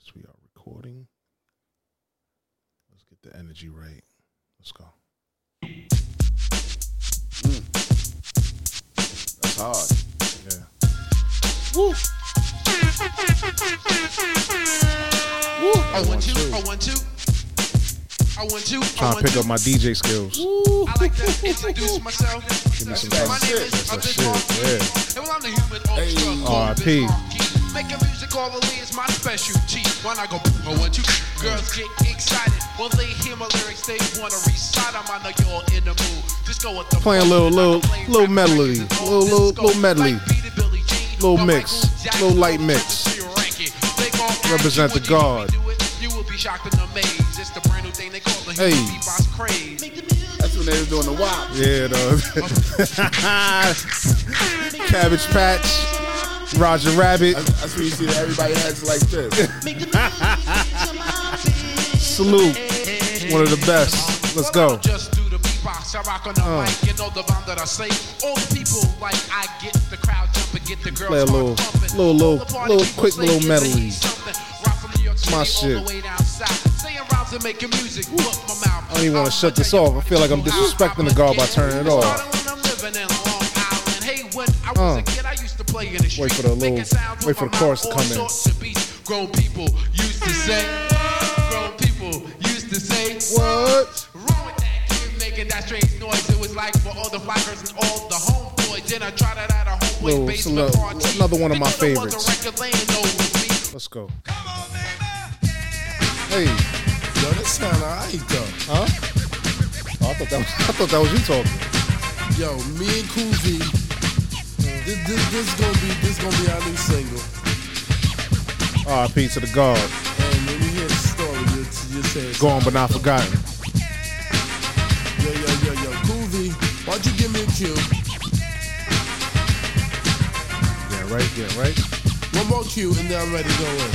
So we are recording. Let's get the energy right. Let's go. That's hard. Yeah. I I want want two. two. I want two. I want two. I Trying to want pick two. up my DJ skills. I like to introduce myself. Give me some That's My time. name is That's our Abdul shit, Marquis. And well, I'm the human orchestra. Hey. called R.I.P. Biz Marquis. Making music orally is my specialty. When I go, I want you. Girls get excited when they hear my lyrics. They wanna recite 'em. I know you're in the mood. Just go with the Playing a flow. little- little- I can play little rap melody. records and Little- old little- disco. little medley. Like Peter, Billy Jean, Little or mix. Michael Jackson. Little light mix. Represent Represent the guard. You will be shocked and amazed. It's the brand new thing they call the Hey. hip hop beatbox craze. That's when they was doing the wop. Yeah, though. Cabbage Patch. Roger Rabbit. That's, that's when you see that everybody heads like this. Salute. One of the best. Well, Let's I go. Oh. don't Just do the beatbox, I rock on the mic, you know the rhyme that I say. All the people like I get the crowd jumping, get the girls Play a little- start bumping. little- All little- the party little people quick say little it's a medley. something. Rock from New York City my all shit. the way down south. Saying rhymes and making music. Look, my mouth. I don't even wanna I'll shut this tell you off. I feel like I'm how I disrespecting the guard by begin. turning it off. Started when I'm living in Long Island. Hey, when I was Uh. a kid, I used to play in the Wait street. for the little- making sounds wait with for my the chorus to mouth, come all in. sorts of beats. Grown people used to say. Grown people used to say. What? Wrong with that kid making that strange noise. It was like for all the black girls and all the homeboys. Then I tried it at a Little- homeboy basement little- party. another one of my Because there was a favorites. record laying over me. Let's go. Hey. Yo, that sound alright though. Huh? Oh, I thought that was, I thought that was you talking. Yo, me and Kuzi, this, this this gonna be this gonna be our new single. R.I.P. to the guard. And when you hear the story, you you say, it's- Gone but not forgotten. yo yo yo yo, Kuzi, why don't you give me a cue? Yeah, right. Yeah, right. One more cue, and then I'm ready to go in.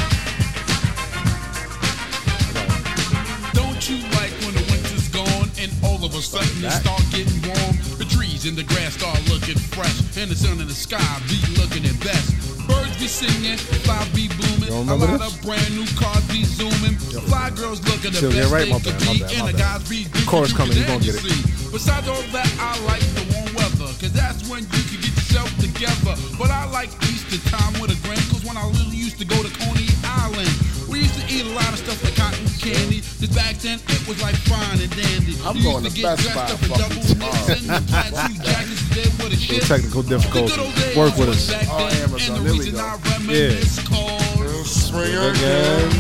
Don't you like when the winter's gone and all of a sudden it start getting warm? The trees and the grass start looking fresh, and the sun in the sky be looking at best. Birds be singing, fly be blooming, Y'all a remember lot this? of brand new cars be zooming. Fly girls looking the Still, yeah, best right, my they could bad, my be, bad, and my the bad. guys be digging Chorus you coming, can you gonna dance, get it. see. Besides all that, I like the warm weather, cause that's when you can get yourself together. But I like Easter time with a grin, cause when I little used to go to Coney Island, we used to eat a lot of stuff like cotton candy. Just back then, it was like fine and dandy. I'm You used going to get Best dressed Buy up in fucking double tomorrow. knits and the platform jackets and then with a shit. technical difficulty. The good old days Work with us. was back Oh, then, And Amazon. the There reason we go. I reminisce cause Swing again.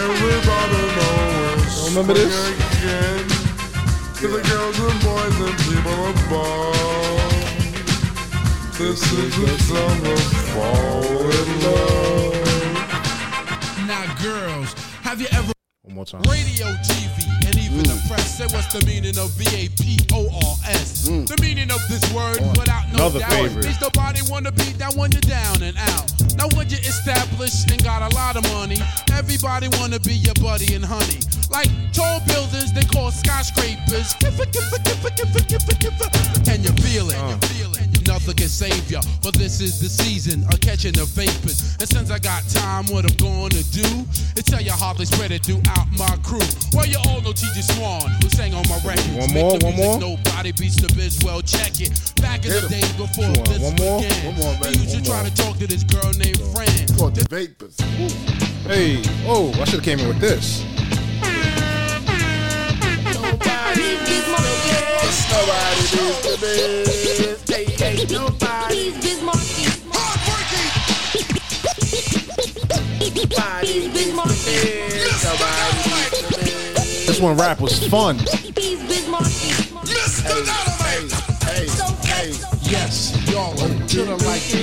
Everybody knows. Remember this? Again. To the girls and boys and people above. This is the summer fall in love. now girls. Have you ever One more time. Radio, TV, and even Mm. the press say what's the meaning of V-A-P-O-R-S. The meaning of this word, without Mm. no Another doubt, favorite. means nobody wanna be down when you're down and out. Now when you're established and got a lot of money, everybody wanna be your buddy and honey. Like tall buildings they call skyscrapers. Kiffa, kiffa, kiffa, kiffa, kiffa, kiffa. And you feel it, Uh. you feel it. Nothing can save ya, but this is the season of catching the vapors. And since I got time, what I'm gonna do is tell you how they spread it throughout my crew. Well, you all know T.J. Swan, who sang on my records. One Make more, the one music more. Nobody beats the biz, well, check it. Back in Hit the him. days before Come on, this one more, began, one more, baby, he used one to try more. to talk to this girl named Fran. Caught the vapors. Hey. Oh, I should have came in with this. Nobody beats the biz. Hey, hey, nobody. Nobody beats the biz. Nobody beats the biz. This one rap was fun. Hey, hey, hey. Yes, y'all are gonna like me.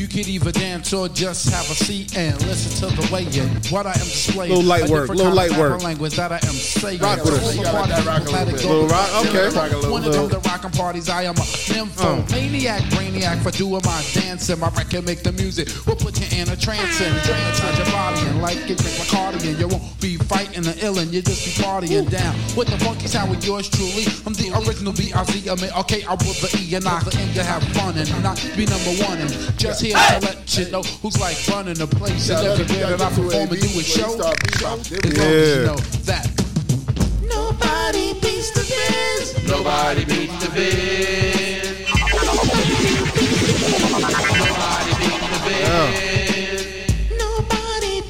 You could either dance or just have a seat and listen to the way you what I am displaying. Little light A work, different little kind light of type of work. Language that I am saying. Rock with us. All the You gotta parties rock a glad it little bit. goes Little rock, down. okay. Rock a little When it comes bit. to rockin' parties, I am a nymphomaniac, brainiac for doing my dancing. My record make the music. We'll put you in a trance and transcend your body and like it drink my cardigan. You won't be fighting the ill and you just be partying down. With the funky sound with yours truly. I'm the original B I Z. I mean, okay, I roll the E and I the N. You to have fun and not be number one and just here to let you know who's like running the place. And every day that I perform and do a show, as long as you Yeah. know that. Nobody beats the biz. Nobody beats the band. Nobody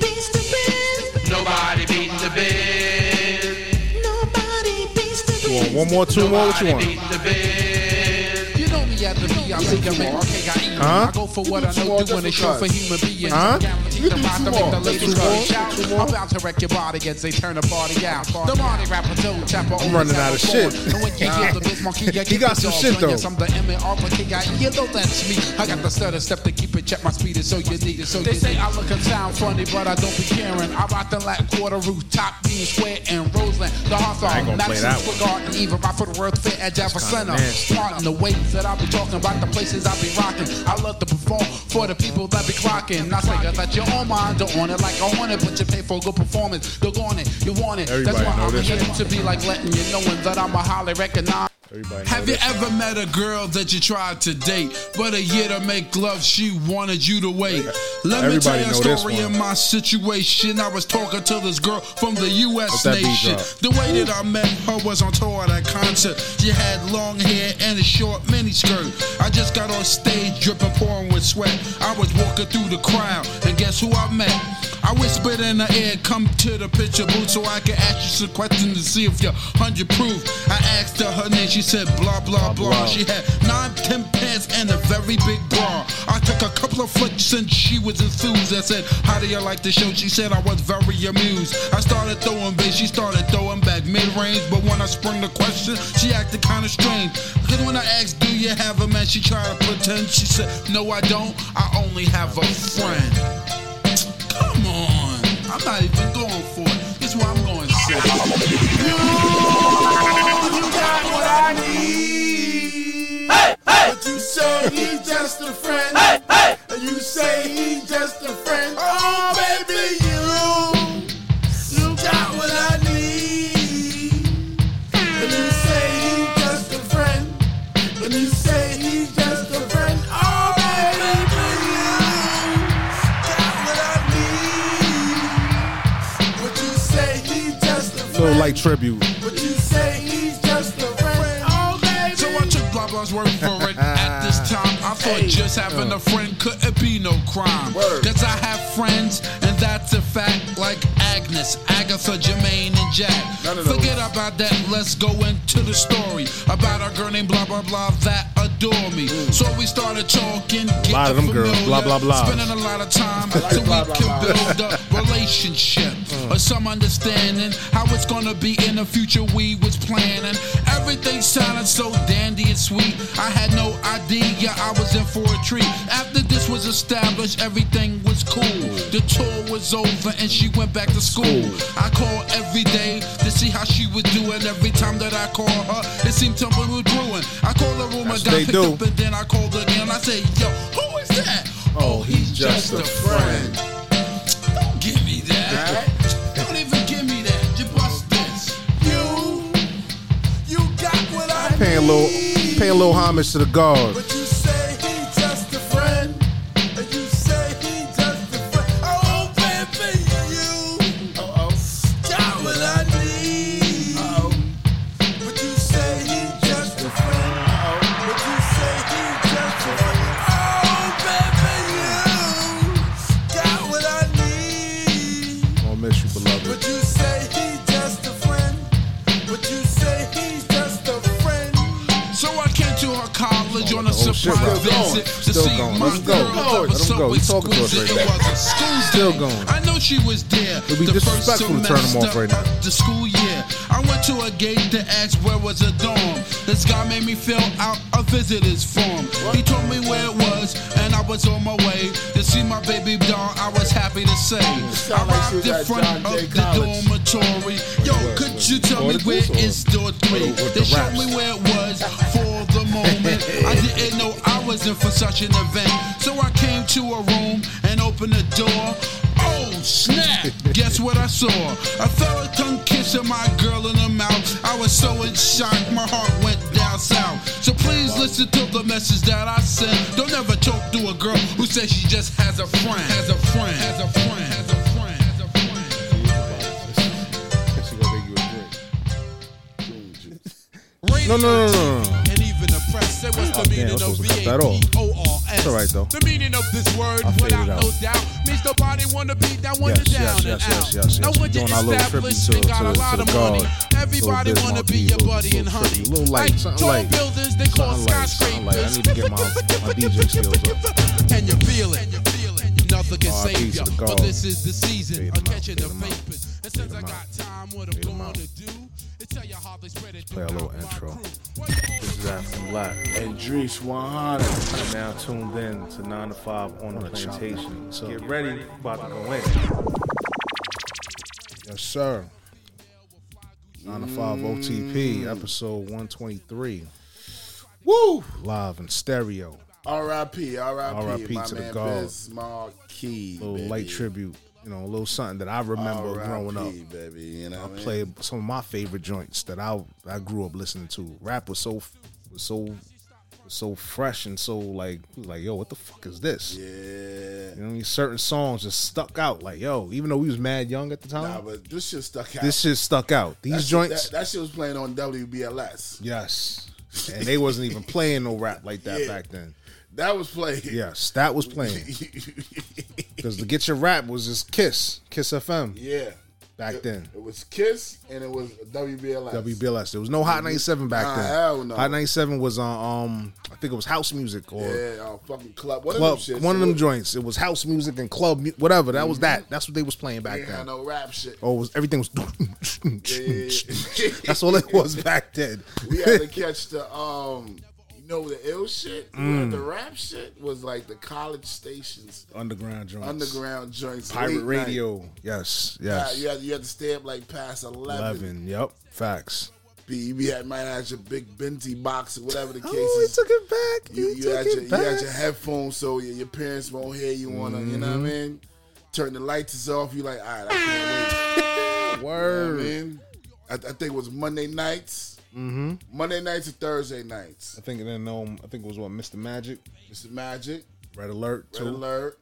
beats the band. Nobody beats Nobody beats the the biz. band. Nobody beats the You want biz. one more, two more? What you Nobody want? beats the band. You know me at the V, I think I'm in RKIE. Huh? I go for what do I two know, more doing a just show for because. human beings. Huh? I'm You guaranteed to rock do two to make more. the ladies Two go more. shout. Two more. I'm about to wreck your body as they turn the party out. The Marty rapper don't tap her I'm running out of shit. And when you hear the biz monkey, you He got some shit, though. Yes, I'm the M-A-R-K-I-E, you know that's me. I got the stutter step to keep it check. My speed is so you need it. So they say I look and sound funny, but I don't be caring. I rock the Latin quarter rooftop, Union Square, and Roseland. The Hawthorne, gonna play Madison that Square Garden, even my foot worth fit at Jaffa Center. Starting the waves that I be talking about, the places I be rocking. I love to perform for the people that be clocking. Not say that you're on mine, don't on it like I want it, but you pay for a good performance. They're on it, you want it. Everybody That's why know I'm this here one. to be like letting you know and that I'm a highly recognized. Everybody Have you ever met a girl that you tried to date, but a year to make love, she wanted you to wait? Let me tell Everybody you a know this story one. in my situation. I was talking to this girl from the U.S. Let that beat nation. drop. The way that I met her was on tour at a concert. She had long hair and a short miniskirt. I just got on stage dripping, pouring with sweat. I was walking through the crowd, and guess who I met? I whispered in her ear, come to the picture booth so I can ask you some questions to see if you're 100 proof. I asked her her name, she said blah, blah, blah. blah. She had nine, ten pants and a very big bra. I took a couple of flicks and she was enthused. I said, How do you like the show? She said, I was very amused. I started throwing bass, she started throwing back mid range. But when I sprung the question, she acted kind of strange. Cause when I asked, Do you have a man? She tried to pretend. She said, No, I don't. I only have a friend. Come on. I'm not even going for it. It's where I'm going to You got what I need. But you say he's just a friend. Hey, hey. And you say he's just a friend. Oh, baby, you. You got what I need. And you say he's just a friend. And you say he's just a friend. Oh, baby, you. Got what I need. But you say he's just a friend. Little light tribute. But you say he's just a friend. Oh, baby. So I took blah blah's word for it. At this time, I thought just having a friend couldn't be no crime. Word. Cause I have friends, and that's a fact. Like Agnes, Agatha, Jermaine, and Jack. None of Forget about that. Let's go into the story about a girl named blah blah blah that adore me. So we started talking. A lot of them girls, blah, blah, blah. Spending a lot of time so we blah, blah, can blah. build a relationship or some understanding how it's gonna be in the future we was planning everything sounded so dandy and sweet i had no idea i was in for a treat after this was established everything was cool the tour was over and she went back to school i called every day to see how she was doing every time that i called her it seemed something was brewing i called her room That's i what got they picked do. up and then i called again i said yo who is that Oh, he's just a friend. Don't give me that. Don't even give me that. You bust this. You, you got what I Paying a need. little, paying a little homage to the guard. But you say he's just a friend. And you say he's just a friend. Oh, baby, you. Uh-oh. Got what I need. Uh-oh. But you say he's just a friend. Uh-oh. But you say he's just a friend. Oh, baby, you. Got what I need. I'll miss you, beloved. But you say he's just a friend. But you say he's just a friend. So I came to her college on a Oh, shit, surprise Rob. visit to Still see going. my Let's go. girl. Go. that was Let him so go. He's talking to us exquisite. right It was a school Still day. going. I know she was there. It'd be the first disrespectful to turn him off semester right now. of The school year. I went to a gate to ask where was a dorm. This guy made me fill out a visitor's form. He told me where it was, and I was on my way to see my baby doll. I was happy to say. I sound like she arrived was in at front John of Jay the College. dormitory. Yo, could you tell Or me the where goose or- is door three? with They the showed raps. me where it was for the moment. I didn't know I was in for such an event. So I came to a room and opened the door. Oh, snap! Guess what I saw? A fella tongue kissing my girl in the mouth. I was so in shock, my heart went down south. So please listen to the message that I send. Don't ever choke to a girl who says she just has a friend. Has a friend. Has a friend. Has a friend. Has a friend. She gonna make you a drink. No, no, no, no, no. and even the press. That was Oh, the damn, meaning I was of supposed to cut that off. V-A-P-O-R-S. It's all right, though. The meaning of this word, I'll fade without it out. no doubt, means nobody wanna be that one Yes, to down yes, and yes, yes, out. yes, yes. Now We're when you doing our little established tribute and to- to got a the- lot to of the money, God. everybody Little wanna Bismarcky, be your little- buddy and little honey. tribute, little light, something tall light. buildings, they call Something light, something light. I skyscrapers. need to get my- my DJ skills And you feel it. Nothing can R.I.P. save to you, the but God. this is the season Fade of 'em out, catching fade the 'em out. vapors. And since I out. got time, what I'm them going out. to do is tell you how they spread it Play a little throughout my intro. crew. What you all This is After Black. And Dries 100. You're now tuned in to 9 to 5 on the chop that plantation. piece up. Get ready, about to go in. Yes, sir. 9 to 5 OTP, episode 123. Woo! Live in stereo. R.I.P. R.I.P. R.I.P. My to the man God. Biz Marquis. little baby. light tribute. You know, a little something that I remember R.I.P., growing up. baby. You know, what I mean? Play some of my favorite joints that I I grew up listening to. Rap was so was so was so fresh and so like it was like yo, what the fuck is this? Yeah. You know, what I mean? certain songs just stuck out. Like yo, even though we was mad young at the time, Nah, but this shit stuck out. this shit stuck out. These That shit- joints, That, that shit was playing on WBLS. yes, and they wasn't even playing no rap like that Yeah. back then. That was playing. Yes, that was playing because to get your rap was just Kiss, Kiss FM yeah. back then. It was Kiss and it was WBLS. WBLS. There was no Hot 97 back Nah, then. hell no. Hot 97 was on, um, I think it was house music or Yeah, oh, fucking club. One club, of them shits. one of them It joints. It was house music and club, mu- whatever. That was Mm-hmm. that. That's what they was playing back Ain't had then. no rap shit. Oh, it was, everything was. yeah, yeah. That's all it was back then. We had to catch the um, you know the ill shit. Where Mm. The rap shit was like the college stations, Underground joints. underground joints, late Pirate night. radio. Yes, Yeah, yes. you had you had to stay up like past eleven. 11. Yep. Facts. Be You had might have your big Benty box or whatever the case Oh, he is. took it back. You, he you, took had it your, you back. Mm-hmm. had your headphones so your, your parents won't hear you on them. You know what I mean? Turn the lights is off. You like, all right, I can't wait. Word. I mean, I, I think it was Monday nights. Mm-hmm. Monday nights and Thursday nights. I think then um, I think it was what Mr. Magic, Mr. Magic, Red Alert, Red too. Alert,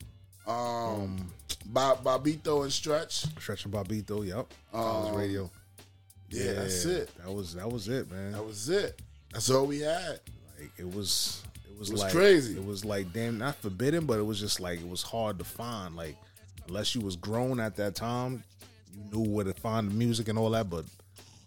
um, Bob, Bobito and Stretch. Stretch and Bobito. Yep. College radio. Oh, Yeah, that's it. That was that was it, man. That was it. That's all we had. like it was it was, It was like crazy. It was like damn not forbidden, but it was just like it was hard to find. Like unless you was grown at that time, you knew where to find the music and all that, but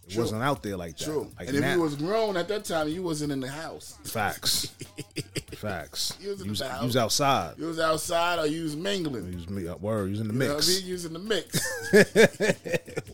it wasn't out there like that. True. Like and if now- you was grown at that time, you wasn't in the house. facts. facts. You was in You was, the house. you was outside. You was outside or you was You mingling. was me- uh, word, you was in the You know what I mix. mean? You was in the mix.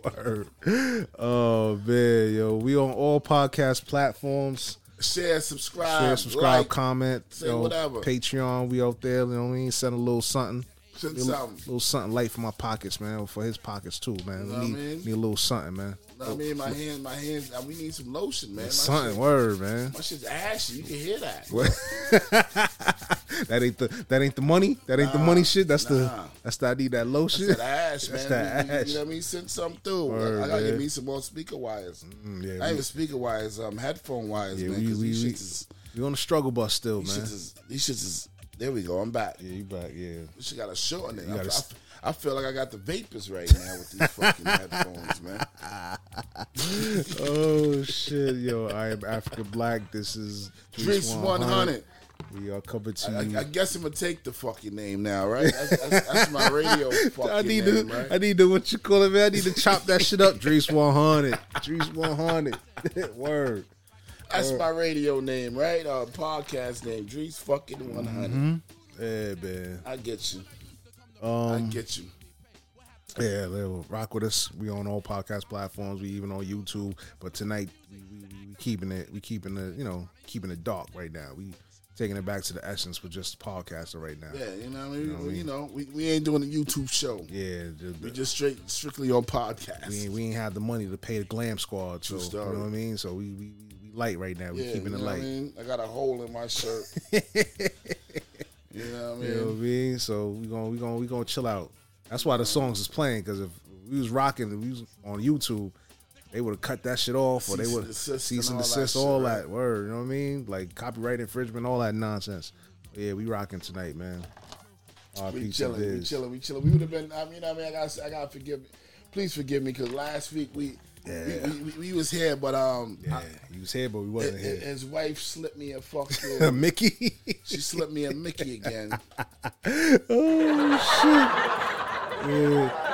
Word. Oh man, yo. We on all podcast platforms. Share, subscribe, Share, subscribe, like, comment, say yo, whatever. Patreon, we out there. You know what I mean? Send a little something. Send little, something. little something light for my pockets, man. For his pockets too, man. know what I we need, mean? need a little something, man. You know what I mean? My hands, my hands. uh, We need some lotion, man. My Something, shit- word, man. my shit's ashy. You can hear that. That ain't the that ain't the money. That ain't the money shit. That's the nah. that's the I need that lotion. That ash, man. That's that You- you- ash. You know what I mean? Send something through. Word, I gotta man. get me some more speaker wires. yeah, Not we- even speaker wires, um, headphone wires, yeah, man. we, 'cause we, these we, shits is, we on the struggle bus still, these man. shits is, these shits is. There we go. I'm back. yeah, you back, yeah. She got a shorten it. I, gotta I, s- I feel like I got the vapors right now with these fucking headphones, man. Oh shit, yo! I am Africa Black. This is Drinks 100. We are covered to I, you. I guess I'm gonna take the fucking name now, right? That's, that's, that's my radio fucking I need name, to, right? I need to, what you call it, man? I need to chop that shit up. Drees 100. Drees 100. Word. uh, That's my radio name, right? Uh, podcast name, Drees fucking 100. Mm-hmm. Yeah, man. I get you. I Um, get you. yeah, they will rock with us. We on all podcast platforms. We even on YouTube. But tonight, we, we, we- we keeping it, we keeping it, you know, keeping it dark right now. We taking it back to the essence with just podcasting right now. Yeah, you know, what I mean, we, you know, we, we ain't doing a YouTube show. Yeah, the- We the- just straight strictly on podcast. we ain't, we ain't have the money to pay the glam squad. So, you story. know what I mean? So we, we, we- we light right now. We yeah, keeping you it know what I light. mean? I got a hole in my shirt. you know what I You know what I mean? mean? So we gonna we gonna we gonna chill out. That's why the songs is playing because if we was rocking, we was on YouTube. they would have cut that shit off, or they Cease would and desist cease and and all that desist, shit, all right? that word. You know what I mean? Like copyright infringement, all that nonsense. Yeah, we rocking tonight, man. R.I.P. We to chilling, we Diz. chilling, we chilling. We would have been. I mean, I mean, I got, I got forgive. Please forgive me because last week we, Yeah. we, we, we was here, but um, Yeah, I- he was here, but we and- wasn't and here. his wife slipped me a fucking. Mickey. she slipped me a Mickey again. Oh, yeah.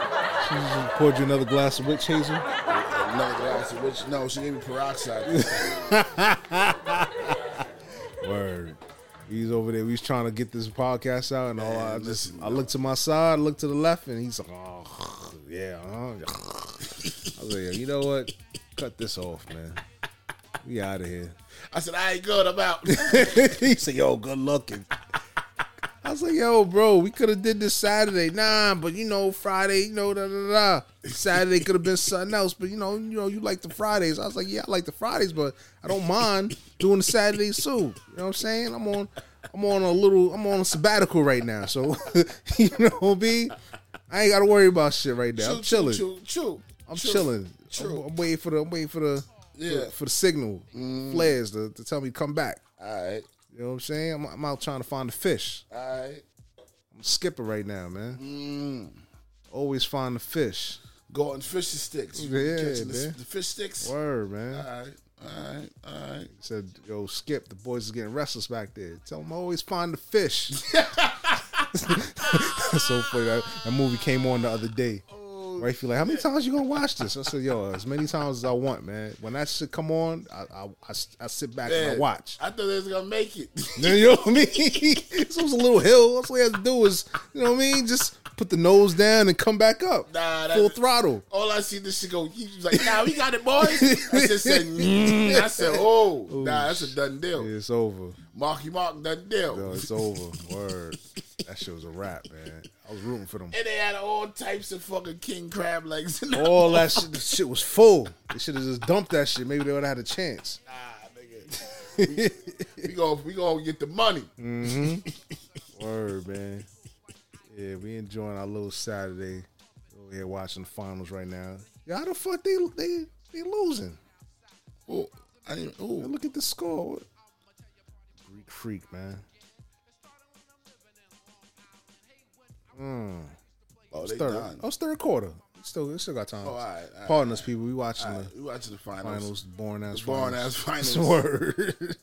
She poured you another glass of witch hazel. Another glass of which no, she gave me peroxide. this time. Word. He's over there. We was trying to get this podcast out, and all I Man, just listen, I looked to my side, looked to the left, and he's like, "Oh, yeah." huh?" I was like, "Yeah, "You know what? Cut this off, man. We out of here." I said, I ain't good. I'm out. he said, "Yo, good looking." I was like, "Yo, bro, we could have did this Saturday, nah, but you know, Friday, you know, da da da. Saturday could have been something else, but you know, you know, you like the Fridays." I was like, "Yeah, I like the Fridays, but I don't mind doing the Saturdays too." You know what I'm saying? I'm on, I'm on a little, I'm on a sabbatical right now, so you know, B, I ain't got to worry about shit right now. I'm chilling. True, true. I'm true. chilling. True. I'm, I'm waiting for the, I'm waiting for the, Yeah. Mm-hmm. for, the signal flares to, to tell me to come back. All right, You know what I'm saying? I'm, I'm out trying to find the fish. all right. I'm skipping right now, man. Mm. Always find the fish. Go on fishing sticks. You Yeah, catching the, man. the fish sticks. All Word, man. right, all right, all right. Said, yo, Skip, the boys is getting restless back there. Tell them I always find the fish. so funny. That, that movie came on the other day. Oh, Right, feel like how many times you gonna watch this? I said, yo, as many times as I want, man. When that shit come on, I I, I, I sit back and I Man, watch. I thought they was gonna make it. You know what I mean? this was a little hill. That's all you have to do is, you know what I mean? Just put the nose down and come back up. Nah, that- full throttle. All I see this shit go. He was like, "Nah, we got it, boys." I just said, mm. "I said, oh, nah, that's a done deal." It's over. Marky Mark done deal. Yo, it's over. Word. That shit was a wrap, man. I was rooting for them. And they had all types of fucking king crab legs. In the- All that shit, the shit was full. They should have just dumped that shit. Maybe they would have had a chance. nah, Ah, nigga. we, we go, we go get the money. Mm. Word, man. Yeah, we enjoying our little Saturday. Over here watching the finals right now. Yeah, how the fuck they they they losing? Ooh, I didn't, Man, ooh. look at the score. Greek freak, man. Oh, they Third. done. Oh, it's third quarter. Still, we still got time. Oh, all right, all right. Pardon us, people. We watching All the right, we watching the finals. finals, born ass Born ass finals. finals. Word.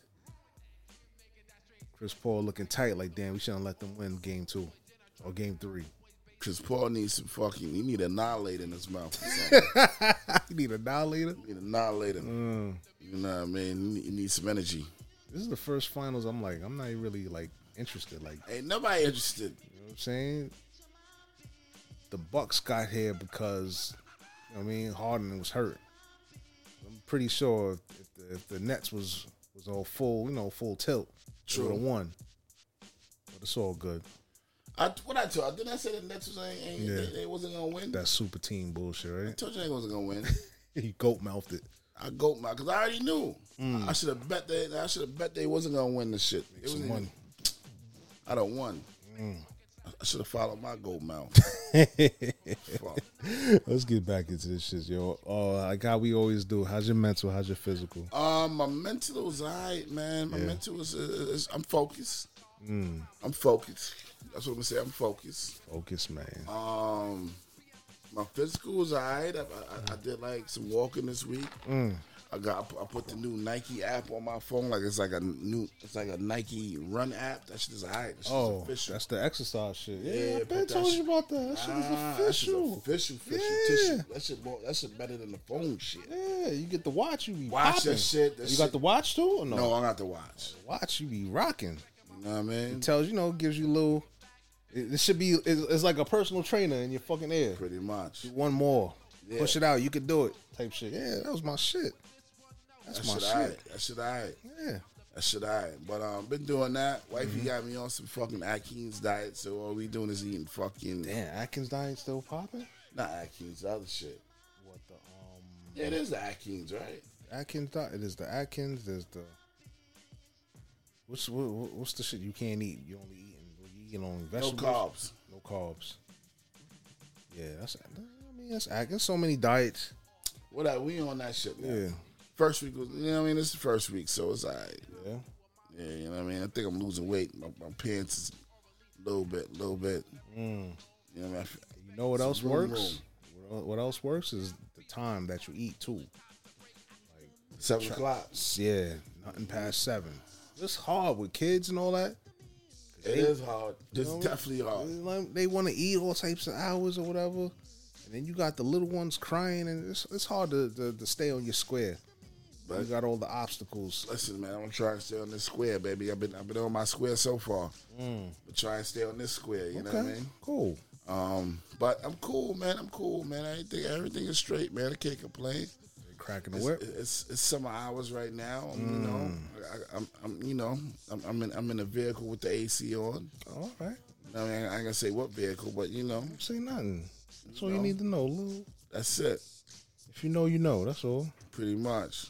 Chris Paul looking tight. Like damn, we shouldn't let them win game two or game three. Cause Paul needs some fucking. He need a annihilate in his mouth. Or something. You need a dilator. he need an annihilate him. Mm. You know what I mean? He need, he need some energy. This is the first finals. I'm like, I'm not really like interested. Like, you Ain't nobody interested. know what I'm saying, the Bucks got here because you know what I mean Harden was hurt. I'm pretty sure if the, if the Nets was was all full, you know, full tilt, True. they would have won. But it's all good. I what I told didn't I say the Nets was ain't, ain't, Yeah. they, they wasn't gonna win? That super team bullshit, I right? told you they wasn't gonna win. He goat mouthed it. I go my because I already knew. I should have bet they. I should have bet they wasn't gonna win this shit. It was Mm. Some money. Mm. I don't won. I should have followed my gold mouth. Fuck. Let's get back into this shit, yo. Oh, like how we always do. How's your mental? How's your physical? Um, my mental is alright, man. My mental is, is I'm focused. Mm. I'm focused. That's what I'm gonna say. I'm focused. Focus, man. Um, my physical was alright. I, I, I did like some walking this week. Mm. I got I put the new Nike app on my phone. Like it's like a new it's like a Nike Run app. That shit is alright. That shit is Oh, official. that's the exercise shit. Yeah, Yeah, I but been that told shit- you about that. That shit Ah, is that shit's official. official, official. Yeah. Tissue. That shit, more, that shit better than the phone shit. Yeah, you get the watch, you be Watch that popping. shit, that you shit- got the watch too, or no? No, I got to watch. Watch, you be rocking. You know what I mean? It tells you know, gives you little. It, it should be. It's, it's like a personal trainer in your fucking ear. Pretty much. One more, Yeah. push it out. You can do it. Type shit. Yeah, that was my shit. That's That my shit shit. alright. That shit alright. Yeah. That shit alright. But um, been doing that. Wifey Mm-hmm. got me on some fucking Atkins diet, so all we doing is eating fucking Damn, Atkins diet still popping. not Atkins, the other shit. What the um Yeah, it is the Atkins, right? Atkins diet? There's the Atkins. There's the what's what, what- what's the shit you can't eat? You only eating you eating only No vegetables. carbs. No carbs. Yeah, that's. I mean, that's. There's so many diets. What up? We on that shit now. Yeah. First week was, you know what I mean? This is the first week, so it's all right. Yeah. Yeah, you know what I mean? I think I'm losing weight. My, my pants is a little bit, a little bit. Mm. You know what I mean? I f- You know what else room, works? What- What else works is the time that you eat too. Seven o'clock. Yeah, nothing past seven. It's hard with kids and all that. It is hard. It's know what? definitely hard. Like, They want to eat all types of hours or whatever, and then you got the little ones crying, and it's, it's hard to, to, to stay on your square. you But- got all the obstacles. Listen, man, I'm gonna try and stay on this square, baby. I've been I've been on my square so far. Mm. But try and stay on this square, you know Okay, what I mean? cool. Um, but I'm cool, man. I'm cool, man. I think everything is straight, man. I can't complain. Cracking the It's, whip. it's it's summer hours right now. I'm, You know, I, I'm, I'm you know I'm I'm in, I'm in a vehicle with the AC on. All right, I mean, I ain't gonna say what vehicle, but you know, see nothing. That's all you No. need to know, Lou. that's it, If you know, you know. That's all. pretty much.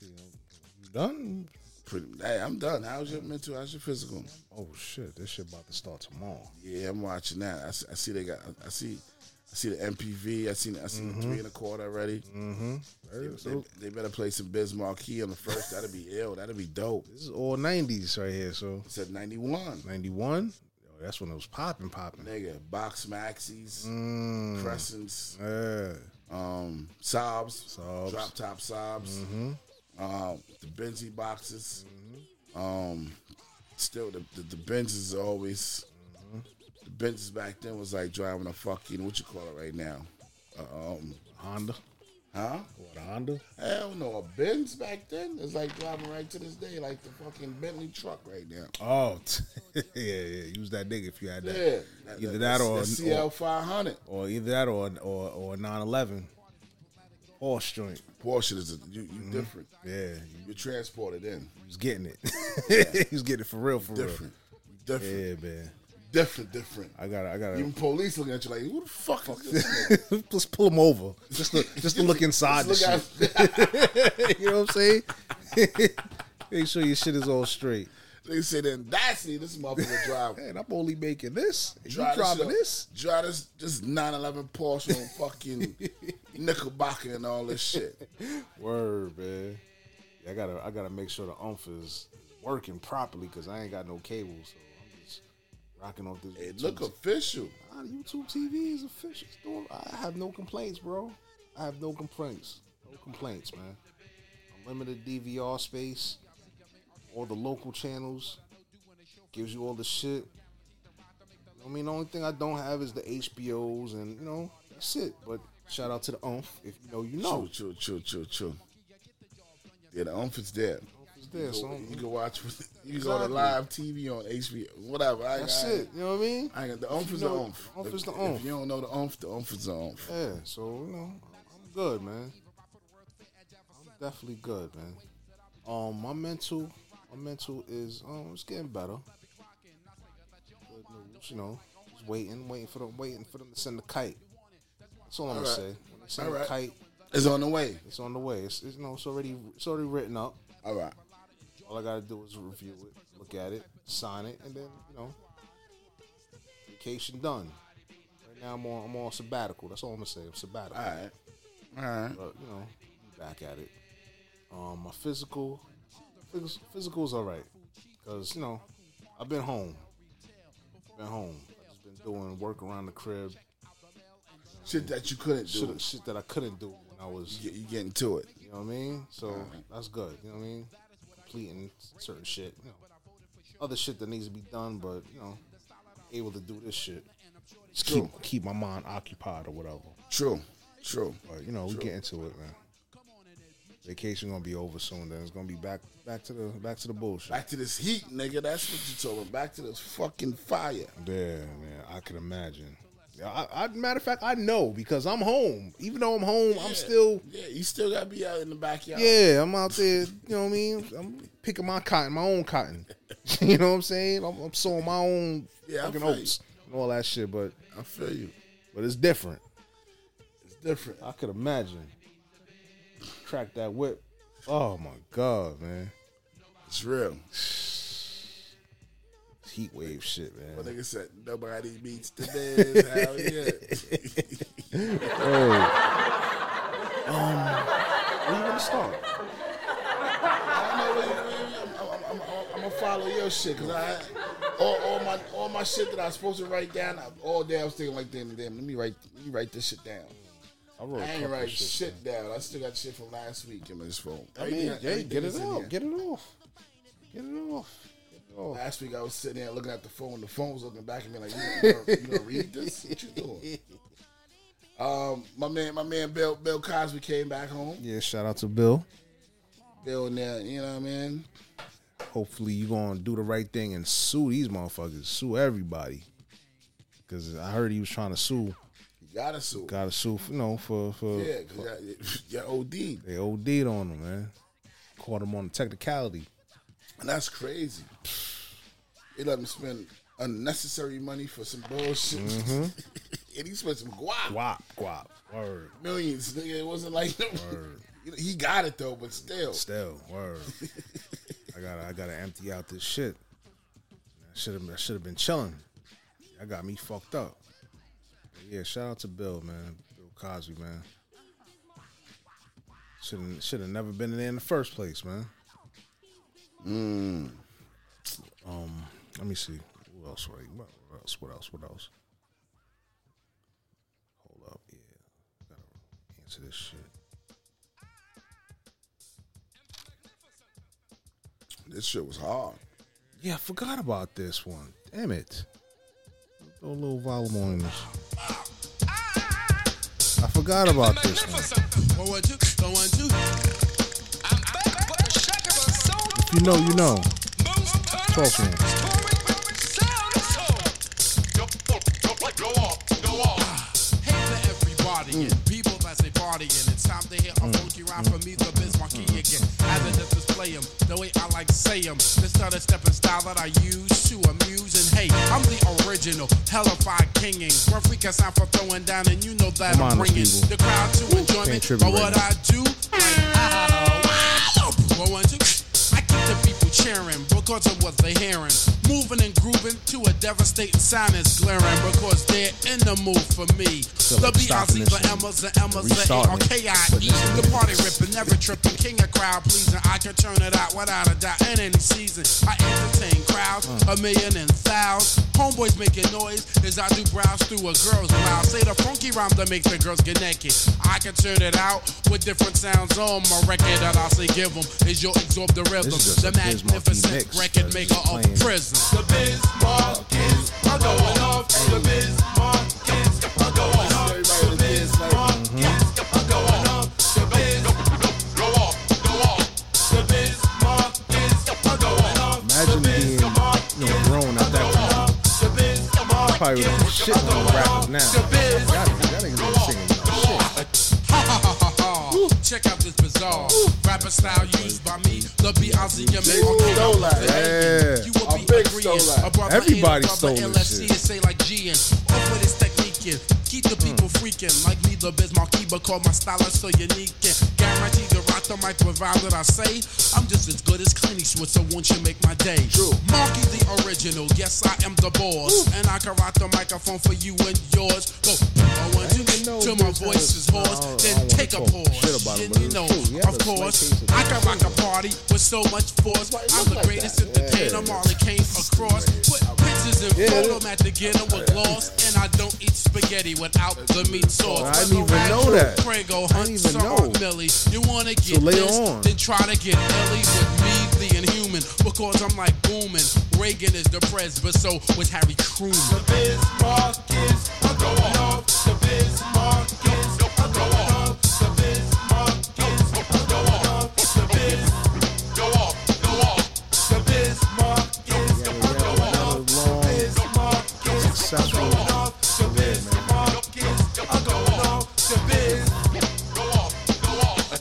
You done? Pretty, hey, I'm done. How's your mental? How's your physical? Oh shit! This shit about to start tomorrow. Yeah, I'm watching that. I, s- I see they got. I see. I see the MPV. I seen. I seen the three and a quarter already. They, they- they better play some Biz Marquee on the first. That'd be ill. That'd be dope. This is all '90s right here. So It's at 91. '91. That's when it was popping, popping. Nigga, Box Maxis, Crescents, Yeah. um, Sobs, Sobs. Mm-hmm. Drop Top Sobs, um, the Benzie boxes. Mm-hmm. Um, still, the, the, the Benz is always. Mm-hmm. The Benzes back then was like driving a fucking, what you call it right now? Uh, um, Honda. huh? What a Honda? Hell no, a Benz back then is like driving right to this day, like the fucking Bentley truck right now. Oh, t- yeah, yeah. Use that nigga if you had that. Yeah, Either that or- the CL 500. Or either that or or or 911. Horse joint. Porsche is a, you, you Mm-hmm. different. Yeah, You're transported in. he was getting it. he was getting it for real, for Different. real. Different. Yeah, man. Different, different. I got to I got Even to police looking at you like, who the fuck is this nigga? Let's pull him over just to just to look inside the Look shit. out. You know what I'm saying? Make sure your shit is all straight. They say the audacity this motherfucker drive. Man, I'm only making this. and You Drive this driving up- this? Drive this, this 911 Porsche on fucking Knickerbocker and all this shit. Word, man. Yeah, I gotta, I gotta make sure the umph is working properly because I ain't got no cable, so I'm just rocking off this. It YouTube look official. Ah, YouTube TV is official. It's doing- I have no complaints, bro. I have no complaints. No complaints, man. Unlimited DVR space. All the local channels. Gives you all the shit. I mean, the only thing I don't have is the HBOs, and you know, that's it. But shout out to the umph. If you know, you know. True, true, true, true, true. Yeah, the umph is there. It's there, so You can watch. You can go to Exactly. live TV on HBO, whatever. I, That's I, it. You know what I mean? I got the umph is the know- umph. umph If- is the If umph. you don't know the umph, the umph is the umph. Yeah. So you know, I'm good, man. I'm definitely good, man. Um, my mental, my mental is um, it's getting better. Good news, you know, just waiting, waiting for them, waiting for them to send the kite. That's all I'm All gonna right. say. When they send All the right. kite, It's on the way. it's on the way. It's, it's you know, it's already, it's already written up. All right. All I gotta do is review it, look at it, sign it, and then you know, vacation done. Right now I'm on I'm on sabbatical. That's all I'm gonna say. I'm sabbatical. All right. All right. But you know, back at it. Um, my physical, phys- physical's all right because you know, I've been home. Been home. I've just been doing work around the crib. Shit that you couldn't do. Shit, shit that I couldn't do when I was You, you getting to it. You know what I mean? So that's good. You know what I mean? Completing certain shit. You know, other shit that needs to be done, but you know, able to do this shit. Just keep keep my mind occupied or whatever. True. True. But you know, we get into it, man. Vacation gonna be over soon. Then it's gonna be back back to the back to the bullshit. Back to this heat, nigga. That's what you told me. Back to this fucking fire. Yeah, man. I could imagine. Yeah, I, I, matter of fact, I know because I'm home. Even though I'm home, I'm still Yeah, you still gotta be out in the backyard. Yeah, I'm out there. You know what I mean? I'm picking my cotton, my own cotton. you know what I'm saying? I'm, I'm sowing my own Yeah, I fucking feel you. oats and all that shit. But I feel you. but it's different. It's different. I could imagine. Crack that whip. Oh my god, man. It's real. heat wave shit, man. My nigga said, nobody beats the biz. Hell yeah. Hey. Um, where you gonna start? I know where you- where you- I'm- I'm- I'm- I'm- I'm gonna follow your shit because I all, all my all my shit that I was supposed to write down. I, all day I was thinking like, damn, damn, let me write let me write this shit down. I wrote I a ain't couple write shit. Oh, shit down. I still got shit from last week in this phone. I mean, Everything- hey, get everything it is in off, here. get it off, get it off. Get it off. Last week I was sitting there looking at the phone. The phone was looking back at me like, "You gonna, you gonna- you gonna read this? What you doing?" Um, my man, my man, Bill Bill Cosby came back home. Yeah, shout out to Bill. Bill, in there, you know what I mean? Hopefully, you gonna do the right thing and sue these motherfuckers, sue everybody. Cause I heard he was trying to sue, You gotta sue. got to sue, you know, for for Yeah, because you're OD. they OD'd on him, man. Caught him on the technicality. And that's crazy. They let him spend unnecessary money for some bullshit. and he spent some guap. Mm-hmm. Guap, guap. Word, Millions, nigga. It wasn't like he got it though, but still. still word. I gotta, I gotta empty out this shit. I should have, I should have been chilling. I got me fucked up. But yeah, shout out to Bill, man. Bill Cosby, man. Should should have never been in there in the first place, man. Um, let me see. What else? Right? What what else? What else? What else? Hold up. Yeah, gotta answer this shit. This shit was hard. Yeah, I forgot about this one. Damn it. Throw a little volume on this. Ah! I forgot about this one. One, one, two, one, one, two. If you know, you know. Talk to me. Hey to everybody and people as they partying. It's time to hear a funky rhyme from me, the Biz Markie again. As I just display 'em, the way I like say 'em. This other step and style that I use to amuse and hate. I'm the original, hellified kinging. Rough freak I sign for throwing down, and you know that I'm I'm, honest, bringing people. the crowd to Can't enjoyment. tribute But right what now. I do, I, I, one, one, two. I keep the people cheering because of what they're hearing. Moving and grooving to a devastating sound is glaring because they're in the mood for me. The like stopping this B.I.C. the and Emmas, the Emmas, the restarting it. A.R.K.I.E. E? The party ripping, never tripping, king of crowd pleasing. I can turn it out without a doubt in any season. I entertain crowds, a million and thousands. Homeboys making noise as I do browse through a girl's mouth. Say the funky rhyme that makes the girls get naked. I can turn it out with different sounds on my record that I say give 'em is your absorb the rhythm. is just The a Biz Markie magnificent mix, record that's maker just of plain. prison. Everybody was dancing like, Imagine being you know, grown at that time. Probably would have shit on the rappers now. That, that ain't even singing no shit. Check out this bizarre rapper style used by me, the Beyonce and Big stole that. Yeah. You will A be big agreeing. stole that. A brother Everybody ain't a stole brother this unless he shit. is say like G and over this technique and keep the people Hmm. freaking like me, the Biz Markie, because my style is so unique and guaranteed to rock the mic provided I say I'm just as good as Clint Eastwood, so won't you make my day? True. Marky the original, yes I am the boss, and I can rock the microphone for you and yours. Go. I want you didn't know till my Biz had voice a- is hoarse, I don't- I then don't wanna take a talk pause. shit about him, and but you it's know, cool. He had a of slight course, case of I can rock a party with so much force. Why he I'm look the like greatest that? entertainer Marley came across. Put pictures in Yeah. photo at the ghetto with gloss, and I don't eat spaghetti without the meat sauce. I didn't even know that. Prego, I hunt, didn't even some know. Aunt Millie. You wanna get later this? on. Then try to get Ellie with me, the inhuman, because I'm like booming. Reagan is the pres, but so was Harry Truman. Another long, successful.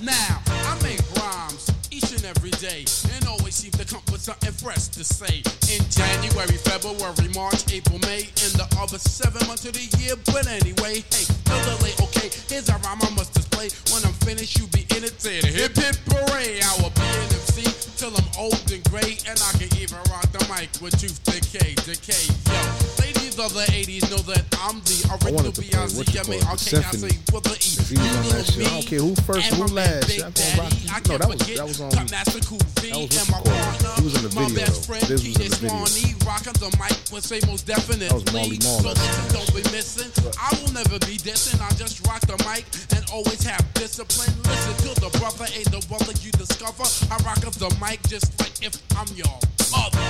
Now, I make rhymes each and every day and always seem to come with something fresh to say. In January, February, March, April, May, May and the other seven months of the year. But anyway, hey, no delay, okay. Here's a rhyme I must display. When I'm finished, you be entertained. Hip hip parade. I will be an MC till I'm old and gray, and I can even rock the mic with Tooth Decay. Decay, yo. Ladies of the 80s know that I'm the original wanted to play, Beyonce. what you I call mean, it, the okay, I symphony. say with the E. If he was on that shit, I don't care who first, who last, I'm gonna rock you. No, that was- that was on- Master Cool that was V and what you my call it. partner. He was in the my video, best though. friend, This was in DJ the video. Swanee, rocking the mic with say most definitely. That was Marley Marl so that sang listen, that don't be missing. I will never be dissing. I just rock the mic and always have discipline. Listen to the brother, ain't the brother you discover. I rock up the mic just like if I'm your mother.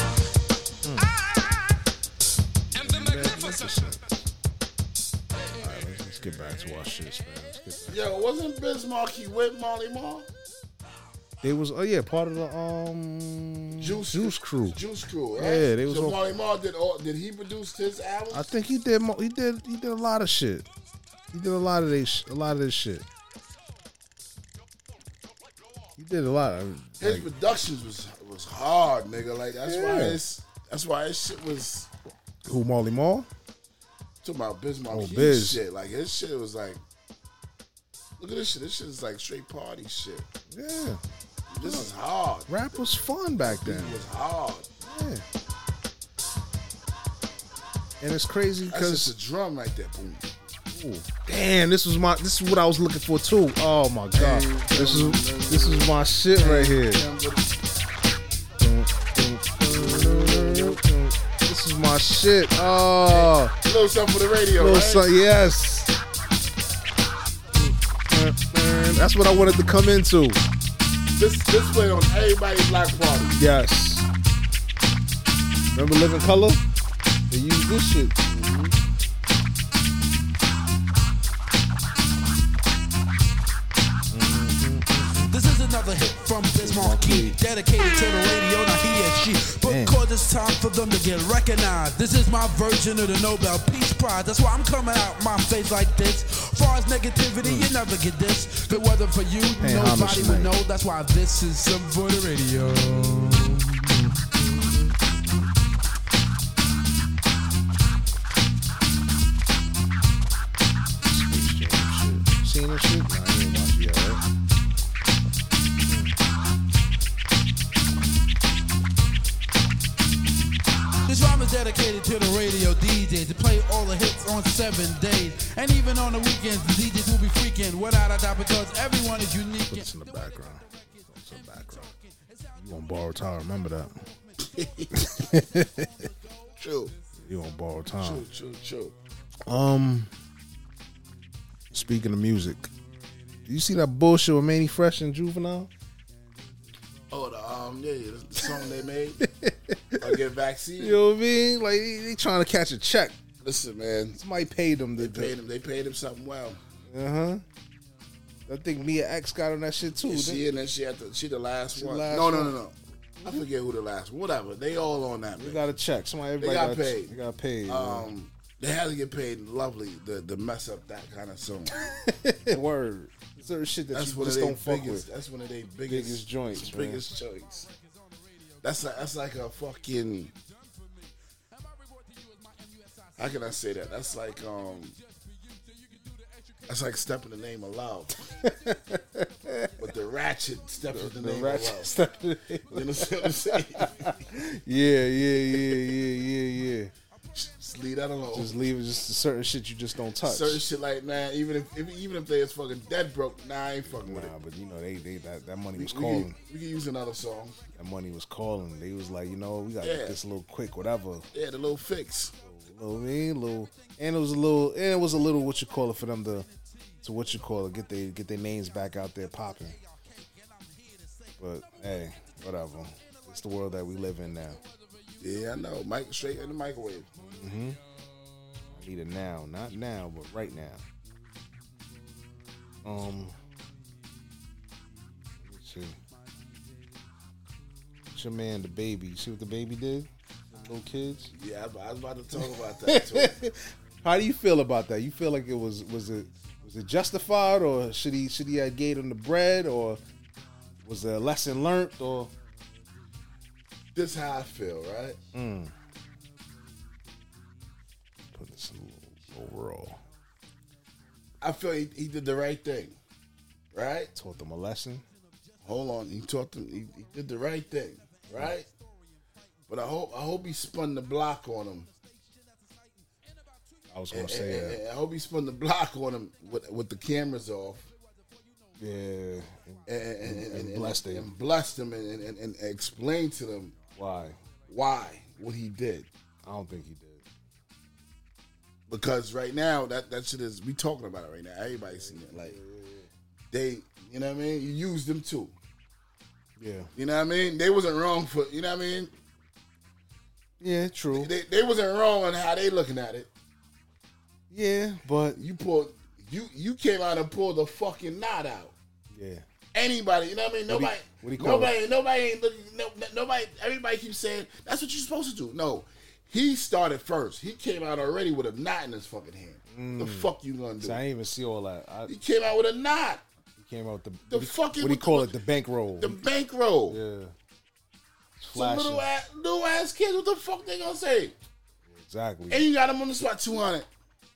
Hmm. Ah, I am the magnificent. All right, let's, let's get back to our shits, man. Let's get back. Yo, wasn't Biz Markie with Molly Mall? They was oh yeah, part of the um Juice- Crew. Juice Crew, right? Yeah, they was so on- Molly Mall did all. Did he produce his album? I think he did. Mo- he did. He did a lot of shit. He did a lot of this. A lot of this shit. He did a lot. Of, his like, productions was was hard, nigga. Like that's why Yeah. it's that's why his shit was who Marley Marl? talking about Biz Markie Biz. shit. Like his shit was like, look at this shit. This shit is like straight party shit. Yeah, This is hard. rap was fun back It then. was hard. Yeah. And it's crazy That's just because a drum right there. Boom. Ooh, Damn, this was my this is what I was looking for too. Oh my god. This is this is my shit right here. This is my shit. Oh, A little something for the radio. little right? son, yes. That's what I wanted to come into. This this played on everybody's black party. Yes. Remember Living Color? They use this shit. This is another hit from Biz Marquee, dedicated to the lady on the he and she. Because it's time for them to get recognized. This is my version of the Nobel Peace Prize. That's why I'm coming out my face like this. Far as negativity, you never get this. Good weather for you, Paying homage nobody will tonight. know. That's why this is some for the radio. Seen this shit? Nah, I ain't watched it yet, right? This rhyme is dedicated to the radio DJs. They play all the hits on seven days. And even on the weekends, the DJs will be freaking without a doubt because everyone is unique. Put this in the background. It's in the background. You on borrowed time? Remember that. True, You on borrowed true, time. true, true. Um, speaking of music, do you see that bullshit with Manny Fresh and Juvenile? Oh, the um, yeah, yeah, the song they made. I get vaccine. You know what I mean? Like they, they trying to catch a check. Listen, man, Somebody paid them. they paid him. They paid him something well. Uh huh. Uh-huh. I think Mia X got on that shit too. Is she in and she at the she the last She one. last no, no, no, one. no. I forget who the last. Whatever. They all on that. they Man. got a check. Somebody everybody got a- paid. They got paid. um, they had to get paid. Lovely. The the mess up that kind of song. yeah. Word. Certain shit that That's you one of just their don't fuck biggest. with. That's one of their biggest, Biggest joints, man. Biggest joints. That's like, that's like a fucking. How can I say that? That's like um. That's like stepping the name of love, but the ratchet steps with the, The name ratchet of stuff. love. You understand what I'm saying? Yeah, yeah, yeah, yeah, yeah, yeah. Just leave that alone. Just leave it. Just certain shit you just don't touch. Certain shit like man, even if, if even if they is fucking dead broke, nah, I ain't fucking nah, with it. but you know they, they that, that money We, was we, calling. can, we can use another song. That money was calling. They was like, you know, we got to Yeah. get this a little quick, whatever. Yeah, the little fix. You know what I mean? Little, and it was a little, and it was a little what you call it for them to, to what you call it, get they get their names back out there popping. But hey, whatever. It's the world that we live in now. Yeah, I know. Mike straight in the microwave. I need it now, not now, but right now. Um, let's see. It's your man, the baby. You see what the baby did? The little kids. Yeah, I, I was about to talk about that too. How do you feel about that? You feel like it was was it was it justified, or should he should he have gave them the bread, or was there a lesson learned, or this how I feel, right? I feel he, he did the right thing, right? Taught them a lesson. Hold on, he taught them. He, he did the right thing, right? But I hope I hope he spun the block on him. I was gonna Eh, say uh, eh, that. eh, I hope he spun the block on him with with the cameras off. Yeah. And, and, and, And blessed him. and blessed him and, and, and, and explained to them Why? why what he did I don't think he did. because right now that that shit is we talking about it right now everybody's seen it like they you know what I mean you used them too Yeah. you know what I mean they wasn't wrong for you know what I mean Yeah. True. they, they wasn't wrong on how they looking at it Yeah, but you pulled you you came out and pulled the fucking knot out. yeah. Anybody, you know what I mean? What do Nobody, you- what do you call nobody, nobody ain't looking. No, no- nobody, everybody keeps saying that's what you're supposed to do. No, he started first. He came out already with a knot in his fucking hand. Mm. The fuck you gonna do? So I didn't even see all that. I He came out with a knot. came out the, The what do- fucking- what do you call it? The bankroll. The bankroll. yeah. Some Flashing. little ass, little ass kids. What the fuck they gonna say? Exactly. And you got him on the spot. 200, I'm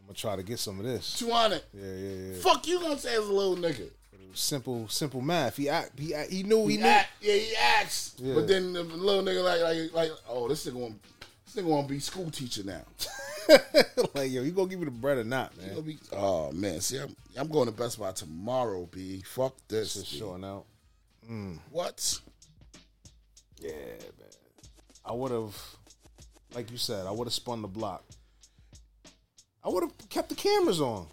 gonna try to get some of this. 200. Yeah, yeah, yeah. Fuck you gonna say as a little nigga? Simple, simple math. He act, he act, he knew he, He knew. act, yeah, he acts. Yeah. But then the little nigga like like like oh this nigga want this nigga want to be school teacher now. like yo, you gonna give me the bread or not, He'll man? be- oh man, see I'm, I'm going to Best Buy tomorrow, B. Fuck this. Just B. showing out. What? Yeah, man. I would have, like you said, I would have spun the block. I would have kept the cameras on.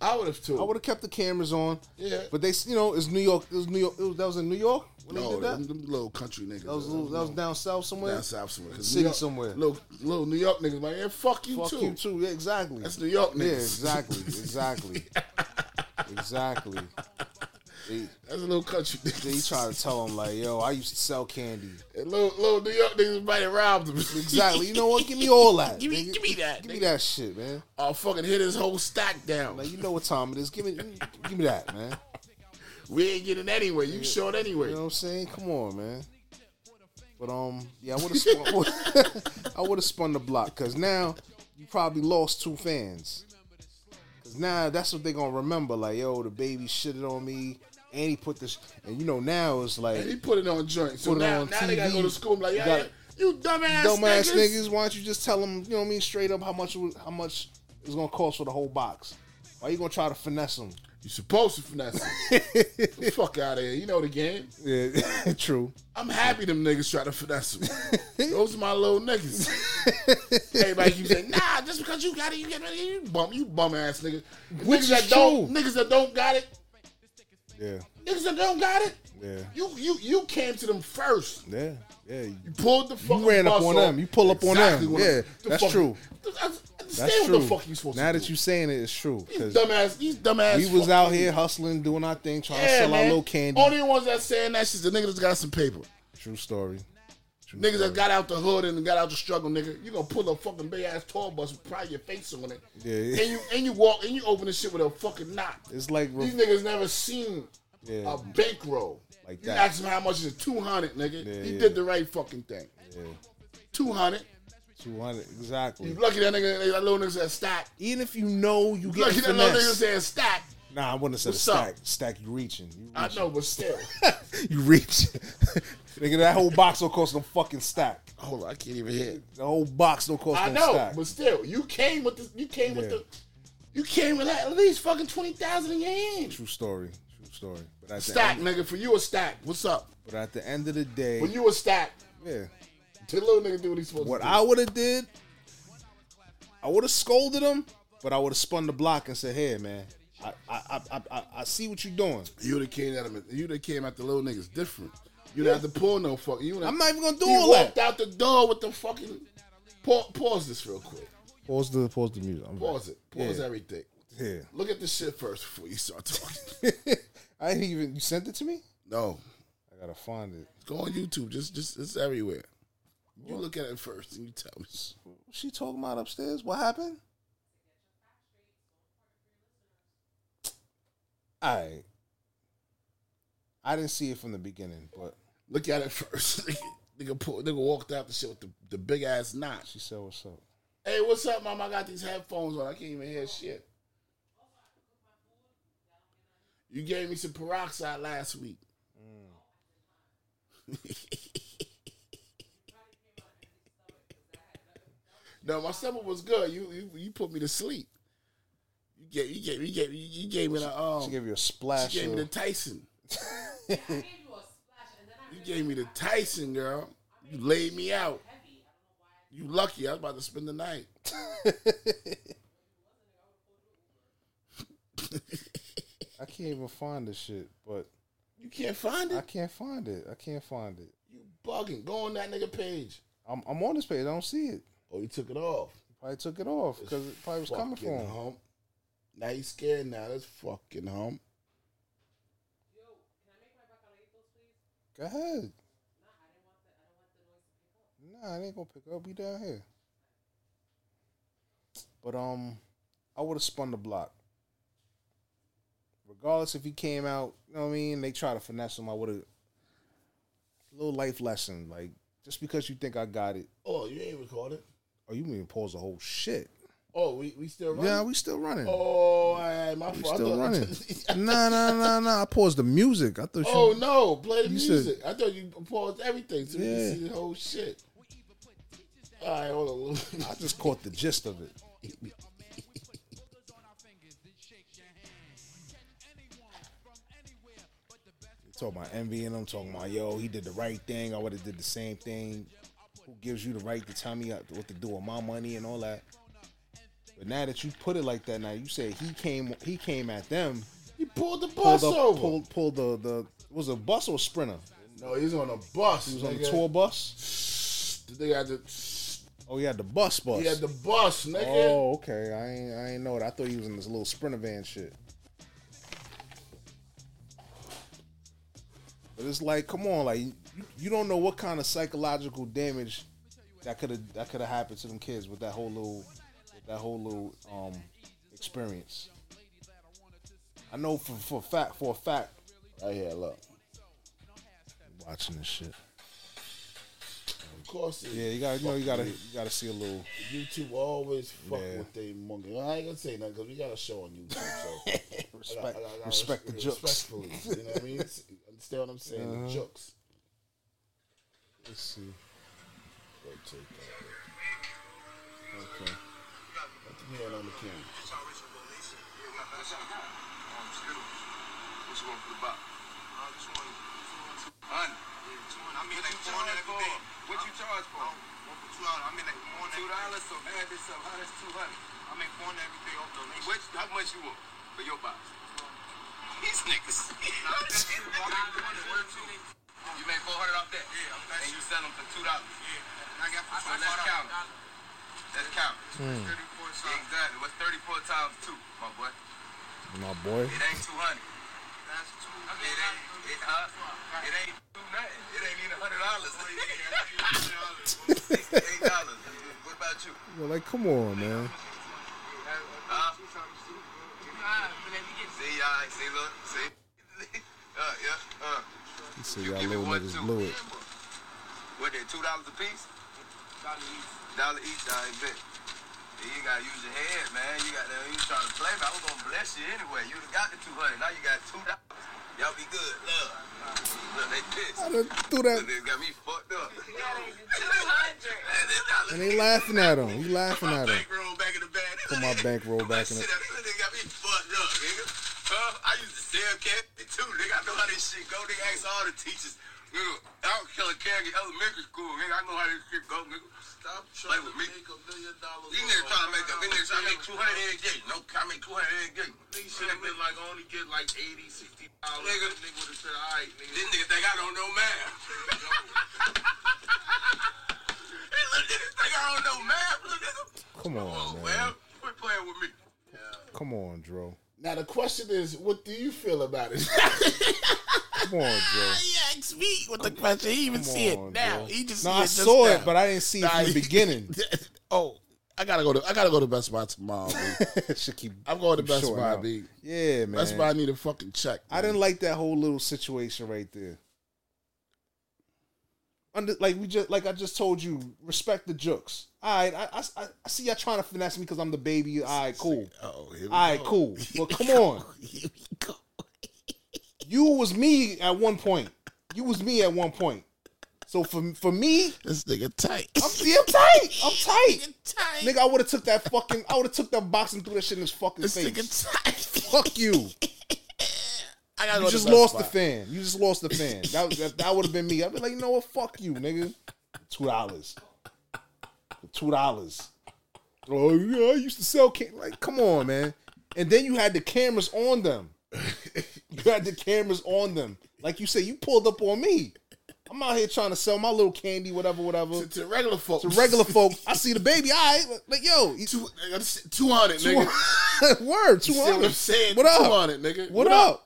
I would have too. I would have kept the cameras on. Yeah. But they, s- you know, it's New York. It was New York. It was, that was in New York when they No, did them, that. them little country niggas. uh, That was a little, that was down south somewhere. down south somewhere. 'Cause City New York, somewhere. Little little New York niggas like yeah, fuck you Fuck too. you too. Yeah, exactly. That's New York niggas. Yeah, exactly, exactly, exactly. They, That's a little country they niggas. try to tell him like, yo, I used to sell candy. And little little New York niggas might have robbed them. Exactly. You know what? Give me all that. Give me- nigga. give me that, Give me that shit, man. I'll fucking hit his whole stack down. Like you know what time it is. Give me, give me that, man. we ain't getting anywhere. You short anyway. You know what I'm saying? Come on, man. But um, yeah, I would have spun. I would have spun the block because now you probably lost two fans. Cause now that's what they gonna remember. Like, yo, the baby shitted on me, and he put this, and you know now it's like And he put it on joint. So Put it now, on now they gotta TV. go to school. and be Like You yeah, gotta- yeah, you dumbass, dumbass niggas. niggas, why don't you just tell them, you know what I mean, straight up how much it was- how much it's gonna cost for the whole box? Why you gonna try to finesse them? You supposed to finesse it. the fuck out of here. You know the game. Yeah, true. I'm happy them niggas try to finesse them. Those are my little niggas. Everybody keeps saying, nah, just because you got it, you get it, you bum, you bum ass niggas. Which niggas is that don't, true. niggas that don't got it, Yeah, niggas that don't got it. Yeah. You you you came to them first. yeah, yeah. You pulled the fucking ran up bus on off. them. You pull up on them. when- Yeah, the that's fuck- true. I- I understand That's what true. the fuck you supposed now to that do. you saying it, it's true. these 'cause dumbass, these dumbass. we was fuck- out here hustling, doing our thing, trying to Yeah, sell our man. little candy. Only ones that saying that shit's the niggas that got some paper. true story. True Niggas story. that got out the hood and got out the struggle, nigga. You gonna pull a fucking big ass tour bus with probably your face on it. Yeah. And you and you walk and you open this shit with a fucking knot. It's like re- These niggas never seen Yeah. a bankroll. Like you that. ask him how much is it? Two hundred, nigga. Yeah, he yeah. did the right fucking thing. Two hundred. two hundred You exactly. lucky that nigga that little nigga said stack. Even if you know you You get lucky that little nigga finesse. said stack. Nah, I wouldn't have said a What's stack. up? Stack, you reaching. You I know, but still. you reach. Nigga, that whole box don't cost no fucking stack. Hold on, I can't even hear. The whole box don't cost I no know, stack. but still, you came with this. You came with Yeah. the. You came with at least fucking twenty thousand in your hand. True story. True story. But at, the Stack, end, nigga. For you a stack. What's up? but at the end of the day, When you a stack, yeah, the little nigga do what he's supposed what to do. I would have did, I would have scolded him, but I would have spun the block and said, "Hey, man, I I I, I, I see what you're doing. you done came at him. You done came at the little niggas different. You done have to pull no fuck. You done- I'm not even gonna do He all walked that." out the door with the fucking. Pause, pause this real quick. Pause the pause the music. I'm Pause it. Pause Yeah. everything. Yeah, Look at this shit first before you start talking. I didn't even. You sent it to me. no, I gotta find it. go on YouTube. Just, just, it's everywhere. You look at it first and you tell me. What she talking about upstairs? What happened? I I didn't see it from the beginning, but Look at it first. nigga, pull, nigga walked out the shit with the, the big ass knot. she said what's up. Hey, what's up, mom? I got these headphones on. I can't even hear shit. You gave me some peroxide last week. no, my stomach was good. You you, you put me to sleep. You gave you gave you gave you gave me the um. She gave you a She splash. gave me the of- Tyson. I gave you a splash, and then I You gave me the Tyson, girl. You laid me out. You lucky. I was about to spend the night. I can't even find this shit, but You can't find I it. can't find it. I can't find it. You bugging. Go on that nigga page. I'm, I'm on this page. I don't see it. Oh, you took it off. Probably took it off because it probably was coming Fucking from. him. hump. Now you scared now. That's fucking hump. Go ahead. Nah, I ain't gonna pick up. We down here. But um, I would have spun the block. Regardless if he came out, you know what I mean. They try to finesse him. I would have. Little life lesson, like just because you think I got it, Oh, you ain't recorded. oh, you mean pause the whole shit? Oh, we, we still running? Yeah, we still running. oh, all right, my we fault. I still thought- running. nah, nah, nah, nah. I paused the music. I thought you. oh, no. Play the You said- music. I thought you paused everything so we Yeah. can see the whole shit. All right, hold on. a little- I just caught the gist of it. talking about envying him, talking about yo, he did the right thing. I would have did the same thing. Who gives you the right to tell me uh, what to do with my money and all that? But now that you put it like that, now you say he came, he came at them, He pulled the bus pulled up, over. pulled, pulled the the was it a bus or a sprinter? No, he was on a bus. He was on the tour bus. The nigga had the, Oh, he had the bus bus. he had the bus, nigga. Oh, okay. I ain't, I ain't know it. I thought he was in this little sprinter van shit. But it's like, come on, like you, you don't know what kind of psychological damage that could have that could have happened to them kids with that whole little with that whole little um experience. I know for for fact for a fact. Right here, look. Watching this shit. Of course, Yeah, you gotta you know you gotta you gotta see a little. YouTube always fuck Yeah. with they monkey. I ain't gonna say nothing because we got a show on YouTube. So I Respect, gotta- I gotta respect the res- jokes. Uh-huh. Respectfully, you know what I mean? S- Understand what I'm saying? The jokes. Let's see. Rotate that. Okay. Put the hand on the camera. What you charge for? Two dollars. I mean, like more than two dollars. So add this up. How that's two hundred? I make more than everything off the lease. Which, how much you want for your box? These niggas. you make four hundred off that. Yeah, I'm and you sell them for two dollars. Yeah. I got so let's count. it. Let's count. it. Hmm. Thirty-four times. Exactly. What's thirty-four times two, my boy? My boy. It ain't 200. That's two. It ain't. It, uh, it ain't two nothing. It ain't even hundred dollars. Sixty-eight dollars. What about you? Yo, like, come on, man. Huh? See, y'all, see, look, see. Uh, yeah, uh. You see You y'all give me little one, niggas two. blew it. What they? Two dollars a piece? Dollar each. Dollar each. I bet. You gotta use your head, man. You got to. You trying to play me? I was gonna bless you anyway. You done got the two hundred. Now you got two dollars. Y'all be good. Love. Look, they pissed. I done threw Look, that, they got me fucked up. and they laughing at him. He laughing at him. Bankroll back in the bag. Put my bankroll back in Shit, it. that nigga got me fucked up, nigga. Huh? I used to sell candy too, nigga. I know how this shit go. Nigga, ask all the teachers. Nigga, I don't kill a candy elementary school, nigga. I know how this shit go, nigga. Stop trying to make a million dollars. These niggas trying to make a million. These niggas trying to make 200 every game. No, I make 200 every game. These shit been like only get like 80, 60 dollars. Nigga, nigga would have said, all right, nigga. This nigga think I don't know math. Hey, look, niggas think I don't know math, look, nigga. Come on, man. Well, quit playing with me. Come on, Dro. Now the question is, what do you feel about it? Come on, Dro. he asked me what the question. He even Come see it on, now. Dro. He just No, see I it just saw now. it, but I didn't see it Nah, from the he- beginning. oh, I gotta go to I gotta go to Best Buy tomorrow. B. Should keep- I'm going to keep Best shorting Buy, out. B. Yeah, man. Best Buy need a fucking check. I didn't like that whole little situation right there. Under, like we just like I just told you, respect the jokes. All right, I, I, I- I see y'all trying to finesse me because I'm the baby. All right, cool. Oh, here we All right, go. cool. But come on, Here we go. you was me at one point. You was me at one point. So for for me, This nigga tight. I'm, yeah, I'm tight. I'm tight. tight. Nigga, I would have took that fucking. I would have took that box and threw that shit in his fucking This face. nigga tight. Fuck you. I gotta You go just to Best lost Buy. the fan. You just lost the fan. That that, that would have been me. I'd be like, you know what? Fuck you, nigga. Two dollars. Two dollars. Oh yeah, I used to sell can like, come on, man. And then you had the cameras on them. You had the cameras on them. Like you said, you pulled up on me. I'm out here trying to sell my little candy, whatever, whatever. To, to regular folks. To regular folk, I see the baby. All right, like yo, you- Two- nigga, 200, nigga. word, two You see what I'm hundred. saying? What up? 200, nigga. What, up?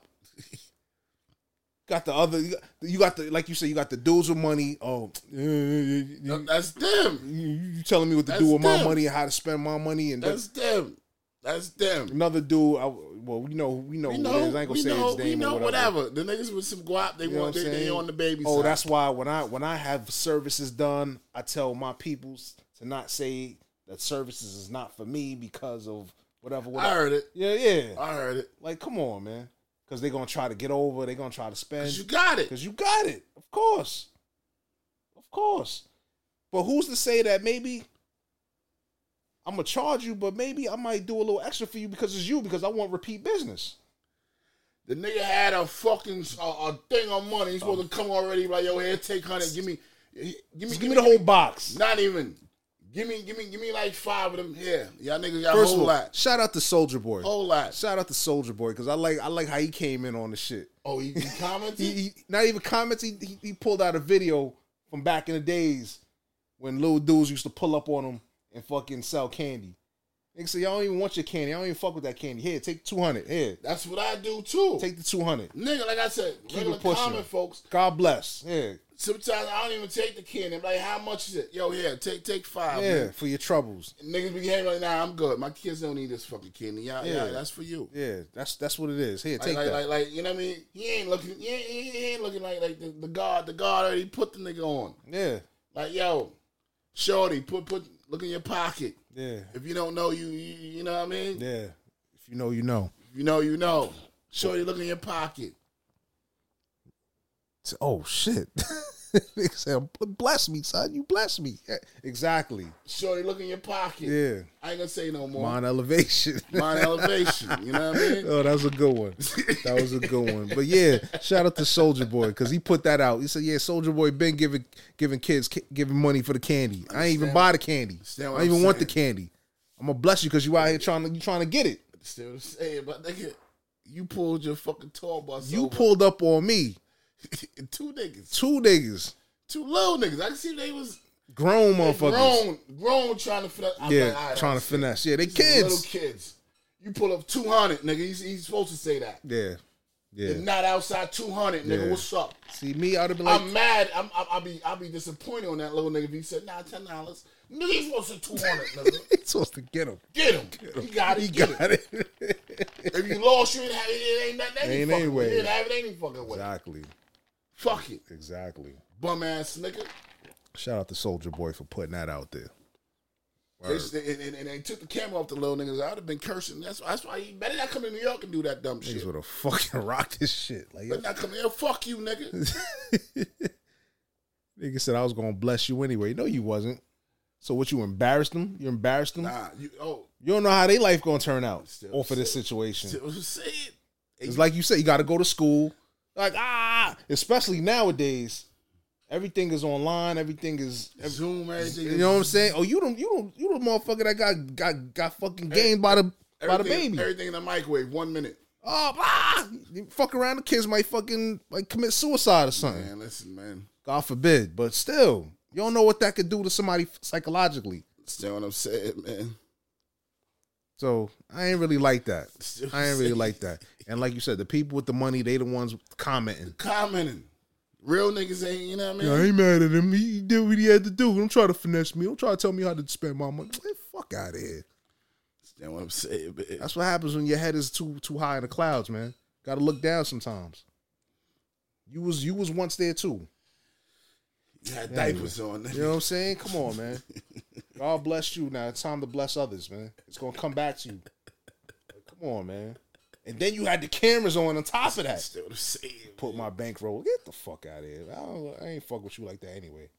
got the other. you got- You got the like you said. You got the dudes with money. Oh, you, you- No, you- That's them. you- you telling me what to That's do with my them. money and how to spend my money and That's them. That's them. another dude. I, well, we know we know We who it know, is. I ain't gonna we say know, his name we know or whatever. whatever. The niggas with some guap, they You know want, what they, I'm they saying? on the baby Oh, side. that's why when I when I have services done, I tell my peoples to not say that services is not for me because of whatever. I whatever. heard it. Yeah, yeah. I heard it. Like, come on, man. Because they're gonna try to get over. They're gonna try to spend. 'Cause you got it. Because you got it. Of course. Of course. But who's to say that maybe I'm going to charge you, but maybe I might do a little extra for you because it's you, because I want repeat business. The nigga had a fucking a, a thing on money. He's supposed to come already. Like yo, here, take hundred. Give me, give me, Just give me the whole box. Not even. Give me, give me, give me like five of them here. Y'all niggas got a First of whole all, lot, shout out to Soldier Boy. whole lot. Shout out to Soldier Boy because I like I like how he came in on the shit. Oh, he, he commented. He, he not even comments. He, he he pulled out a video from back in the days when little dudes used to pull up on him and fucking sell candy. Nigga said, "Y'all don't even want your candy. I don't even fuck with that candy. Here, take two hundred. Here, That's what I do too. Take the 200. nigga, like I said, regular pushing. common folks. God bless. Yeah. Sometimes I don't even take the candy. I'm like, how much is it? Yo, here, take take five. Yeah. nigga. For your troubles. Niggas be hanging like, nah, I'm good. My kids don't need this fucking candy. Y'all, yeah, Yeah. that's for you. Yeah. That's that's what it is. Here, Like, take like, that. like, like, you know what I mean? He ain't looking. He ain't, he ain't looking like like the, the guard. The guard already put the nigga on. yeah. Like, yo, shorty, put put look in your pocket. Yeah. If you don't know, you you, you know what I mean? Yeah. If you know, you know. If you know, you know. Shorty, look in your pocket. Say, Oh shit. Nigga said, bless me, son. You bless me. Yeah, exactly. Shorty, look in your pocket. Yeah. I ain't gonna say no more. Mine, Mind elevation. elevation. You know what I mean? Oh, that was a good one. That was a good one. But yeah, shout out to Soldier Boy because he put that out. He said, "Yeah, Soldier Boy been giving giving kids ki- giving money for the candy. I ain't even buy the candy. I Understand don't what even I'm want the saying. candy. I'm gonna bless you because you out here trying to you trying to get it. Still what I'm saying, but nigga, you pulled your fucking tour bus. You over. pulled up on me, two niggas, two niggas, two little niggas. I can see they was grown motherfuckers. grown, grown trying to finesse. I'm yeah, like, all right, trying I to see. finesse. Yeah, they These is kids. little kids. You pull up two hundred, nigga. He's, he's supposed to say that. Yeah, yeah. If not outside two hundred, nigga. Yeah. What's up? See me, I'd have been like, I'm mad. I'm, I'm, I'll be I'll be disappointed on that little nigga if he said, nah, ten dollars. Nigga, he's supposed to two hundred, nigga. it's supposed to get him. Get him. He got it. He get it. got it. If you lost, you ain't have it. It ain't nothing. Ain't Ain't fucking anyway. way. You didn't have it. Ain't fucking way. exactly, Fuck it, exactly. bum ass nigga. Shout out to Soldier Boy for putting that out there. They, they, and, and they took the camera off the little niggas. I'd have been cursing. That's that's why you better not come to New York and do that dumb shit. Niggas would have fucking rocked this shit. Like, Better not come here. Fuck you, nigga. nigga said I was gonna bless you anyway. No, you wasn't. So what? You embarrassed them? You embarrassed them? Nah, you. Oh, You don't know how they life gonna turn out Still- off of this situation. see what I'm saying? It's like you said, you got to go to school. Like ah, especially nowadays, everything is online. Everything is, Zoom everything. you know what I'm saying. Oh, you don't, you don't, you the motherfucker that got got got fucking gamed by the by the everything- baby. Everything in the microwave. One minute. Oh, ah, You fuck around, the kids might fucking like commit suicide or something. Man, listen, man. God forbid. But still, you don't know what that could do to somebody psychologically. Understand what I'm saying, man? So I ain't really like that. I ain't really like that. And like you said, the people with the money, they the ones commenting. Commenting. Real niggas ain't. You know what I mean? I ain't mad at him. He did what he had to do. Don't try to finesse me. Don't try to tell me how to spend my money. Man, fuck out of here. Understand what I'm saying, man? That's what happens when your head is too too high in the clouds, man. Got to look down sometimes. You was you was once there too. You had diapers on. You know what I'm saying? Come on, man. God bless you. Now it's time to bless others, man. It's gonna come back to you. Like, come on, man. And then you had the cameras on on top of that. Still the same. Put my bankroll. Get the fuck out of here. I, don't, I ain't fuck with you like that anyway.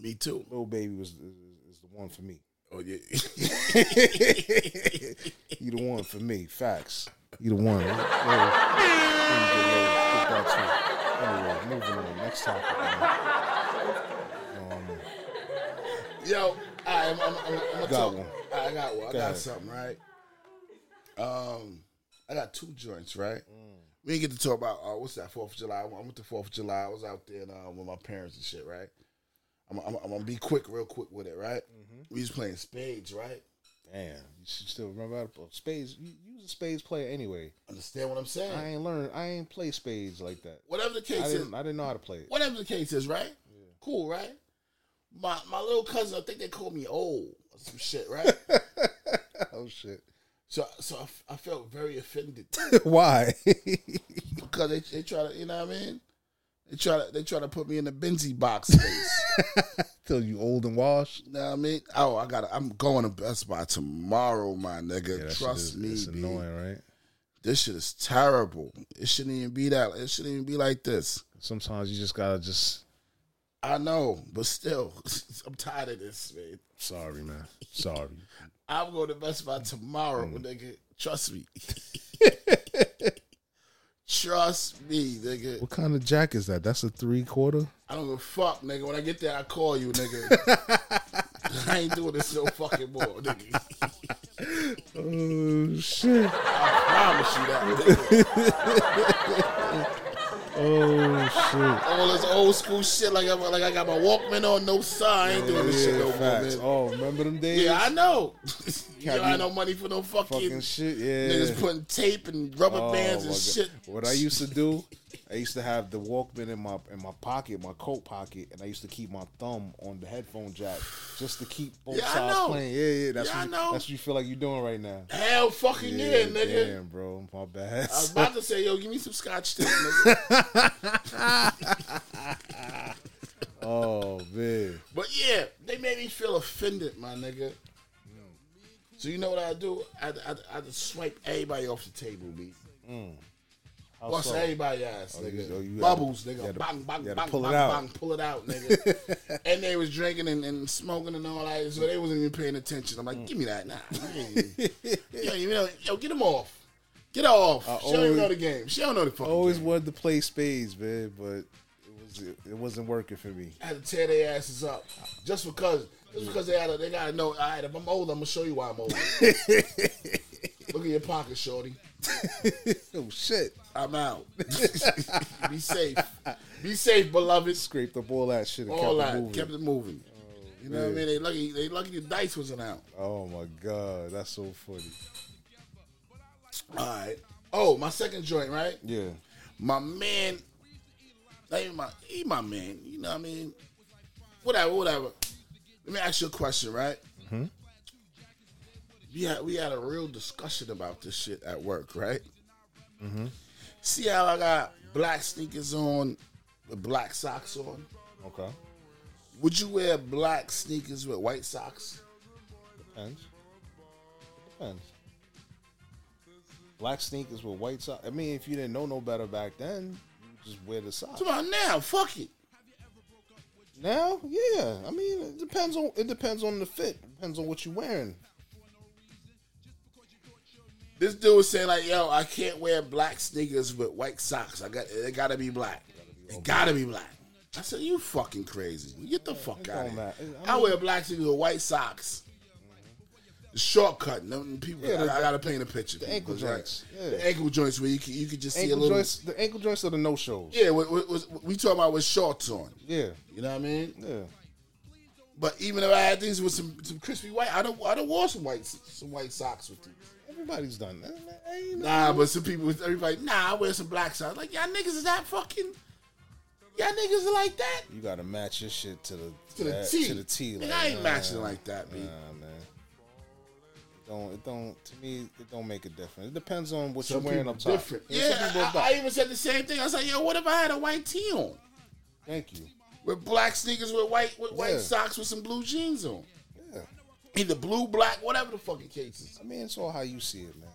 Me too. Little baby was is, is the one for me. Oh yeah. you the one for me. Facts. You the one. Yeah. Yeah, get that too. Anyway, moving on. Next topic. Man. Yo, I, am I'm, I'm, I'm, i Got one. I got one. I Go got ahead. something right. Um, I got two joints right. We didn't get to talk about uh, what's that Fourth of July. I went to Fourth of July. I was out there uh, with my parents and shit. Right. I'm, I'm, I'm gonna be quick, real quick with it. Right. Mm-hmm. We was playing spades. Right. Damn, you should still remember how to play spades. You, you was a spades player anyway. Understand what I'm saying? I ain't learned. I ain't play spades like that. Whatever the case I is, didn't. I didn't know how to play it. whatever the case is, right? Cool, right? My my little cousin, I think they called me old or some shit, right? Oh shit! so so I f- I, felt very offended Why? because they they try to, you know what I mean? They try to they try to put me in the Benzie box space. Till you old and washed. you know what I mean? Oh, I got to I'm going to Best Buy tomorrow, my nigga. Trust me, it's B. annoying, right? This shit is terrible. It shouldn't even be that. It shouldn't even be like this. Sometimes you just gotta just. I know, but still, I'm tired of this, man. Sorry, man. Sorry. I'm going to Best Buy tomorrow, Mm. nigga. Trust me. Trust me, nigga. What kind of jack is that? That's a three quarter. I don't give a fuck, nigga. When I get there, I call you, nigga. I ain't doing this no fucking more, nigga. Oh shit! Promise you that, nigga. Oh shit! All this old school shit, like I, like I got my Walkman on, no sign. I ain't doing this shit no more, facts. man. Oh, remember them days? Yeah, I know. you Can't know, I be ain't no money for no fucking, fucking shit. Yeah. niggas putting tape and rubber Oh, bands my and God. shit. What I used to do, I used to have the Walkman in my in my pocket, my coat pocket, and I used to keep my thumb on the headphone jack just to keep both Yeah, I sides know. playing. Yeah, yeah, that's Yeah, I what you, know. that's what you feel like you're doing right now. Hell fucking yeah, nigga. damn, bro, my bad. I was about to say, yo, give me some scotch tape, nigga. oh man, But yeah, they made me feel offended, my nigga. So you know what I do? I, I, I just swipe everybody off the table, B. How Bust so? everybody ass, you- nigga. oh, you had Bubbles, to- you nigga. had to- bang, bang, you had to bang, pull it bang, out. bang, pull it out, nigga. and they was drinking and, and smoking and all that, so they wasn't even paying attention. I'm like, Mm. give me that, nah. You ain't even- you don't even know, yo, get them off. Get her off. she don't even always- know the game. She don't know the fucking I always game. wanted to play spades, man, but it was it, wasn't working for me. I had to tear their asses up just because just because they had to, they gotta know. All right, if I'm old, I'm gonna show you why I'm old. Look at your pocket, shorty. Oh shit! I'm out. Be safe. Be safe, beloved. Scraped up all that shit and All kept it that moving. kept it moving. You know what I mean? They lucky. They lucky the dice wasn't out. Oh my god, that's so funny. All right. Oh, my second joint, right? Yeah. My man. Not even my. He my man. You know what I mean? Whatever. Whatever. Let me ask you a question, right? we had we had a real discussion about this shit at work, right? See how I got black sneakers on, with black socks on. Okay. Would you wear black sneakers with white socks? Depends. Depends. Black sneakers with white socks. I mean, if you didn't know no better back then, you just wear the socks. Come on now, fuck it. Now, yeah. I mean, it depends on it depends on the fit. Depends on what you're wearing. This dude was saying like, yo, I can't wear black sneakers with white socks. I got they gotta be black. It gotta be black. I said, you fucking crazy. Get the fuck out don't of here. matter. I I, mean- wear black sneakers with white socks. The shortcut. No, people, Yeah, the- I, I gotta paint a picture. the ankle people, right? joints, yeah. The ankle joints where you can, you could just see a Ankle little. joints. The ankle joints are the no shows. Yeah, we, we, we- we talking about with shorts on. Yeah. You know what I mean? Yeah. But even if I had these with some, some crispy white, I don't I don't wear some white some white socks with these. Everybody's done that. man. Ain't no- Nah, but some people, everybody, nah, I wear some black socks. Like, y'all niggas is that fucking, y'all niggas are like that? You gotta match your shit to the To the that- T. To the T. Nigga, I ain't nah, matching like that, B. Nah, man. It don't it don't to me it don't make a difference. It depends on what Some you're wearing people up top. different. Yeah, some Yeah, people up I, top. I even said the same thing. I was like, yo, what if I had a white tee on? Thank you. With black sneakers, with white with white Yeah. socks, with some blue jeans on. Yeah. Either blue, black, whatever the fucking case is. I mean, it's all how you see it, man.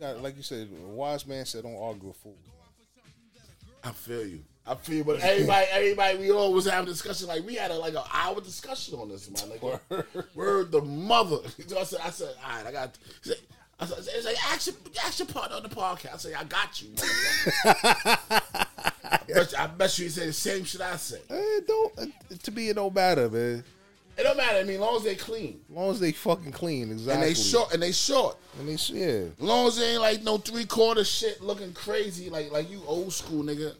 got- like you said, a wise man said, "Don't argue with fools." I feel you. I feel you, but everybody, everybody, we always have discussion. Like we had a, like an hour discussion on this, man. Like word, the mother. So I said, I said, all right, I got. he said- I said, it's like action, action part on the podcast. I said, I got you. motherfucker. I, bet you I bet you he said the same shit I say. Eh, don't eh, to me, it don't matter, man. It don't matter. I mean, as long as they clean As long as they fucking clean, exactly. and they short and they short. And they sh- yeah. As long as they ain't like no three quarter shit looking crazy, like like you old school nigga.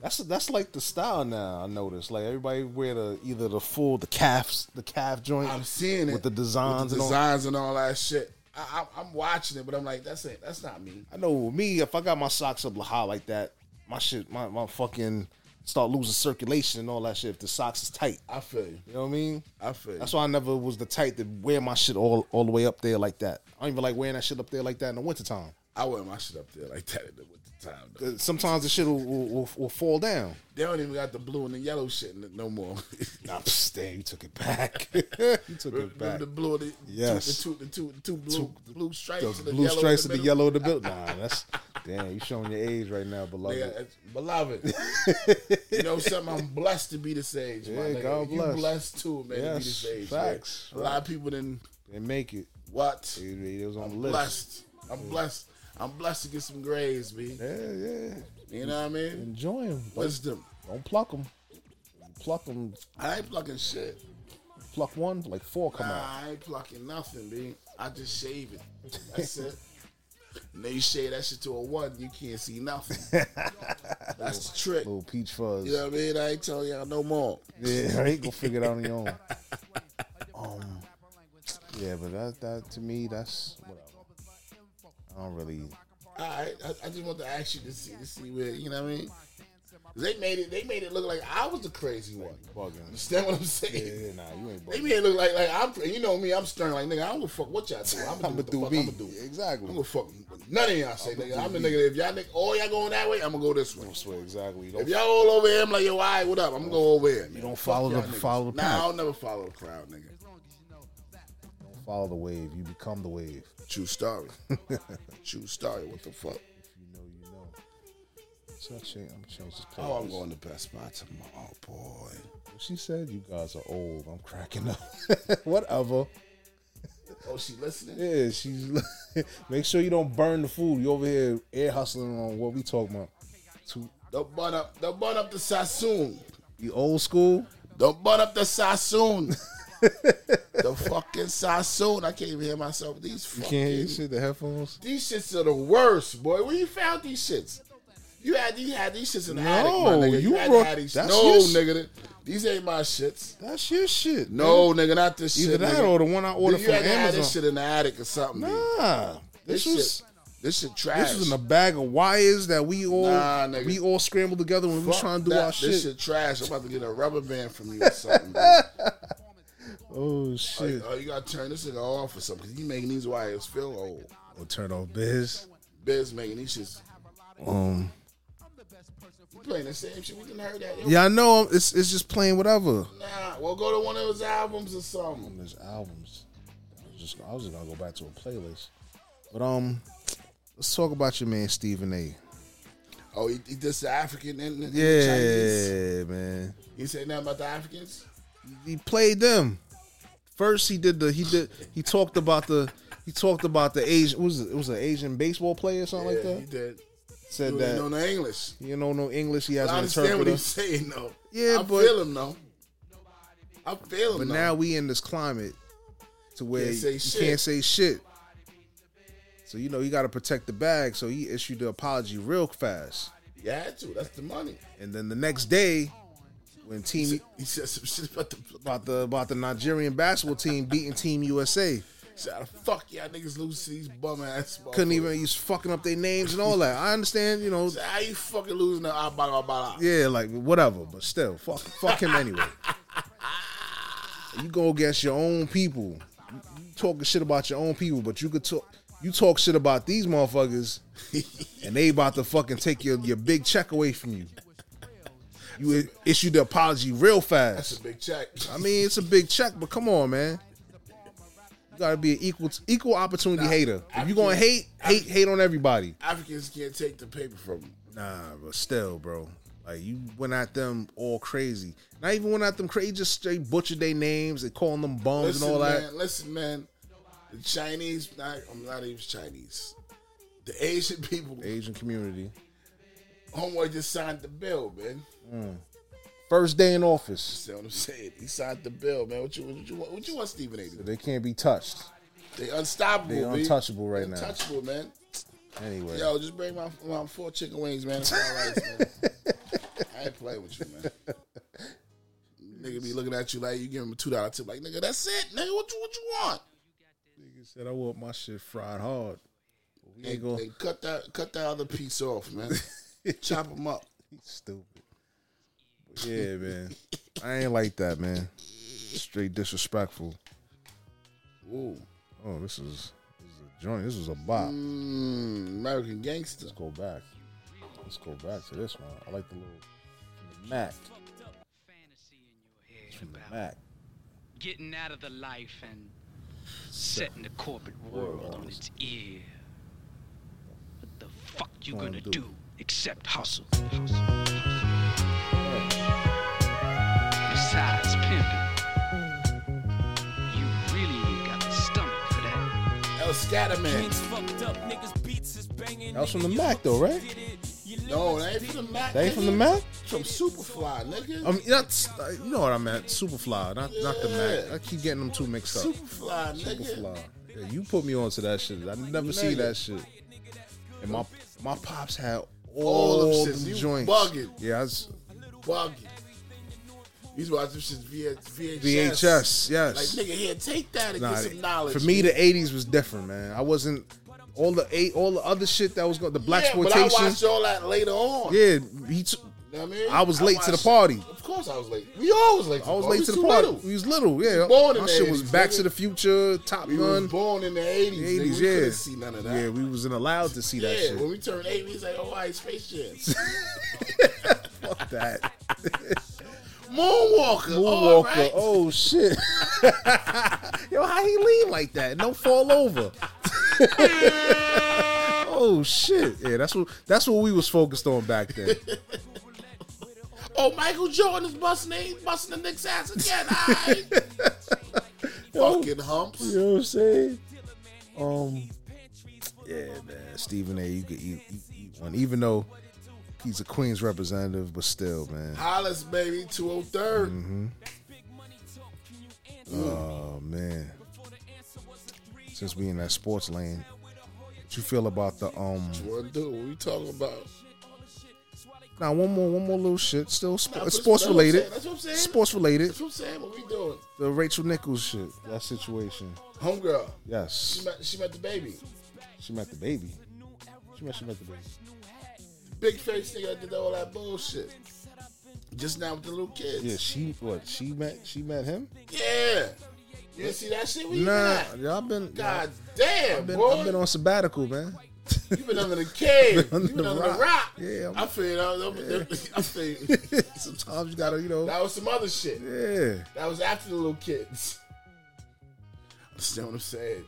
That's that's like the style now. I noticed like everybody wear the either the full the calves the calf joint. I'm seeing it with the designs with the and all. designs and all that shit. I, I, I'm watching it, but I'm like, that's it. That's not me. I know with me if I got my socks up high like that, my shit my my fucking start losing circulation and all that shit if the socks is tight. I feel you. You know what I mean? I feel you. That's why I never was the type to wear my shit all all the way up there like that. I don't even like wearing that shit up there like that in the wintertime. Uh, I wear my shit up there like that at the winter time. Though. Sometimes the shit will, will, will, will fall down. They don't even got the blue and the yellow shit in it no more. Nah, psh, damn, you took it back. you took it Remember back. the blue, and the, Yes. two, the two, the two, the two blue, blue stripes, the and the blue yellow stripes in and the middle. yellow in the middle. Nah, that's damn. You showing your age right now, beloved. Yeah, it's beloved. you know something? I'm blessed to be this age. my Yeah, nigga. God You bless. blessed too, man. to be Yes, this age. facts. man. A lot of people didn't And make it. what? It, it was on the I'm list. blessed. I'm blessed. I'm blessed to get some grades, b. Yeah, yeah. You know what I mean? Enjoy them. Wisdom. Don't pluck them. Pluck them. I ain't plucking shit. Pluck one, like four come out. Nah, I ain't plucking nothing, b. I just shave it. That's it. And then you shave that shit to a one, you can't see nothing. That's the trick. Little peach fuzz. You know what I mean? I ain't telling y'all no more. Yeah, I ain't gonna figure it out on your own. Um, yeah, but that, that to me, that's whatever. I don't really. All right, I, I just want to ask you to see to see where you know what I mean. 'Cause They made it. They made it look like I was the crazy one. Bugging. Understand what I'm saying? Yeah, nah, you ain't They bugging. made it look like like I'm. cra- You know me. I'm stern. Like nigga, I don't give a fuck what y'all do. I'm I'ma gonna do do what the me. fuck I'm gonna do. Exactly. I'm gonna fuck with none of y'all say nigga. I'm the nigga. That if y'all nigga, all y'all going that way, I'm gonna go this way. I swear, exactly. You don't, If y'all all over him, like yo, all right, what up? I'm gonna go over here. You don't follow the- follow the Nah, pack. I'll never follow the crowd, nigga. don't follow the wave. You become the wave. True story. True story. What the fuck? If you know, you know. So I change, I'm changing this Oh, I'm playlist. going to Best Buy tomorrow, boy. She said, "You guys are old." I'm cracking up. Whatever. Oh, she listening? Yeah, she's. make sure you don't burn the food. You over here air hustling on what we talking about. Too, Don't burn up. Don't burn up the Sassoon. you old school. Don't burn up the Sassoon. the fucking Sassoon. I can't even hear myself. These fucking. Can't hear your shit. The headphones. These shits are the worst, boy. Where you found these shits? You had you had these shits in the No, attic, my nigga. you had, brought- had these. that's No, your sh- nigga. These ain't my shits. That's your shit. No, nigga, not this Either shit. that nigga. or the one I ordered you from had to have this Amazon. shit in the attic or something. dude. Nah, this, This, was shit. This shit trash. this was in a bag of wires that we all Nah, nigga. we all scrambled together when we was Fuck trying to do that. our This shit. shit trash. I'm about to get a rubber band from you or something. dude. Oh shit! Oh, you gotta turn this nigga off or something. Cause you making these wires feel old. Or turn off biz. Biz making these shits. Um, You playing the same shit? We didn't heard that. Yo, yeah, I know. I'm- It's it's just playing whatever. Nah, well, go to one of his albums or something. There's albums. I was just I was just gonna go back to a playlist, but um, let's talk about your man Stephen A. Oh, he, he dissed the African and, and the Chinese. Yeah, man. He said nothing about the Africans. he played them. First, he did the he did he talked about the he talked about the Asian what was it, it was an Asian baseball player or something yeah, like that. he did. Said He that didn't know no English. you know no English. He has I an understand what interpreter. he's saying though. Yeah, I but- feel him though. I feel him. But though. now we in this climate to where Can't say you shit. can't say shit. So you know you got to protect the bag. So he issued the apology real fast, you had to. That's the money. and then the next day, when He, team said- he said some shit about the. about the about the Nigerian basketball team beating Team USA, he said, "How the fuck y'all niggas lose to these bum ass. couldn't even he's fucking up their names and all that. I understand, you know, How you fucking losing to Abba Abba? Yeah, like whatever, but still, fuck, fuck him anyway. You go against your own people. You you talking shit about your own people, but you could talk. You talk shit about these motherfuckers, and they about to fucking take your, your big check away from you. You i- issued the apology real That's fast. a big check. I mean, it's a big check, but come on, man. You gotta be an equal equal opportunity hater. If you gonna hate, hate, hate on everybody. Africans can't take the paper from them. Nah, but still, bro. Like you went at them all crazy. Not even went at them crazy. Just straight butchered their names and calling them bums Listen, and all that. man. Listen, man. The Chinese, not, I'm not even Chinese. The Asian people, Asian community. homeboy just signed the bill, man. First day in office, See what I'm saying? He signed the bill, man. What you, what you, want? what you want, Stephen A. to do? they can't be touched. They unstoppable. They B. untouchable right now. Untouchable, man. Anyway, Yo, just bring my, my four chicken wings, man. and fried rice, man. I ain't playing with you, man. Nigga be looking at you like you give him a two dollar tip, like nigga, that's it, nigga. What you what you want? nigga said I want my shit fried hard. We They, ain't gonna they cut that cut that other piece off, man. Chop them up. stupid. But yeah, man. I ain't like that, man. Straight disrespectful. Ooh, Oh, this is this is a joint. This is a bop. mm, American gangster. Let's go back. Let's go back to this one. I like the little from the Mac. It's from the Mac. Getting out of the life and setting the corporate world on its ear. What the fuck you Wanna gonna do. do except hustle? Besides pimping, you really ain't got the stomach for that. El Scatterman. That was from the Mac though, right? No, that ain't from the Mac. That ain't from the Mac. From Superfly, nigga. I mean, that's uh, you know what I meant. Superfly, not not the Mac. I keep getting them two mixed up. Superfly, nigga. Superfly. Yeah, you put me onto that shit. I never see Nigga. that shit. And my my pops had all, All them them, shits. You joints. bugging. Yeah, that's Bugging. He's watching shit via VHS. VHS. Yes. Like nigga, here, take that and Nah, get some knowledge. For me, the '80s was different, man. I wasn't all the eight, all the other shit that was going the black yeah, but I watched exploitation. all that later on. Yeah, he t- You know what I mean? I was late to the watched- party. Of course, I was late. We always late. To I was the late party. to the We party. too We was little, yeah. born in My the shit was 80s, Back nigga. to the Future, Top We Gun, was born in the eighties. '80s. we yeah, couldn't see none of that. Yeah, we wasn't allowed to see that Yeah, when shit. we turned eight, we was like, "Oh, all right, Space Jam, Fuck that. Moonwalker, All Moonwalker. right. Oh shit. Yo, how he lean like that? No fall over. oh shit. Yeah, that's what that's what we was focused on back then. Oh, Michael Jordan is busting, he busting the Knicks' ass again. All right. Fucking humps. You know what I'm saying? Um, yeah, man. Stephen A. You could eat, eat, eat one, even though he's a Queens representative, but still, man. Hollis, baby, 203rd. Mm-hmm. Oh man. Since we in that sports lane, what you feel about the um? What dude? What we talking about? Now one more, one more little shit. Still sp- Nah, it's but sports that's what I'm saying, related. that's what I'm saying. Sports related. That's what I'm saying. What we doing? The Rachel Nichols shit. That situation. Homegirl. She Yes, met, she met the baby. she met the baby. She met, she met the baby. Big face nigga that did all that bullshit. Just now with the little kids. Yeah, she what? She met, she met him. Yeah. You didn't see that shit? Where you Nah, been at? y'all been. God damn, I've been, boy. I've been on sabbatical, man. you been under the cave. under you been the under rock. the rock. Yeah, I'm- I feel that. was- I feel Sometimes you gotta, you know. That was some other shit. Yeah. That was after the little kids. Understand what I'm saying?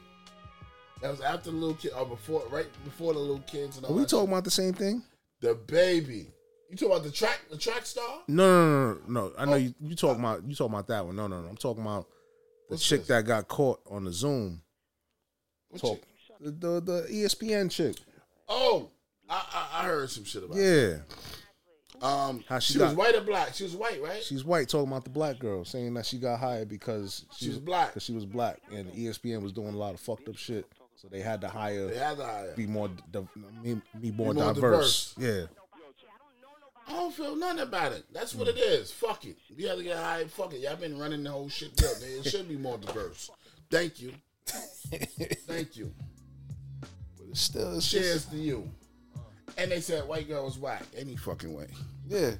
That was after the little kid, or before, right before the little kids and all Are we that talking about the same thing? The baby. You talking about the track, the track star? No, no, no, no. no. I know you. You talking about you talking about that one? No, no, no. I'm talking about the What's chick this? that got caught on the Zoom What talk. you- The, the the E ESPN chick. Oh, I, I I heard some shit about. it. Yeah, Um, How she she was got- white or black? She was white, right? she's white. Talking about the black girl, saying that she got hired because she, She was black. Because she was black, and E ESPN was doing a lot of fucked up shit, so they had to hire They had to hire. be more di- be, be more, more diverse. diverse. Yeah. I don't feel nothing about it. That's what it is. Fuck it. You had to get hired. Fuck it. Y'all been running the whole shit up, man. It should be more diverse. Thank you. Thank you. But it's still, it's Cheers to you. And they said white girl was whack any fucking way. Yeah.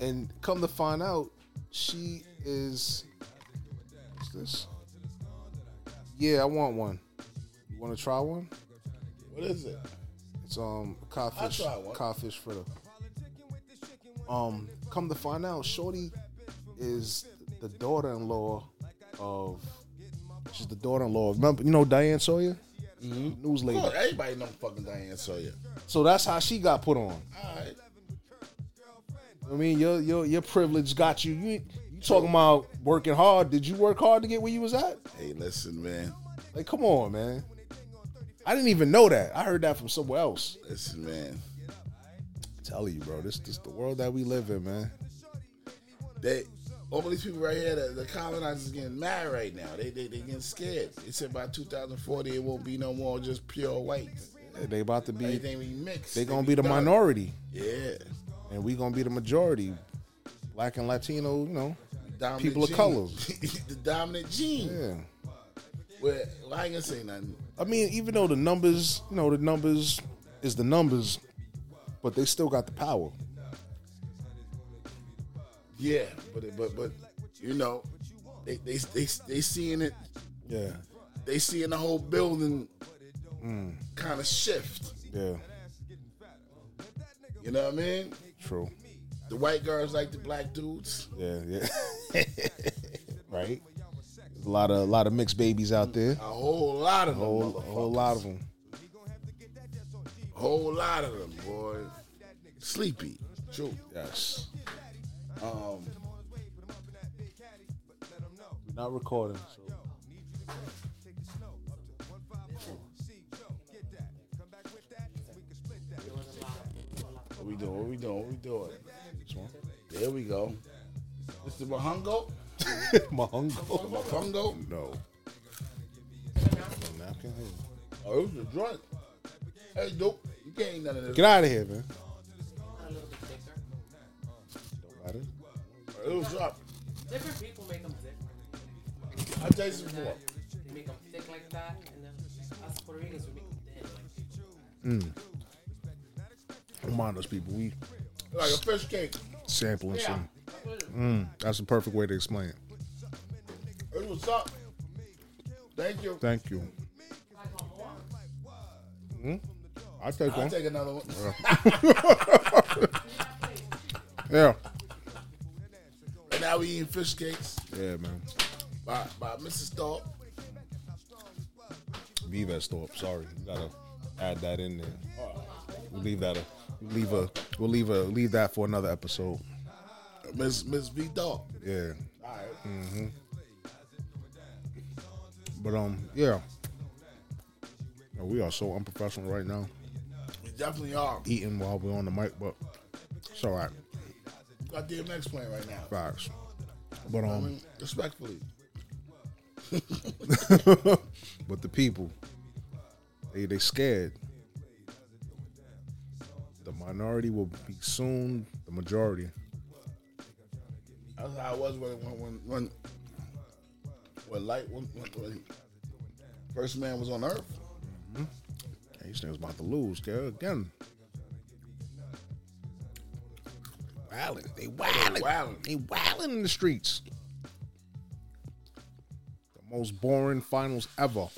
And come to find out, she is. What's this? Yeah, I want one. You want to try one? What is it? It's um codfish, try one. codfish fritter. Um, come to find out, Shorty is the daughter-in-law of She's the daughter-in-law. Remember, you know Diane Sawyer, Mm-hmm. news lady. Look, everybody know fucking Diane Sawyer. So that's how she got put on. All right. I mean, your your your privilege got you. You you talking about working hard? Did you work hard to get where you was at? Hey, listen, man. Like, come on, man. I didn't even know that. I heard that from somewhere else. Listen, man. I'm telling you, bro, this this the world that we live in, man. They all these people right here, the, the colonizers getting mad right now. They they, they getting scared. They said by 2040 it won't be no more just pure whites. They about to be. Everything we mix. They gonna be the minority, Yeah. and we gonna be the majority. Black and Latino, you know. Dominant People of gene. color. the dominant gene. Yeah. Well, I ain't gonna say nothing. I mean, even though the numbers, you know, the numbers is the numbers, but they still got the power. Yeah, but it- but but you know, they they they, they seeing it. Yeah. They seeing the whole building Mm. kind of shift. Yeah. You know what I mean? True. The white girls like the black dudes. Yeah. Yeah. right. There's a lot of a lot of mixed babies out there. A whole lot of A them. whole, a whole lot of them. A whole lot of them, boy. Sleepy. True. Yes. Um, Not recording. So. what we doing? What we doing? What we doing? There we go. Mr. Mahungo? My uncle. Mahungo? No. Napkin? Oh, it was a drunk. Hey, dope. You can't eat none of this. Get out of here, man. A little bit thicker. Don't matter. It was up. Different people make them different. I've tasted it before. They make them thick like that, and then us Puerto Ricans we make them thin. Don't mind those people. We Like a fish cake. sampling Yeah. some. Mm, that's the perfect way to explain it. It was up. Thank you. Thank you. I Hmm? take I'll one. take another one. yeah. And now we eating fish cakes Yeah, man. by, by Mrs. Thorpe. Leave that store. Sorry, you gotta add that in there. We'll leave that. A, we'll leave a. We'll leave a. Leave that for another episode. Miss Miss V Thorpe. Yeah. All right. But um, yeah. No, we are so unprofessional right now, We definitely are. eating while we're on the mic, but it's all right. Got DMX playing right now. Facts. But I um, mean, respectfully. but the people, they they scared. The minority will be soon the majority. That's how I was when when when when, when light when, when, when first man was on Earth. These niggas about to lose, girl. Again, wilding. They wilding. Wilding. They wilding in the streets. The most boring finals ever.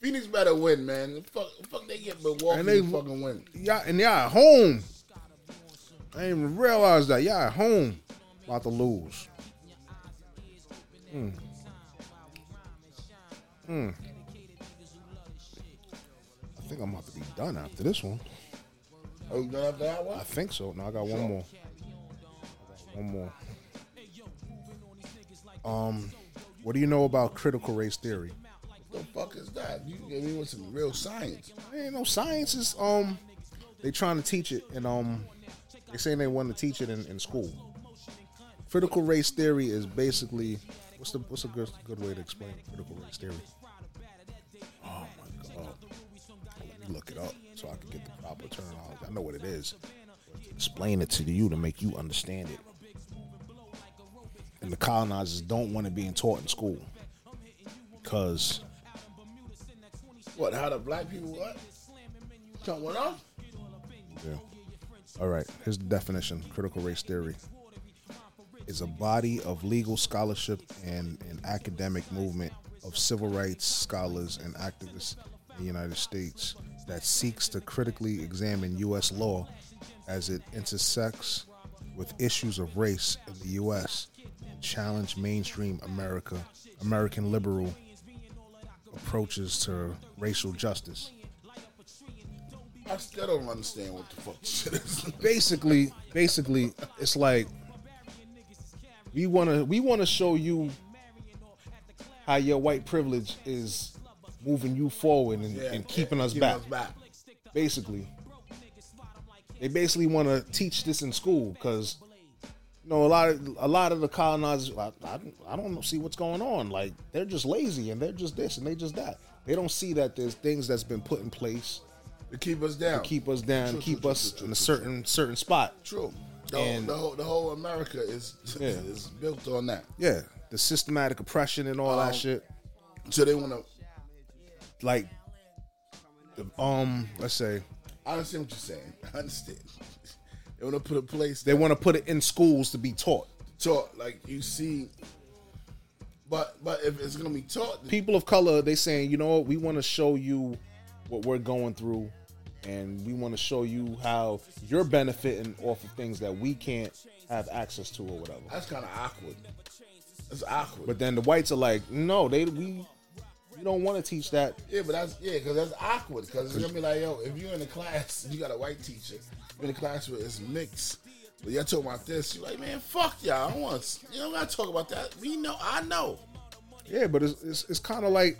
Phoenix better win, man. Fuck, fuck they get Milwaukee And and they- they fucking win. Y'all and y'all at home. I didn't even realize that y'all at home about to lose. Hmm. Mm. Mm. I think I'm about to be done after this one. Are we done after that one? I think so. No, I got one more. I got One more. Um, what do you know about critical race theory? What the fuck is that? You gave me with some real science. Man, no science is um, they trying to teach it, and um, they saying they want to teach it in, in school. Critical race theory is basically what's the what's a good good way to explain critical race theory? Oh my god, Let me look it up so I can get the proper terminology. I know what it is. Explain it to you to make you understand it. And the colonizers don't want it being taught in school because What? How the black people what? Cut one off? Yeah. All right. Here's the definition: critical race theory is a body of legal scholarship and an academic movement of civil rights scholars and activists in the United States that seeks to critically examine U.S. law as it intersects with issues of race in the U.S. challenge mainstream America, American liberal approaches to racial justice. I still don't understand what the fuck shit is. basically, basically, it's like we wanna we wanna show you how your white privilege is moving you forward and, Yeah, and keeping yeah, us back. Us back. Basically, they basically want to teach this in school because you know a lot of a lot of the colonizers. I, I, I don't see what's going on. Like they're just lazy and they're just this and they just that. They don't see that there's things that's been put in place To keep us down. to keep us down, True, keep true, us true, true, in a true, certain certain spot. True. The, And- whole, the, whole, the whole America is Yeah. is built on that. Yeah, the systematic oppression and all Um, that shit. So they want to. Like, the- um, let's say I understand what you're saying. I understand. They want to put a place they want to put it in schools to be taught. taught like you see. But but if it's gonna be taught, People of color, they saying, you know what? We want to show you what we're going through, and we want to show you how you're benefiting off of things that we can't have access to or whatever. that's kind of awkward. That's awkward. But then the whites are like, no, they we we don't want to teach that. Yeah, but that's yeah, because that's awkward. Because it's gonna be like, yo, if you're in a class, and you got a white teacher, you're in a class where it's mixed. But y'all talking about this, you're like, man, fuck y'all. I don't want to. You don't gotta talk about that. We know, I know. Yeah, but it's it's, it's kind of like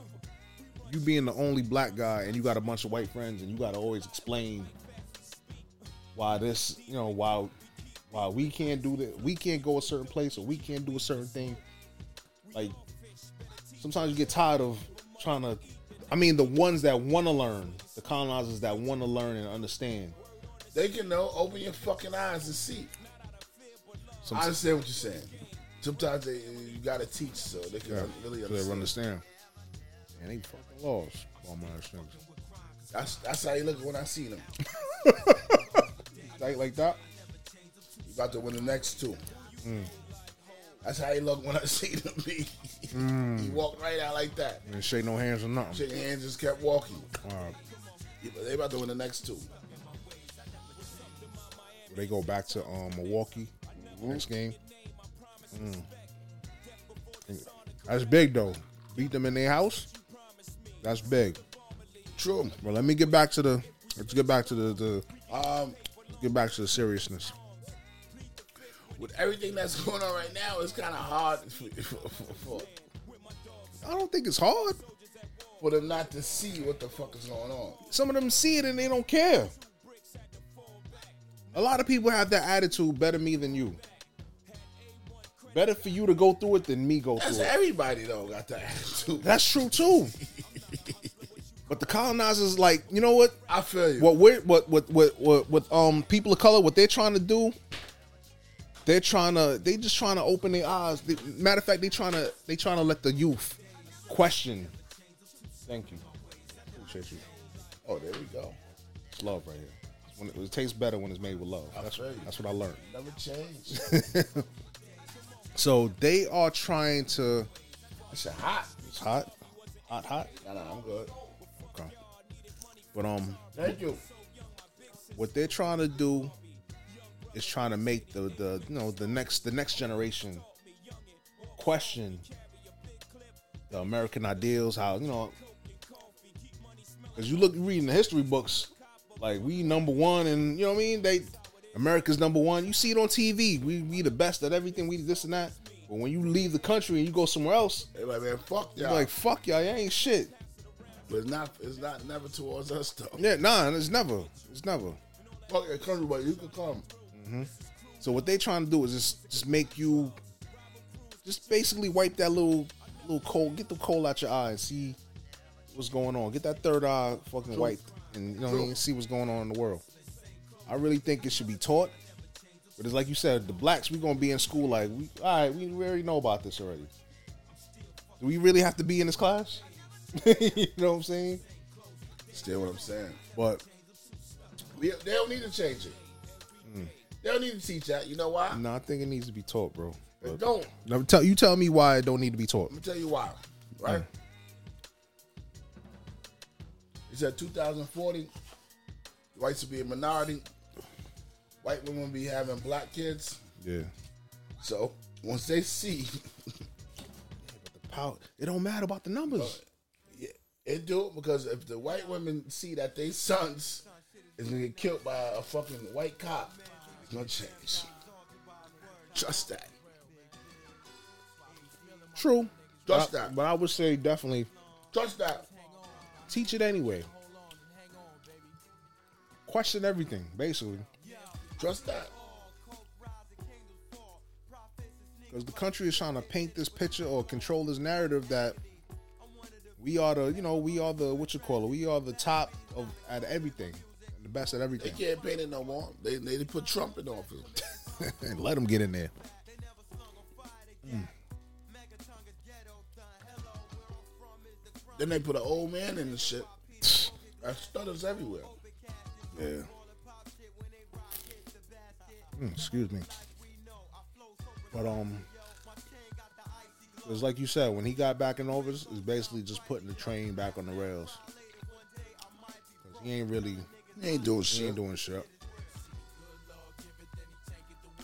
you being the only black guy and you got a bunch of white friends and you got to always explain why this, you know, why why we can't do that, we can't go a certain place or we can't do a certain thing. Like sometimes you get tired of trying to. I mean, the ones that want to learn, the colonizers that want to learn and understand. They can know. Open your fucking eyes and see. I Sometimes understand what you're saying. Sometimes they, you gotta teach so they can really understand. understand. And they fucking lost. all my understanding. That's, that's how you look when I see them. Like like that. You about to win the next two. Mm. That's how you look when I see them. He, he walked right out like that. And shake no hands or nothing. Shake hands, just kept walking. Uh, Yeah, but they about to win the next two. they go back to um, Milwaukee next game. Mm. That's big though. Beat them in their house. That's big. True. But let me get back to the. Let's get back to the. the Um, let's get back to the seriousness. with everything that's going on right now, it's kind of hard for, for, for, for, I don't think it's hard. for them not to see what the fuck is going on. Some of them see it and they don't care. A lot of people have that attitude. Better me than you. Better for you to go through it than me go That's through it. everybody though got that attitude. That's true too. but the colonizers, like, you know what? I feel you. what we're what what what what with um people of color what they're trying to do they're trying to they just trying to open their eyes They- matter of fact they trying to they trying to let the youth question thank you appreciate you oh, there we go. it's love right here It's when it, it tastes better when it's made with love that's, feel you. that's what i learned Never change. so they are trying to It's hot. it's hot hot hot Nah, nah, I'm good. okay but um Thank you. what they're trying to do is trying to make the the you know the next the next generation question the American ideals, how you know, because you look reading the history books, like we number one, and you know what I mean. They America's number one. You see it on TV. We we the best at everything. We this and that. But when you leave the country and you go somewhere else, Everybody, man, fuck you're y'all. like fuck y'all, you all ain't shit. but it's not. It's not never towards us though. Yeah, nah, it's never, it's never. Fuck your country, but you can come. So what they trying to do is just just make you just basically wipe that little little coal, get the coal out your eye and see what's going on. Get that third eye fucking wiped and you know what I mean, see what's going on in the world. I really think it should be taught. But it's like you said, the blacks we gonna be in school like we all right, we already know about this already. Do we really have to be in this class? you know what I'm saying? Still, what I'm saying. But We, they don't need to change it. They don't need to teach that. You know why? Mm. no, I think it needs to be taught, bro. They But- don't. Now tell you tell me why it don't need to be taught. Let me tell you why, right? He said 2040, whites will be a minority. White women will be having black kids. Yeah. So once they see, Pow- It don't matter about the numbers. it do it because if the white women see that they sons is gonna get killed by a fucking white cop, it's gonna change. Trust that. True. Trust But I- that. But I would say definitely Trust that. teach it anyway. Question everything, basically. Trust that. Because the country is trying to paint this picture or control this narrative that we are the, you know, we are the what you call it, we are the top of at everything, the best at They everything, can't paint it no more. They they put Trump in office. and let them get in there. Then they put an old man in the shit. That stutters everywhere. Yeah. Mm, excuse me. But um, it was like you said when he got back in office, it's basically just putting the train back on the rails. 'Cause he ain't really, He ain't doing he shit. ain't doing shit.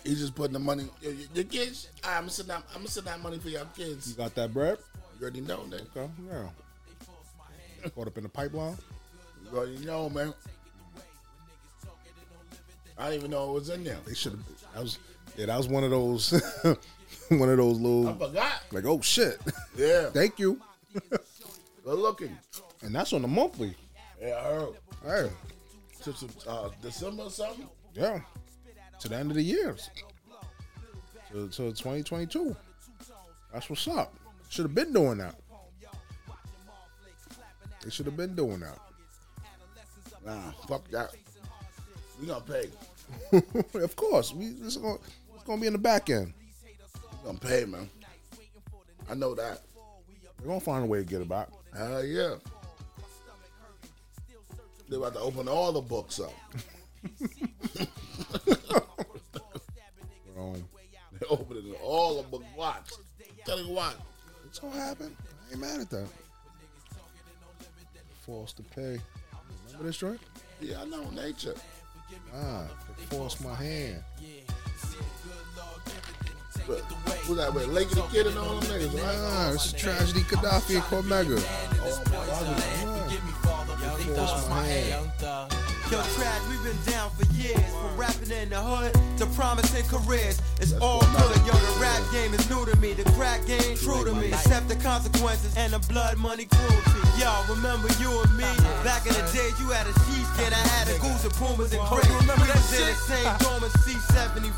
He's just putting the money. Your, your- your kids. I'm gonna send that. I'm gonna send that money for your You kids. got that bread? You already know, nigga. Okay, yeah. Caught up in the pipeline. You already know, man. I didn't even know it was in there. They should have. That was yeah. That was one of those, one of those I little forgot. like oh shit. Yeah. Thank you. Good looking. And that's on the monthly. Yeah, I heard. Hey, Since uh, December or something. yeah. To the end of the years. To, to 2022. That's what's up. Should have been doing that. They should have been doing that. Nah, fuck that. We gonna pay. of course, we. It's gonna, it's gonna be in the back end. We gonna pay, man. I know that. They're gonna find a way to get it back. Hell yeah. They about to open all the books up. Um, They opening all the book watch. Tell you what. It's all happened. I ain't mad at that. Forced to pay. Remember this joint? Yeah, I know nature. Ah, they forced my hand. But who that with Lincoln the Kid and all them niggas, right? Ah, it's a tragedy. Gaddafi and Cormega. Oh, Forced my hand. Yo, Trad, we've been down for years. From rapping in the hood to promising careers. It's all good. Yo, the rap game is new to me. The crack game true to me. Accept the consequences and the blood money cruelty. Yo, remember you and me? Back in the days, you had a sheepskin. I had a goose and pumas and crates. Remember that shit? same dorm as C-74. In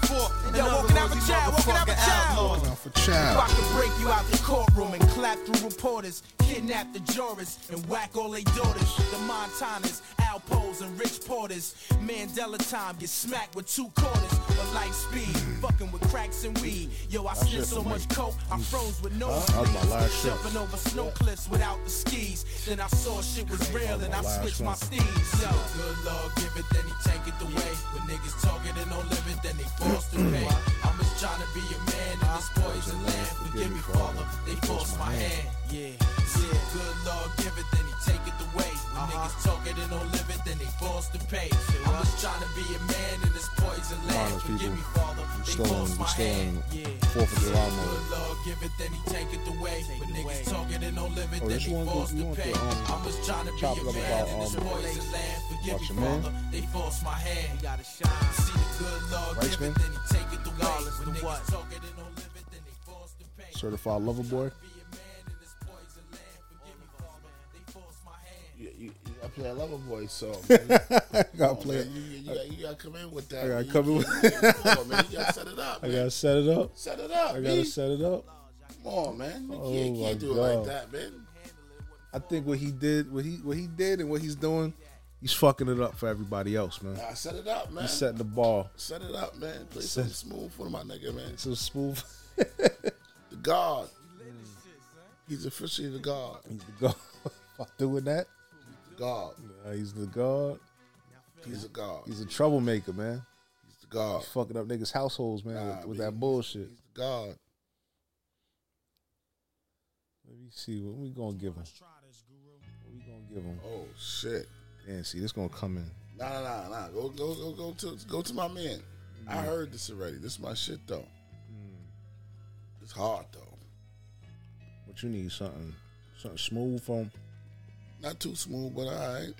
Yo, other walking out with words, you child, walking out with motherfucking child. outlaws. Now for child. I could break you out the courtroom and clap through reporters, kidnap the jurors and whack all they daughters. The Montanas, Alpos, and Rich Porters. Mandela time, get smacked with two quarters of life speed, fucking with cracks and weed. Yo, I shit sniffed so for me. much coke, I froze with no That was my last shit. Jumping over snow cliffs without the skis. Then I saw shit was real and I last switched one. my steeds. Yo, good lord, give it, then he take it away. When niggas talking and don't live it, then they forced to pay. I'm just trying to be a man in this poison land. Forgive me, Father, they forced my hand. Yeah, yeah, good lord, give it, then he take it away. When Uh-huh. niggas talking and don't live it, then they forced to pay. I'm just trying to be a man in this poison land. Honest Forgive people. me, Father, I'm they still on, forced I'm my still hand. on Yeah. 4th of July Good mode. Lord give it, then he take it away. When niggas talking and don't live it, Oh, then this he one goes- forced you to want the, pay. um, I'm just trying to chop be it a up man about, in this um, poison land. Watch Forgive Your me, Man? Father, they forced my hand. Gotta shine. See the good Lord Rice give Man? it, then he take it away. When niggas what? talking and don't live it, then they forced to pay. Certified lover boy. You, you, you gotta play a lover boy song. Gotta Oh, play it. man, You, you, you, gotta, you gotta come in with that. I gotta You- come in you- with- Come on, man. You gotta set it up. I man. gotta set it up. Set it up. I gotta B. set it up. Come on, man. You Oh, can't, my can't do it God. like that, man. I think what he did, what he what he did, and what he's doing, he's fucking it up for everybody else, man. Nah, set it up, man. He's Set, setting the ball. it up, man. Play something smooth for my nigga, man. So smooth. The God. He's officially the God. He's the god. Fuck doing that. The God. Uh, he's the god. He's a God. He's He's a troublemaker, man. the God. He's fucking up niggas' households, man, Nah, with, with man. that bullshit. He's the God. Let me see what we gonna give him. What we gonna give him? Oh shit. Damn, see, this gonna come in. Nah, nah, nah, nah. Go, go, Mm. go, go to, go to my man. I heard this already. This is my shit though. It's hard though. But you need something, something smooth from. Not too smooth, but all right.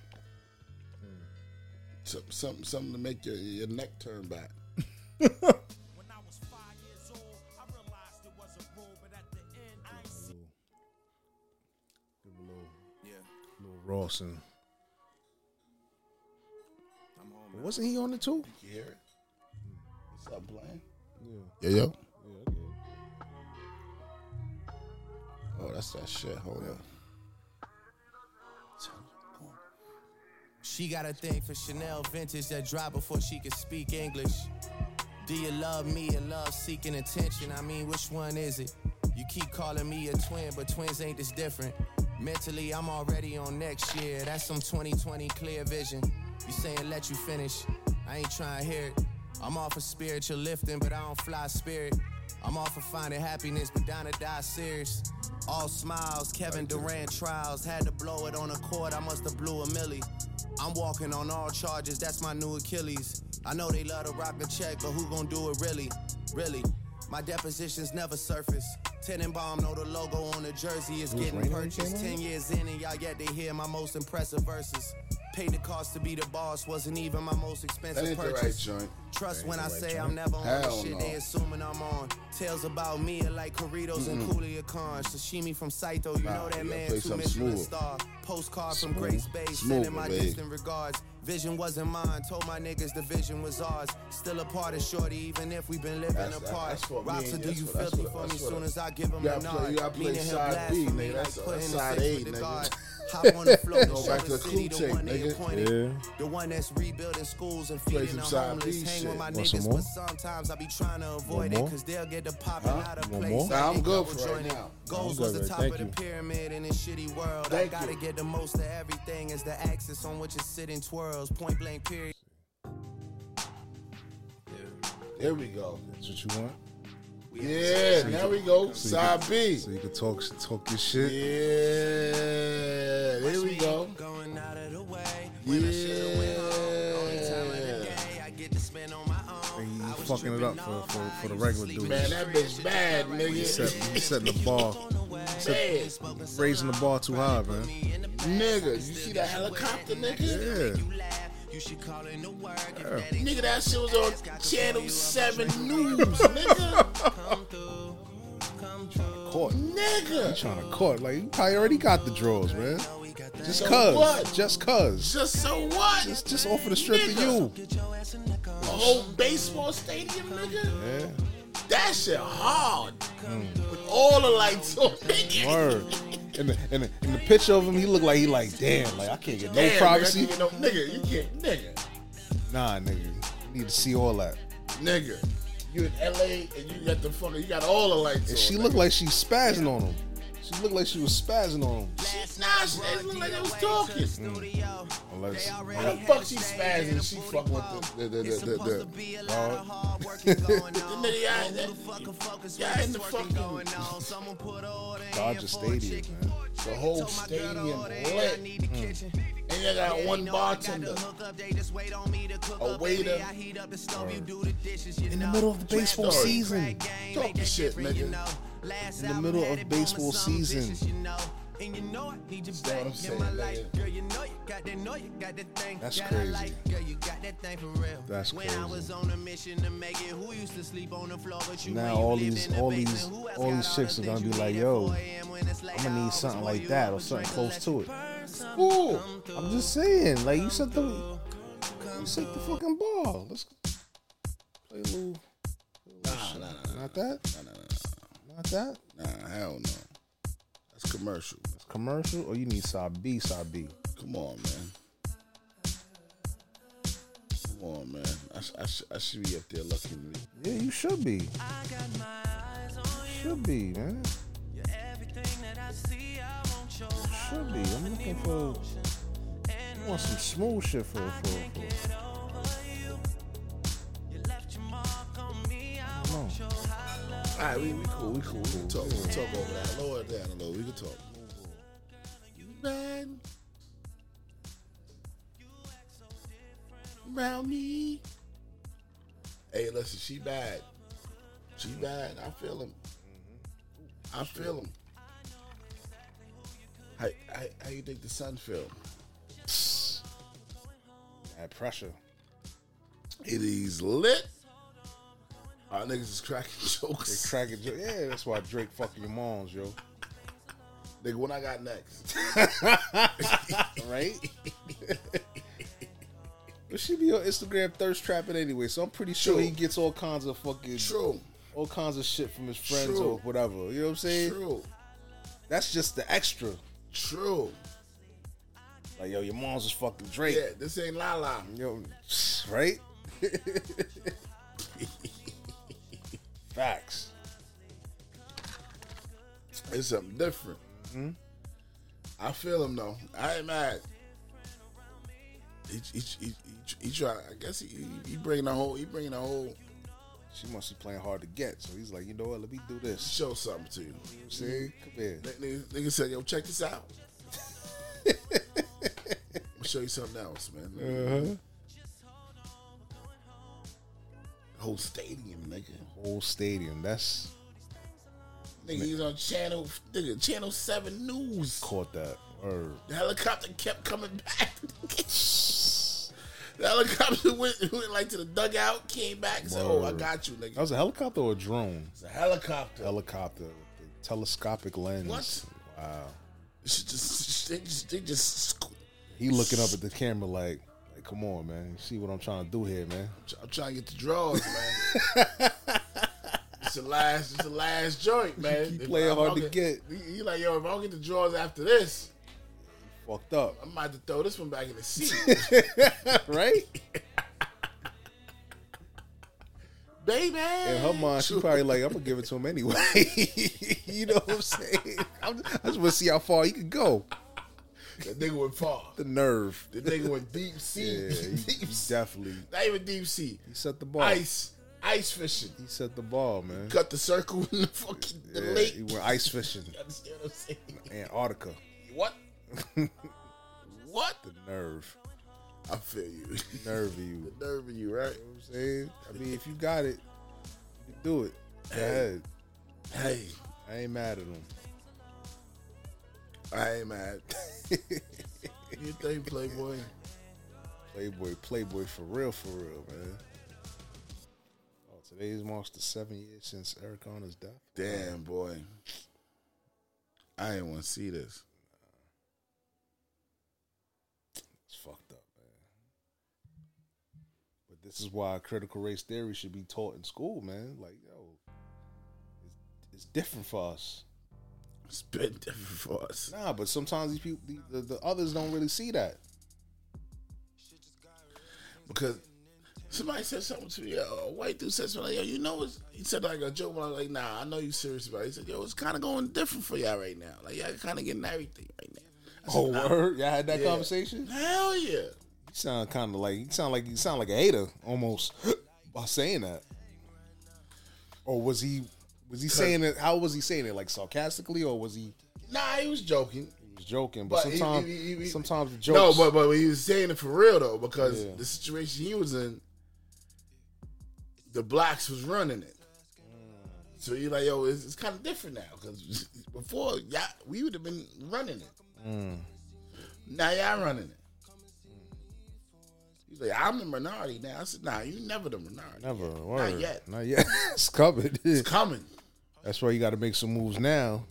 Mm. Some, something, something to make your, your neck turn back. Little Rawson. Wasn't he on it too? You hear it? What's up, Blaine? Yeah. Yo, yo. Oh, that's that shit. Hold on. She got a thing for Chanel vintage that dry before she could speak English. Do you love me or love seeking attention? I mean, which one is it? You keep calling me a twin, but twins ain't this different. Mentally, I'm already on next year. That's some 2020 clear vision. You saying let you finish. I ain't trying to hear it. I'm off of spiritual lifting, but I don't fly spirit. I'm off of finding happiness, but down to die serious. All smiles, Kevin Durant trials. Had to blow it on the court, I must have blew a millie. I'm walking on all charges, that's my new Achilles. I know they love to rock a check, but who gon' do it really? Really? My depositions never surface. Tenenbaum know the logo on the jersey is It was getting raining when you purchased. came in? Ten years in and y'all yet to hear my most impressive verses. Paid the cost to be the boss, wasn't even my most expensive That ain't the right purchase. joint. Trust That when I ain't the right say joint. I'm never on Hell the shit no. they assuming I'm on. Tales about me are like Corritos and Mm-mm. Coolia Khan. Sashimi from Saito, you Nah, know you that gotta man play two something Michelin smooth. star. Postcard from Smooth. Grace Bay, Smooth, sending my babe. distant regards. Vision wasn't mine, told my niggas the vision was ours. Still apart is shorty, even if we've been living That's- that- apart. that's what me Robson, and- do that's you what- that's filthy what- for me that's what- soon as I give him You a gotta play- nod? you gotta play Meaning he'll side blast B, for nigga. me like That's a- putting that's the side six A, with the nigga. guard. Hop on the floor, Go the back to the shortest city, crew the tape, one they nigga. appointed. Yeah. The one that's rebuilding schools and Play feeding the some side homeless. B Hang shit. with my Want some niggas, more? but sometimes I be trying to avoid it more? because they'll get to popping Huh? out of Want place. more? Nah, I'm Ain't good double for right joining. now. Goals I'm was good right- the top thank of the you. pyramid in this shitty world. Thank I gotta you. get the most of everything is the axis on which it's sitting twirls. Point blank period. There we go. That's what you want. Yeah, So you there can- we go. so you Side can- B. So you can talk talk your shit. Yeah, there we go. Going out of the way. Yeah. And you fucking it up for, for, for the regular dudes. Man, that bitch bad, You nigga. set, you setting the bar. Set, raising the bar too high, man. Nigga, you see that helicopter, nigga? Yeah. Yeah. Nigga, that shit was on Channel 7 News, nigga. Caught. Nigga. You trying to court. Like, you probably already got the draws, man. Just So cuz. what? Just cuz. Just so what? Just, just off of the strip of you. A whole baseball stadium, nigga? Yeah. That shit hard. With all the lights on, nigga. Word. And the, and, the, and the picture of him, he looked like he like, damn, like I can't get no Damn, nigga, privacy. nigga, no, nigga, you can't, nigga. Nah, nigga, you need to see all that. Nigga, you in LA and you got the fucking, you got all the lights And on. she nigga. looked like she spazzing on him. She looked like she was spazzing on him. Nah, she it looked like I was talking. Unless, How the fuck she spazzing? She fucking with the the the the the. the, the nigga, y'all, that- y'all in the fucking Dodger Stadium, man. the whole stadium "Oh, lit, and you got one bartender, a waiter. In the middle of the baseball Story. season. Talk your shit, nigga. In the middle of baseball season. That's what I'm saying, nigga. That's crazy. That's When I crazy. was on a mission to make it, who used to sleep on the floor but you Now when you all lived these in the all basement, these who else all got these the chicks are things gonna you be need like, at yo, 4 a.m. when it's late? I'm gonna I need something always like pour that you or up a something drink and close let you to it. burn some. Ooh, I'm just saying, like you set the you set the fucking ball. Let's play a little. Nah, nah, nah, Not that. nah, nah, nah, Not that. nah, nah, hell no. That's commercial. Commercial or you need side B, side B. Come on, man. Come on, man. I, sh- I, sh- I should be up there looking me. Yeah, you should be. Should be, man. Should be. I'm looking for. I want some smooth shit for for. for. I don't know. All right, we, we cool, we cool. We can talk, we can talk over that. Lower it down a little. We can talk. You riding around me? Hey, listen, she bad. She bad. I feel him. I feel him. How, how, how you think the son feel? That pressure. It is lit. Our niggas is cracking jokes. They cracking jokes. Yeah, that's why Drake fucking your moms, yo. Nigga, what I got next? right? but she be on Instagram thirst trapping anyway, so I'm pretty sure True. he gets all kinds of fucking True. all kinds of shit from his friends True. or whatever. You know what I'm saying? True. That's just the extra. True. Like, yo, your mom's is fucking Drake. Yeah, this ain't La La. Yo, right? Facts. It's something different. I feel him though. I ain't mad. He, he, he, he, he try. I guess he, he, he bringing the whole. He bringing the whole. She must be playing hard to get, so he's like, you know what? Let me do this. Show something to you. See, come here. That nigga, nigga said, "Yo, check this out." I'm gonna show you something else, man. Whole stadium, nigga. Whole stadium. That's Nigga, he's on channel, nigga, channel seven news. caught that. Or The helicopter kept coming back. the helicopter went, went like to the dugout, came back, and said, "Oh, I Word. got you, that nigga." was a helicopter or a drone? It's a helicopter. Helicopter, with the telescopic lens. What? Wow. She just, they just, they just. squ- He looking up at the camera like, like, come on, man. You see what I'm trying to do here, man? I'm trying to get the draws, man. it's the last, it's the last joint, man. keep If playing I- if hard I to He, he like, yo, if I don't get the draws after this, Fucked up, I'm about to throw this one back in the seat. right? baby. In her mind, she probably like, I'm gonna give it to him anyway. you know what I'm saying? I'm, I just want to see how far he could go. That nigga went far. The nerve. The nigga went deep sea. Yeah, he, he deep sea. definitely Not even deep sea. he set the ball. Ice. Ice fishing. He set the ball, man. Cut the circle in the fucking the Yeah, lake. He You went ice fishing, understand what I'm saying? Antarctica. What? what? The nerve, I feel you. nerve of you. You know the nerve in you, right? what I'm saying? I mean, if you got it, you can do it. Go ahead. Hey, I ain't mad at him. I ain't mad. you think, Playboy? Playboy, Playboy for real, for real, man. Oh, today's marks the seven years since Eric Garner's death. Damn, boy. I ain't want to see this. It's fucked up, man. But this is why critical race theory should be taught in school, man. Like, yo, it's, it's different for us. It's been different for us. Nah, but sometimes these people, the, the, the others don't really see that. because somebody said something to me. uh, A white dude said something like, "Yo, you know what?" He said like a joke, and I was like, "Nah, I know you serious about it." He said, "Yo, it's kind of going different for y'all right now. Like y'all kind of getting everything right now." I said, Oh, "Nah." word? Y'all had that Yeah. conversation? Hell yeah! You sound kind of like, you sound like, you sound like a hater almost by saying that. Or was he, was he saying it, how was he saying it? Like sarcastically or was he, Nah, he was joking. he was joking? But, But he- sometimes, he- he- he- sometimes the jokes. No, but but he was saying it for real though, because Yeah. the situation he was in, the blacks was running it. So you like, yo, it's, it's kind of different now because before, y'all, we would have been running it. Mm. Now y'all running it. He's like, I'm the minority now. I said, Nah, you never the minority. Never. Word. yet. Not yet. it's covered. It's coming. That's why you got to make some moves now,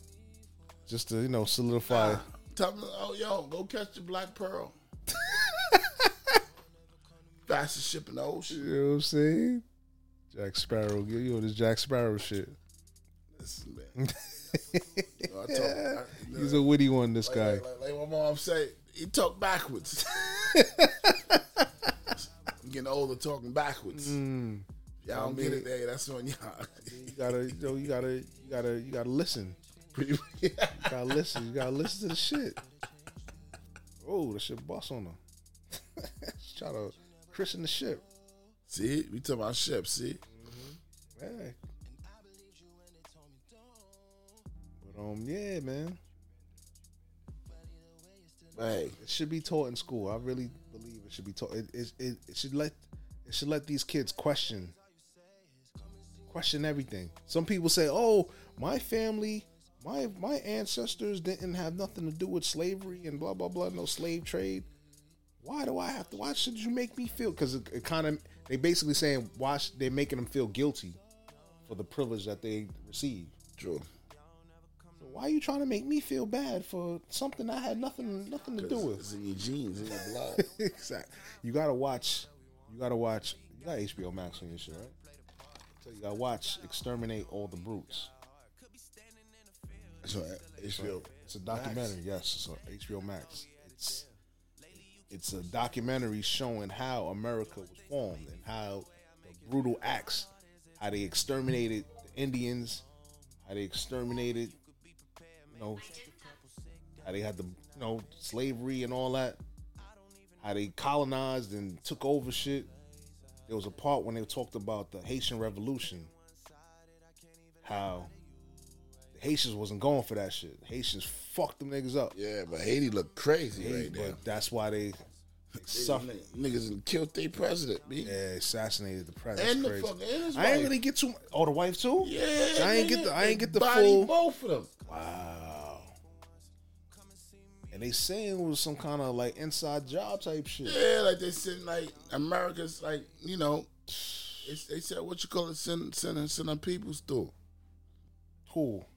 just to you know solidify. Nah. Tell him, oh yo, go catch the black pearl. Fastest ship in the ocean. You know what I'm saying? Jack Sparrow, get you on this Jack Sparrow shit. Listen, man. You know, I talk, I, you He's know, a witty one. This like, guy. Like, like, like my mom say, he talk backwards. I'm getting older, talking backwards. Y'all don't get it, hey, that's on you gotta, you know, you gotta, you gotta, you gotta listen. y'all. You gotta listen. You gotta listen to the shit. Oh, that shit bust on him. Try to christen the ship. see, we talking about ships. See, Yeah. But um, yeah, man. hey, it should be taught in school. I really believe it should be taught. It, it, it, it should let it should let these kids question question everything. Some people say, "Oh, my family, my my ancestors didn't have nothing to do with slavery and blah blah blah, no slave trade. Why do I have to? Why should you make me feel? Because it, it kind of they basically saying why sh- they're making them feel guilty for the privilege that they receive. True. So why are you trying to make me feel bad for something I had nothing nothing to do with? It's in your jeans, in your blood. exactly. You gotta watch. You gotta watch. You got HBO Max on your shit, right? So you gotta watch "Exterminate All the Brutes." It's on HBO. It's a documentary. Yes, it's on HBO Max. It's it's a documentary showing how America was formed and how the brutal acts, how they exterminated the Indians, how they exterminated, you know, how they had the you know slavery and all that, how they colonized and took over shit. There was a part when they talked about the Haitian Revolution, how the Haitians wasn't going for that shit. Haitians fucked them niggas up. Yeah, but Haiti looked crazy right but now. that's why they, they suffered. Niggas done killed their president, B. Yeah, assassinated the president. And the That's crazy. fucking and his I ain't wife. really get too. mu- Oh, the wife too. Yeah, So I ain't nigga, get the. I they ain't get the bodied full. Both of them. Wow. And they saying it was some kind of like inside job type shit. Yeah, like they said, like America's like you know, it's, they said what you call it, send send send our peoples through. Cool.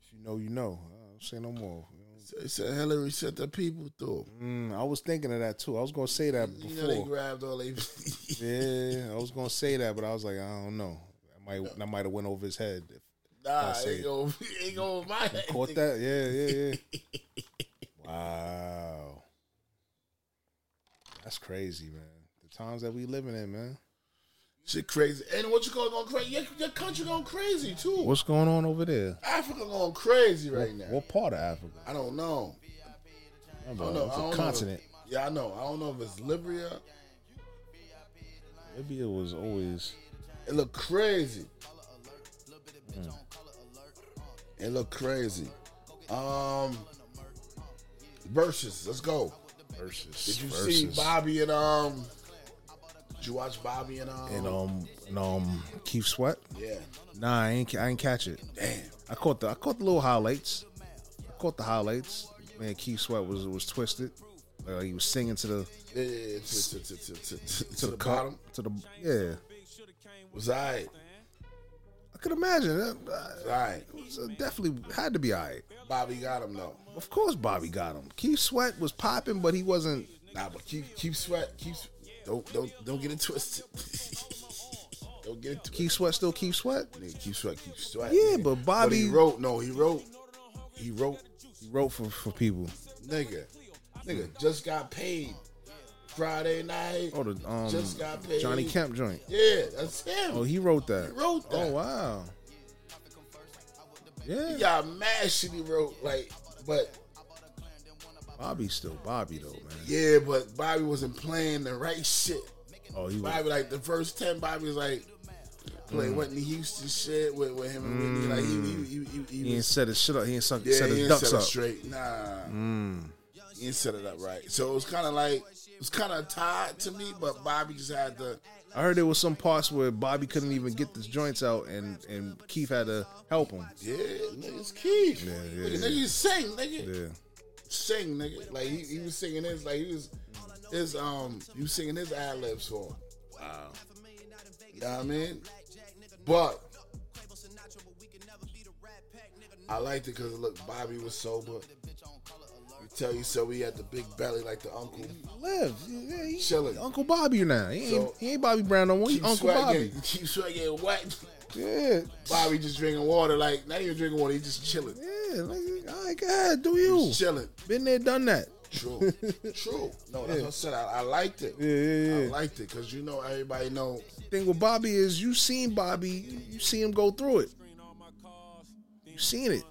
If you know, you know. I don't say no more. They said Hillary sent the people through. Mm, I was thinking of that too. I was gonna say that You know they before. grabbed all they. yeah, I was gonna say that, but I was like, I don't know. I might, I might have went over his head. if- if I Nah, say ain't it. go ain't go over my head. Caught that? Yeah, yeah, yeah. wow. That's crazy, man. The times that we living in, man. Shit crazy. And what you call it going crazy? Your, your country going crazy too. What's going on over there? Africa going crazy right now. What part of Africa? I don't know. I I don't know. I Oh, It's don't a know. continent. Yeah, I know. I don't know if it's Libya. Maybe it was always. It look crazy. Mm. It look crazy. Um, versus. Let's go. Versus. Did you versus. see Bobby and um? Did you watch Bobby and um? And um, and um, Keith Sweat. Yeah. Nah, I ain't. I ain't catch it. Damn. I caught the. I caught the little highlights. I caught the highlights. Man, Keith Sweat was was twisted. Like he was singing to the Yeah, yeah, yeah, to, to, to, to, to, to, to the cup, bottom. to the yeah. Was alright. I could imagine. That, that- Alright. it was, uh, definitely had to be alright. Bobby got him though. Of course, Bobby got him. Keith Sweat was popping, but he wasn't. Nah, but keep keep sweat. Keep s- don't don't don't get it twisted. don't get it twisted. Keith Sweat still Keith Sweat. Nigga, keep sweat. Keep sweat. Yeah, nigga. but But he Bobby wrote. No, he wrote. He wrote. he wrote for for people. Nigga, nigga just got paid Friday night. Oh, the um Just got paid. Johnny Kemp joint. Yeah, that's him. Oh, he wrote that. He wrote that. Oh wow. Yeah, He got mad shit he wrote. Like, but Bobby's still Bobby though, man. yeah, but Bobby wasn't playing the right shit. Oh, he was Bobby, like the first ten, Bobby was like playing Mm. Whitney Houston shit with, with him and Whitney. Like he, he, he, he, Mm. He ain't was, set his shit up. He ain't suck, yeah, set he his didn't ducks set it up. Mm. straight. Nah, he didn't set it up right. So it was kind of like it was kind of tied to me, but Bobby just had to. I heard there was some parts where Bobby couldn't even get the joints out, and and Keith had to help him. Yeah, nigga, it's Keith. Yeah, yeah, nigga, yeah. nigga, you sing, nigga. Yeah, Sing, nigga. Like he, he was singing his, like he was his um you singing his ad libs for him. Wow. You know what I mean? But I liked it because look, Bobby was sober. We tell you so we had the big belly like the uncle. live. Yeah, he, Chilling. Uncle Bobby now. He ain't, So- he ain't Bobby Brown no more. He Keep Uncle sweat Bobby. getting- keep sweat getting wet. Yeah, Bobby just drinking water, like not even drinking water, he just chilling. yeah. Like, all right, go ahead, do you? Just chilling. Been there, done that. True, true. No, that's what I said. I, I liked it. Yeah, yeah, I yeah. liked it because you know everybody know. Thing with Bobby is you seen Bobby, you see him go through it. You seen it.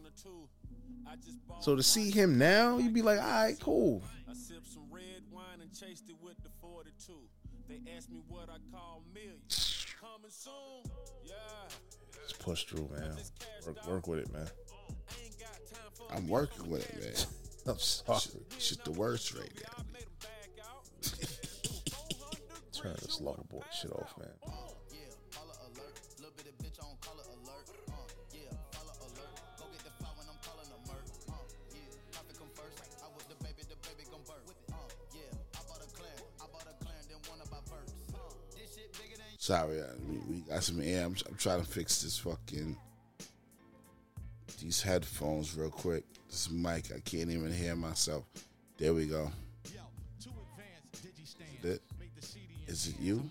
So to see him now, you'd be like, all right, cool. I sipped some red wine and chased it with the 42. They asked me what I call million. Coming soon, yeah. Just push through, man. Work, work with it, man. I'm working with it, man. I'm sorry. Shit, shit the worst right now. Turn this lover boy shit off, man. Sorry, I, we, we got some air. I'm, I'm trying to fix this fucking these headphones real quick. This mic, I can't even hear myself. There we go. Is it? Is it you?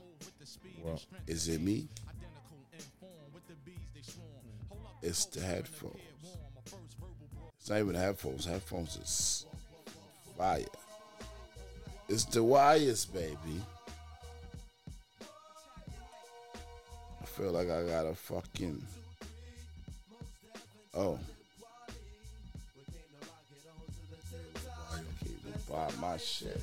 Is it me? It's the headphones. It's not even headphones. Headphones is fire. It's the wires, baby. I feel like I got a fucking. Oh. Okay, we buy my shit.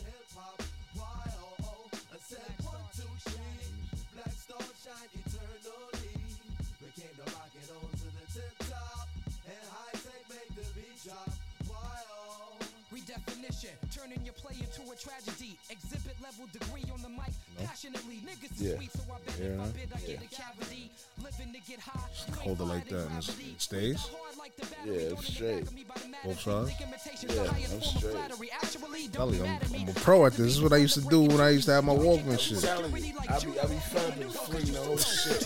Redefinition, turning your play into a tragedy. Exhibit level degree on the mic, No. passionately. Niggas is Yeah. sweet, so I bet Yeah. if I bid, I Yeah. get a cavity. Living to get high. Hold it like that and it's- it stays. Yeah, I'm straight. Both sides. Yeah, I'm straight. Telling you, I'm, I'm a pro at this. This is what I used to do when I used to have my Walkman shit. telling you, I be, I be flipping, flinging the whole shit.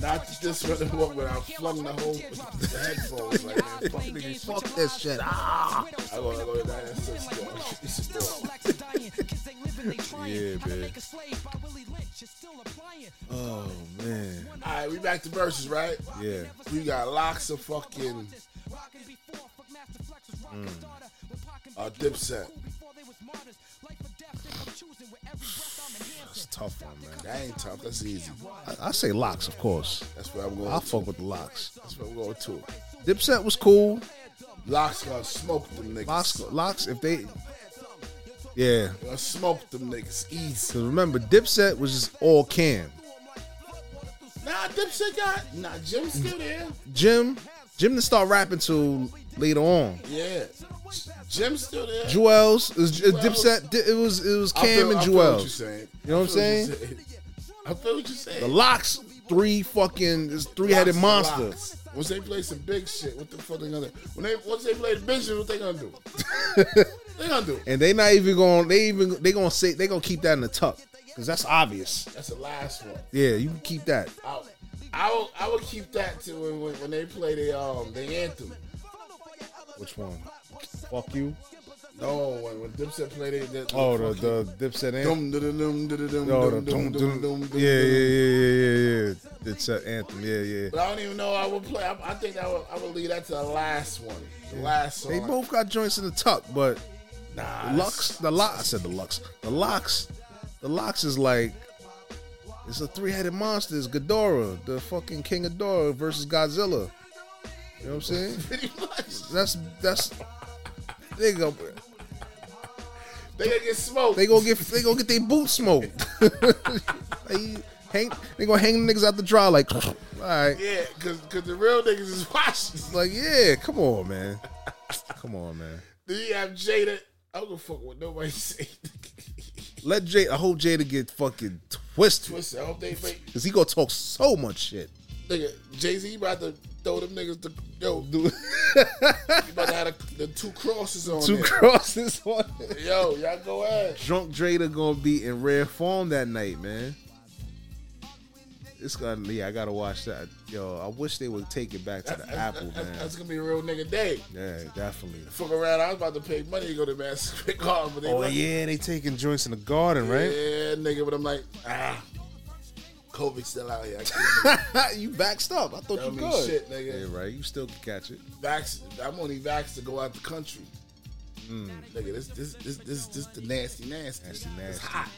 Not that this running walk, but I flung the whole the headphones like that. Fuck, niggas, fuck this shit. Ah! I go, I go down and sit still. It's still. Yeah, man. Oh man. All right, we back to verses, right? Yeah. We got locks of fucking Mm. uh, Dipset. That's a tough one, man. That ain't tough. That's easy. I, I say locks, of course. That's where I'm going. I fuck with the locks. That's what I'm going to. Dipset was cool. Locks gonna smoke them niggas. Locks, locks. If they, yeah. Gonna smoke them niggas easy. Cause remember, Dipset was just all Cam. Nah, Dipset got. Nah, Jim's still there. Jim, Jim didn't start rapping till later on. Yeah. Jim's still there. Jewels, it was, it was Jewels. Dipset. Di- It was it was I Cam feel- and I feel what you're Jewels. saying. You know what I'm I feel saying? what you're saying. I feel what you're saying. The locks, three fucking, this three headed Locks monster. the locks. Once they play some big shit, what the fuck they gonna do? When they once they play the big shit, what they gonna do? they gonna do. And they not even going. to They even they gonna say they gonna keep that in the tuck because that's obvious. That's the last one. Yeah, you can keep that. I, I will I will keep that to when, when, when they play the um the anthem. Which one? Fuck you. No, when, when Dipset play the, the Oh, the the Dipset dum anthem. dum dum dum dum Oh, dum the dum dum, dum dum. dum Yeah, yeah, yeah, yeah, yeah, yeah. Dipset anthem. Yeah, yeah. But I don't even know. I would play. I, I think I would, I would leave that to the last one. The last song. They both got joints in the tuck, but Nah, the Lux, the Lux, I said the Lux, the Lux, the Lux is like it's a three-headed monster. It's Ghidorah, the fucking King of Ghidorah versus Godzilla. You know what I'm saying? Pretty much. That's that's they go They gonna get smoked. They gonna get they gonna get their boots smoked. they hang they gonna hang them niggas out the draw like all right. Yeah, cause, cause the real niggas is watching. Like, yeah, come on, man. Come on, man. Then you have Jada. I don't give a fuck what nobody say. Let Jay I hope Jada get fucking twisted. Twisted. I hope they make Cause he gonna talk so much shit. nigga Jay Z about to throw them niggas the yo. Dude. you about to have the, the two crosses on Two there. crosses on it. Yo, y'all go ahead. Drunk Jada gonna be in rare form that night, man. It's gonna yeah, I gotta watch that. Yo, I wish they would take it back to the Apple, That's, man. that's gonna be a real nigga day. Yeah, definitely. Fuck around. I was about to pay money to go to Madison Square Garden, but they Oh wasn't. yeah, they taking joints in the garden, right? Yeah, nigga. But I'm like, ah, COVID still out here. I can't you vaxxed up. I thought you That mean could. shit, nigga. Yeah, right. You still can catch it. vax. I'm only vaxxed to go out the country. Nigga, this this this this this the nasty nasty. Hmm. Nasty, It's nasty. hot.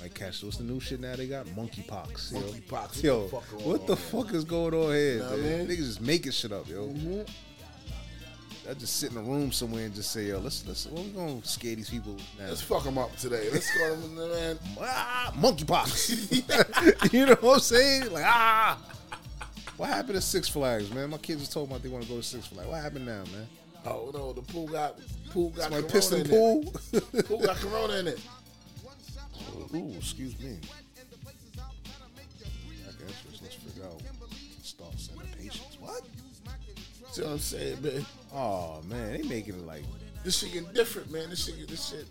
Like catch. What's the new shit now? They got monkeypox. yo. Monkeypox, Yo, what the fuck going what the on, fuck is going on here? Nah, man? man. Mm-hmm. Niggas just making shit up, yo. I just sit in a room somewhere and just say, yo, let's let's. What we gonna scare these people now? Let's fuck them up today. Let's go, man. ah, monkeypox. you know what I'm saying? Like ah. What happened to Six Flags, man? My kids just told me they want to go to Six Flags. What happened now, man? Oh no, the pool got pool got Somebody corona pissed in in the pool. it. Pool got corona in it. Ooh, excuse me. Back entrance, let's figure out. Start sending patients. What? See what I'm saying, man? Oh man, they making it like This shit getting different, man. This shit, this shit,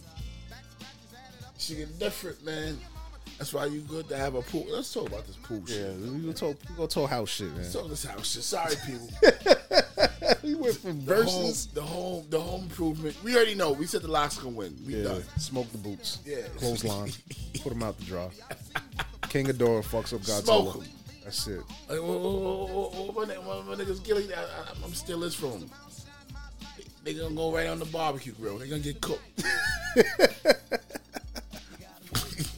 this shit getting different, man. That's why you good to have a pool. Let's talk about this pool shit. Yeah, uh, we gonna talk. We gonna talk house shit, man. Let's talk this house shit. Sorry, people. we went from the verses- home, the home, the home improvement. We already know. We said the locks gonna win. We yeah, done. smoke the boots. Yeah. clothesline. Put them out the drawer. King Ghidorah fucks up Godzilla. Smoke 'em. That's it. Like, oh, whoa, whoa, whoa, whoa, whoa, whoa, oh, my, nigga- my, my niggas Gilly, I, I, I'm still this from them. They gonna go right on the barbecue grill. They gonna get cooked.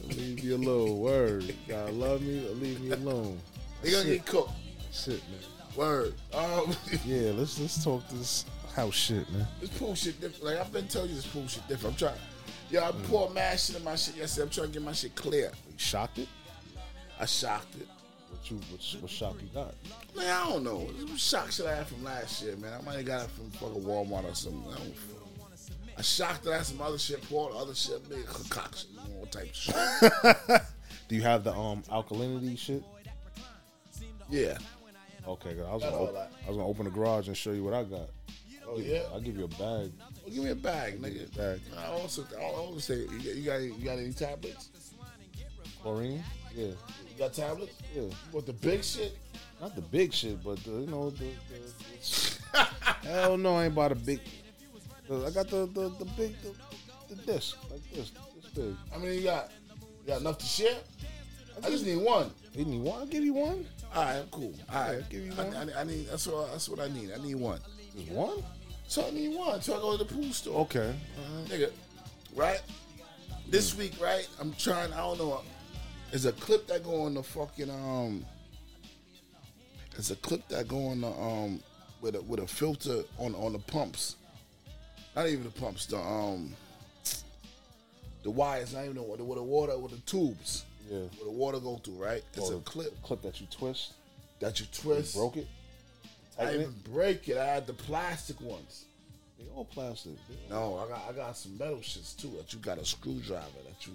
Leave me alone. Word. God love me or leave me alone. They gonna Shit. get cooked. Shit, man. Word. Um, Yeah, let's let's talk this house shit, man. this pool shit different. Like I've been telling you, this pool shit different. I'm trying. Yo, I poured mad shit in my shit yesterday. I'm trying to get my shit clear. You shocked it? I shocked it. What you what, what shock you got? Man, I don't know. It was shock shit I had from last year, man. I might have got it from fucking Walmart or something. I don't fuck. I shocked that I had some other shit poured, other shit made a concoction, all type of shit. Do you have the um alkalinity shit? yeah. Okay, good. I was Got gonna all op- that. I was gonna open the garage and show you what I got. Oh, yeah? I'll give you a bag. Well, give me a bag, nigga. Bag. I also, I also say, you got, you got, you got any tablets? Chlorine? Yeah. You got tablets? Yeah. What the big shit? Not the big shit, but the, you know the, the, the hell no, I ain't bought a big. the- I got the the, the big the, the disc like this, this big. How many you got? You got enough to share? I just need one. You need one? I'll give you one. All right, cool. All right, Yeah, give you I, one. I, I need. That's what. That's what I need. I need one. Just one? So I need one. So I go to the pool store. Okay. nigga, right? This week, right? I'm trying. I don't know. There's a clip that go on the fucking um. There's a clip that go on the um with a with a filter on on the pumps. Not even the pumps. The um. The wires, not even the, with the water, with the tubes, Yeah. where the water go through, right? It's Oh, a the clip Clip that you twist. that you you twist. broke it. I Tighten didn't it. even break it. I had the plastic ones. They all plastic. They all- No, I got I got some metal shits too. That you got a screwdriver that you.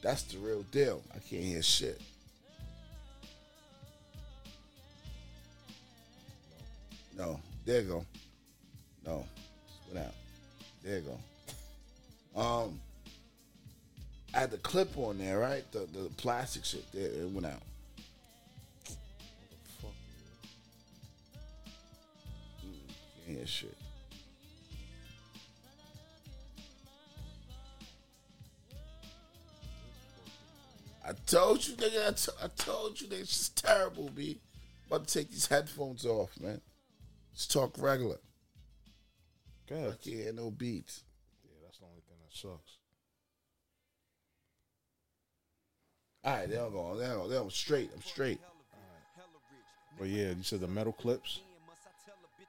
That's the real deal. I can't hear shit. No, there you go. No, went out. There you go. Um, I had the clip on there, right? The the plastic shit. There, it went out. Mm, Can't hear shit. I told you, nigga. I, to- I told you, nigga. It's just terrible, B. About to take these headphones off, man. Let's talk regular. God. I can't hear no beats. Yeah, that's the only thing that sucks. All right, they don't go. They don't go. They don't straight. I'm straight. But yeah, you said the metal clips.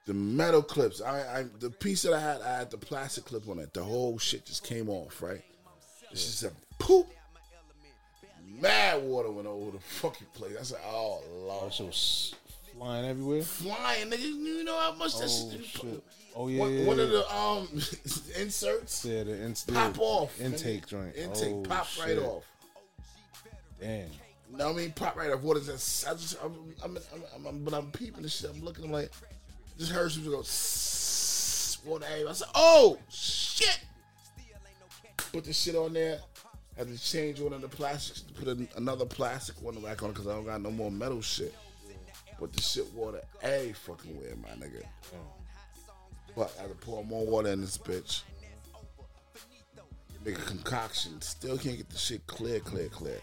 The metal clips. I, I the piece that I had, I had the plastic clip on it. The whole shit just came off, right? It's just a poop. Mad water went over the fucking place. I said, oh That lord, shit was flying everywhere. flying, nigga. You know how much that Oh shit. shit. Oh yeah. One, yeah, one of yeah. the um inserts Yeah, the ins- pop yeah, off. intake nigga. joint. Intake Oh, pop right shit. off. Damn. You know what I mean? Pop right off. What is that? I just, I'm, I'm, I'm, I'm, but I'm peeping this shit. I'm looking. I'm like, just heard some shit go. "Sss," Water everywhere. I said, "Oh shit!" Put this shit on there. Had to change one of the plastics. Put an, another plastic one back on because I don't got no more metal shit. But the shit water a fucking way, my nigga. But I had to pour more water in this bitch. Make a concoction. Still can't get the shit clear, clear, clear.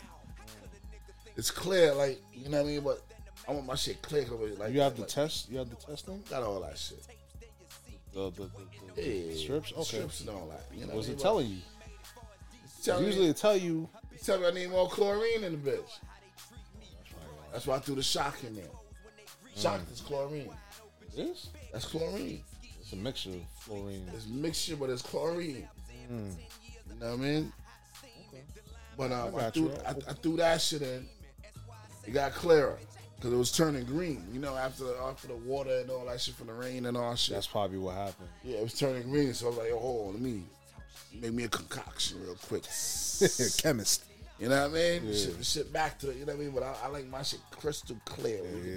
It's clear, like you know what I mean. But I want my shit clear, clear like You have the like, test. You have the testing. got all that shit. The the, the, the- the Yeah, strips. Okay. strips and all that. You know, Was what I it mean? telling you? It's telling Usually me, it tell you. it's telling me I need more chlorine in the bitch. That's why I threw the shock in there. Shock Mm. is chlorine. This? That's chlorine. It's a mixture of fluorine. It's mixture, but it's chlorine. Mm. You know what I mean? But um, I I, got threw you. I, I threw that shit in. It got clearer because it was turning green. You know, after the, after the water and all that shit from the rain and all that shit. That's probably what happened. yeah, it was turning green. So I was like, oh, hold on, let me make me a concoction real quick. Chemist. You know what I mean? Yeah. Shit, shit back to the, you know what I mean? But I, I like my shit crystal clear. Yeah.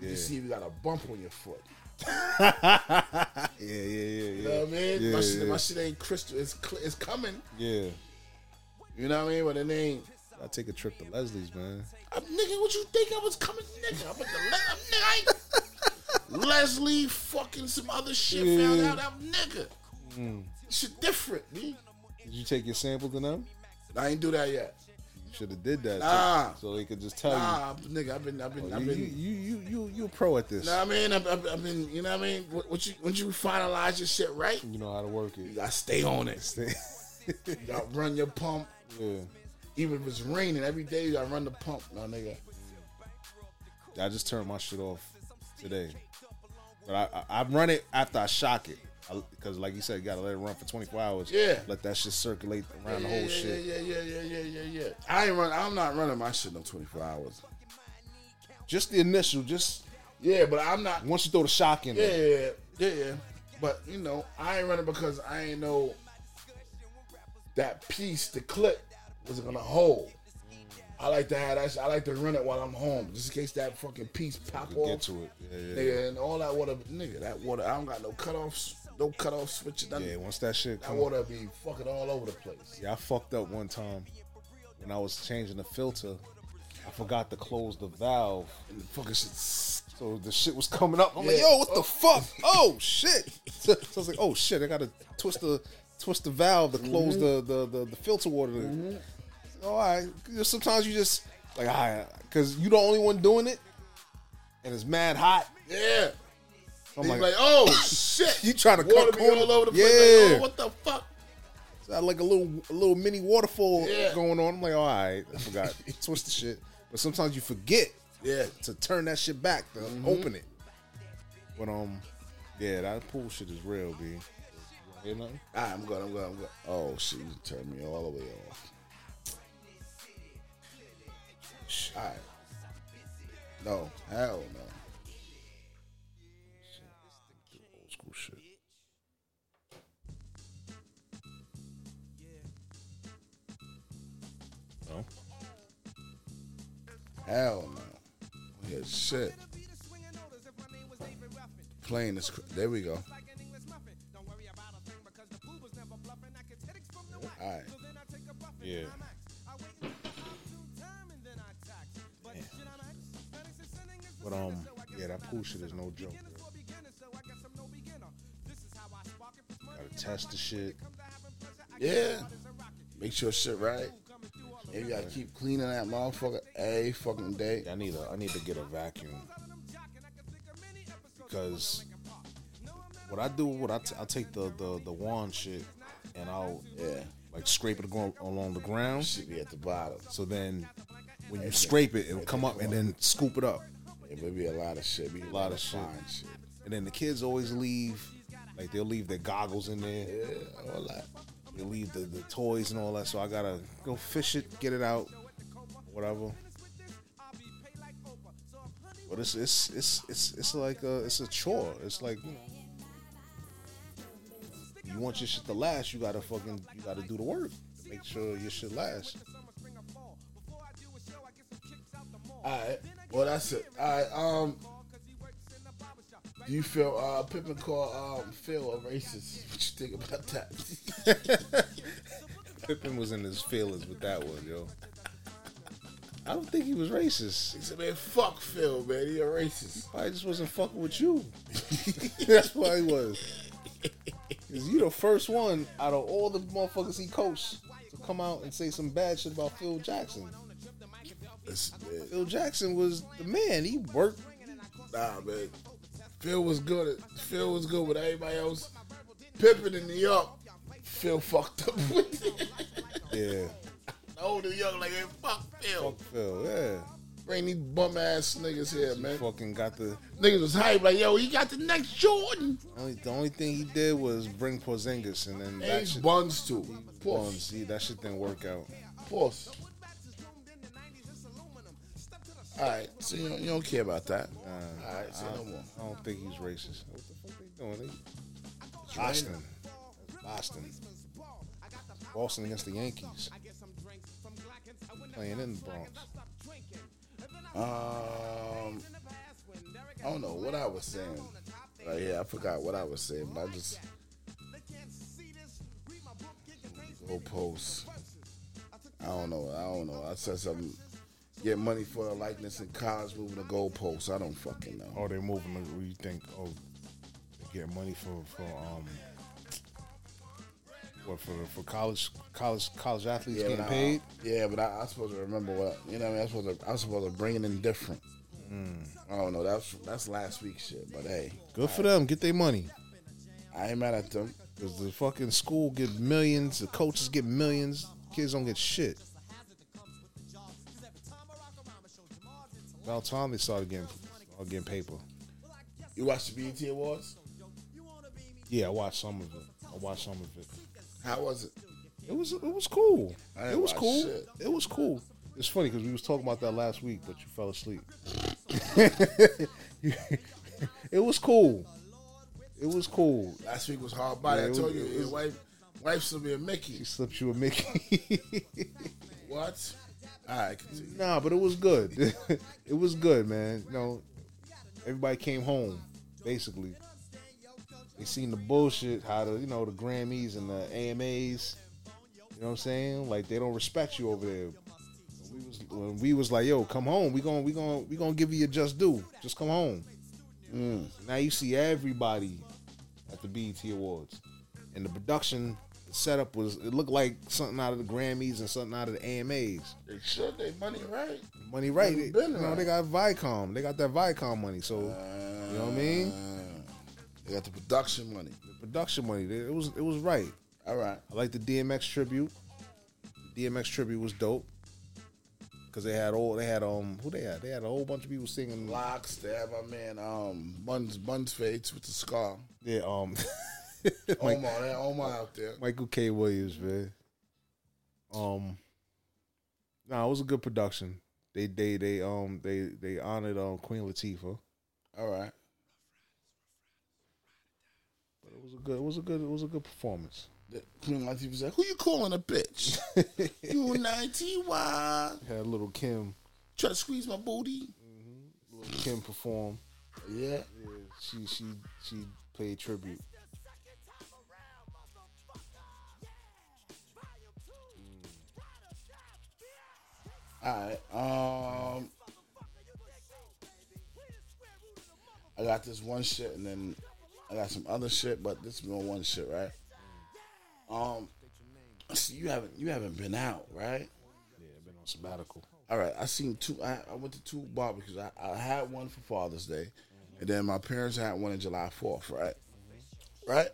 You Yeah. see, if you got a bump on your foot. Yeah, yeah, yeah, yeah. You know what I mean? Yeah, my, shit, yeah. my shit ain't crystal. It's cl- it's coming. yeah. You know what I mean? But it ain't. take a trip to Leslie's, man. I'm, nigga, what you think I was coming, nigga? I'm at the le- I'm, nigga, I ain't- Leslie fucking some other shit. Found Yeah. out I'm nigga. Mm. Shit different, me. Did you take your sample to them? I ain't do that yet. Should have did that. so- Nah. So, they could just tell Nah, I'm- nigga, I've been, I've you. been, Oh, I've you, been. you, you, you, you, are pro at this. Know what I mean? I've, I've, I've been, you know what I mean? What, what you, once you finalize your shit right, You know how to work it. You gotta stay on it. Stay- you gotta run your pump. Yeah. Even if it's raining every day, you gotta run the pump, no nigga. I just turned my shit off today, but I, I, I run it after I shock it because, like you said, you gotta let it run for 24 hours. Yeah. Let that shit circulate around yeah, the whole yeah, shit. Yeah, yeah, yeah, yeah, yeah, yeah, yeah. I ain't run. I'm not running my shit no 24 hours. Just the initial, just yeah, but I'm not. Once you throw the shock in, Yeah, there, yeah, yeah, yeah, yeah. But you know, I ain't running because I ain't know that piece, the clip, was gonna hold. I like to have that. Shit. I like to run it while I'm home, just in case that fucking piece pop you off. get to it. Yeah, yeah. Nigga, and all that water, nigga, that water, I don't got no cutoffs, no cutoff switches. None. Yeah, once that shit that come- water be fucking all over the place. Yeah, I fucked up one time when I was changing the filter. I forgot to close the valve. And the fucking shit. So the shit was coming up. I'm like, Yeah. yo, what the fuck? Oh shit! So, so I was like, oh shit, I gotta twist the twist the valve to close Mm-hmm. the, the, the the filter water. to-" All right. 'Cause Sometimes you just like, all right, because you the only one doing it, and it's mad hot. Yeah. I'm He's like, like, oh shit! You trying to water cut be corners? all over the place? yeah. Like, oh, what the fuck? It's not like a little a little mini waterfall Yeah. going on. I'm like, all right, I forgot. Twist the shit. But sometimes you forget yeah. Mm-hmm. to turn that shit back to open it. But um yeah, that pool shit is real, B. You hear nothing? Ah, I'm good. I'm good. I'm good. Oh shit! You turned me all the way off. All right. No, hell no. Old school shit. No? Hell no. Yeah, shit. Playing this. Cr- there we go. All right. Yeah. But um yeah, that pool shit is no joke. bro. Gotta test the shit. Yeah. Make sure shit right. And you gotta keep cleaning that motherfucker every fucking day. I need a I need to get a vacuum. Because what I do, what I, t- I take the, the the wand shit and I'll yeah like scrape it go- along the ground. Should be at the bottom. So then when you scape it, it'll come up and then scoop it up. It would be a lot of shit. A lot of shit. And then the kids always leave, like they'll leave their goggles in there. Yeah, all that. They leave the, the toys and all that. So I gotta go fish it, get it out, whatever. But it's it's it's it's it's like a it's a chore. It's like you know, you want your shit to last, you gotta fucking you gotta do the work to make sure your shit lasts. Alright. Well, that's it. Alright. Um. Do you feel uh, Pippin called um, Phil a racist? What you think about that? Pippin was in his feelings with that one, yo. I don't think he was racist. he said, "Man, fuck Phil, man. He a racist." I just wasn't fucking with you. That's why he was. Cause you the first one out of all the motherfuckers he coached to come out and say some bad shit about Phil Jackson. Phil Jackson was the man. He worked. Nah, man. Phil was good. At, Phil was good with everybody else. Pippin in New York, Phil fucked up with it. Yeah. Old New York, like, hey, fuck Phil. Phil, yeah. Bring these bum ass niggas here, man. Fucking got the Niggas was hype, like, yo, he got the next Jordan. only the only thing he did was bring Porzingis and then And that he shit buns too. buns. Puss. See, that shit didn't work out. Puss. All right, so you don't, you don't care about that. All right, say I, no more. I don't think he's racist. What the fuck they doing? They raining. Boston. That's Boston. Boston against the Yankees. Playing in the Bronx. Um, I don't know what I was saying. Right yeah, I forgot what I was saying, but I just go post. I don't know. I don't know. I said something. Get money for a likeness and cars moving the goalposts. I don't fucking know. Oh, they moving. the- We think oh, they get money for for um, what for for college college college athletes Yeah, getting but I- paid. yeah, but I, I supposed to remember what you know. What I mean, I supposed to. I was supposed to bring it in different. Mm. I don't know. That's that's last week's shit. But hey, Good for them. Get their money. I ain't mad at them. Cause the fucking school get millions. The coaches get millions. Kids don't get shit. About time they started getting started getting paper. You watched the BET Awards? Yeah, I watched some of it. I watched some of it. How was it? It was it was cool. I didn't It was watch cool. shit. It was cool. It's funny because we was talking about that last week, but you fell asleep. it was cool. It was cool. Last week was hard body. Yeah, I it told was- you, it your was- wife, wife should be a Mickey. She slipped you a Mickey. What? All right, continue. nah, but it was good. it was good, man. You know, everybody came home basically. They seen the bullshit, how the you know the Grammys and the AMAs. You know what I'm saying? Like they don't respect you over there. We was when we was like, yo, come home. We gon' we gon' we gonna give you your just due. Just come home. Now you see everybody at the BET Awards, and the production setup was it looked like something out of the Grammys and something out of the AMAs. They should. They money right. Money right? Money They, been you know, right. they got Viacom. They got that Viacom money. So you know what I mean? They got the production money. The production money. They- It was it was right. All right. I like the DMX tribute. The DMX tribute was dope. Cause they had all they had um who they had they had a whole bunch of people singing Locks. They have my man um Buns Buns Fades with the scar. yeah um Omar, they had Omar out there. Michael K. Williams, man. Um, nah, it was a good production. They they they um they they honored um Queen Latifah. All right. But it was a good it was a good it was a good performance. The Queen Latifah said, "Who you calling a bitch? you ninety why? Had little Kim Mm-hmm. Try to squeeze my booty? little Kim perform. Yeah. Yeah, she she she played tribute. Mm. All right. Um, I got this one shit, and then I got some other shit, but this is my one shit, right? Um, so you haven't you haven't been out, right? Yeah, been on sabbatical. All right, I seen two. I, I went to two barbecues. I, I had one for Father's Day, and then my parents had one on July Fourth. Right, right.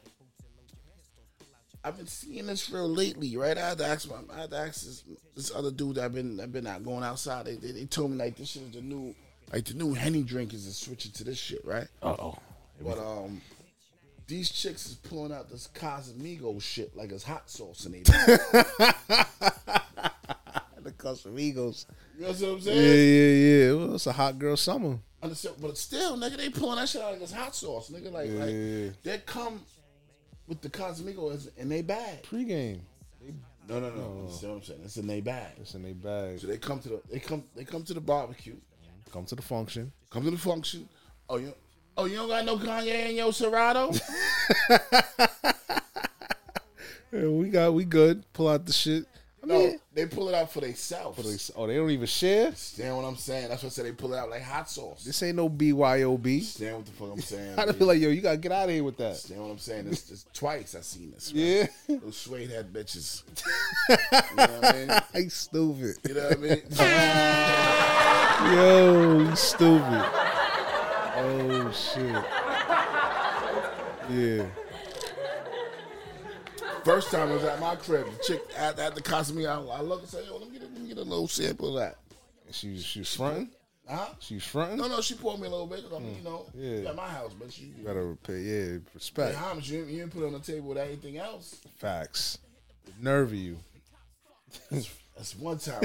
I've been seeing this real lately. Right, I had to ask my, I had to ask this, this other dude. That I've been, I've been out going outside. They, they, they told me like this is the new, like the new henny drinkers is switching to this shit. Right. Uh oh. But um, these chicks is pulling out this Casamigo shit like it's hot sauce in it. The Casamigos. You know what I'm Yeah saying? yeah yeah. Well, it's a hot girl summer. Understand, but still, nigga, they pulling that shit out like it's hot sauce, nigga. Like, Yeah. like they come with the Cosmigos in they bag. Pregame. No, no, no. You see what I'm saying? It's in they bag. It's in their bags. So they come to the they come they come to the barbecue, Come to the function. come to the function. Oh, you oh you don't got no Kanye in your Serato? Yeah, we got we good. Pull out the shit. I no, mean, they pull it out for themselves. But they, oh, they don't even share. Understand what I'm saying? That's what I said. They pull it out like hot sauce. This ain't no BYOB. Understand what the fuck I'm saying? I'd be dude? like, yo, you gotta get out of here with that. Understand what I'm saying? It's just twice I seen this. man. Yeah, Those suede head bitches. you know what I mean? I stupid. You know what I mean? That's Yo, you stupid. Oh shit. Yeah. First time I was at my crib, the chick at, at the Cosme, I, I look and say, yo, let me, get a, let me get a little sample of that. She she was fronting. Huh? She was fronting. No, no, she poured me a little bit. 'cause I'm, you know, Yeah. at my house, but she, You gotta pay. Yeah, hey, respect. how much you, you didn't put it on the table with anything else? Facts. Nerve you. That's one time.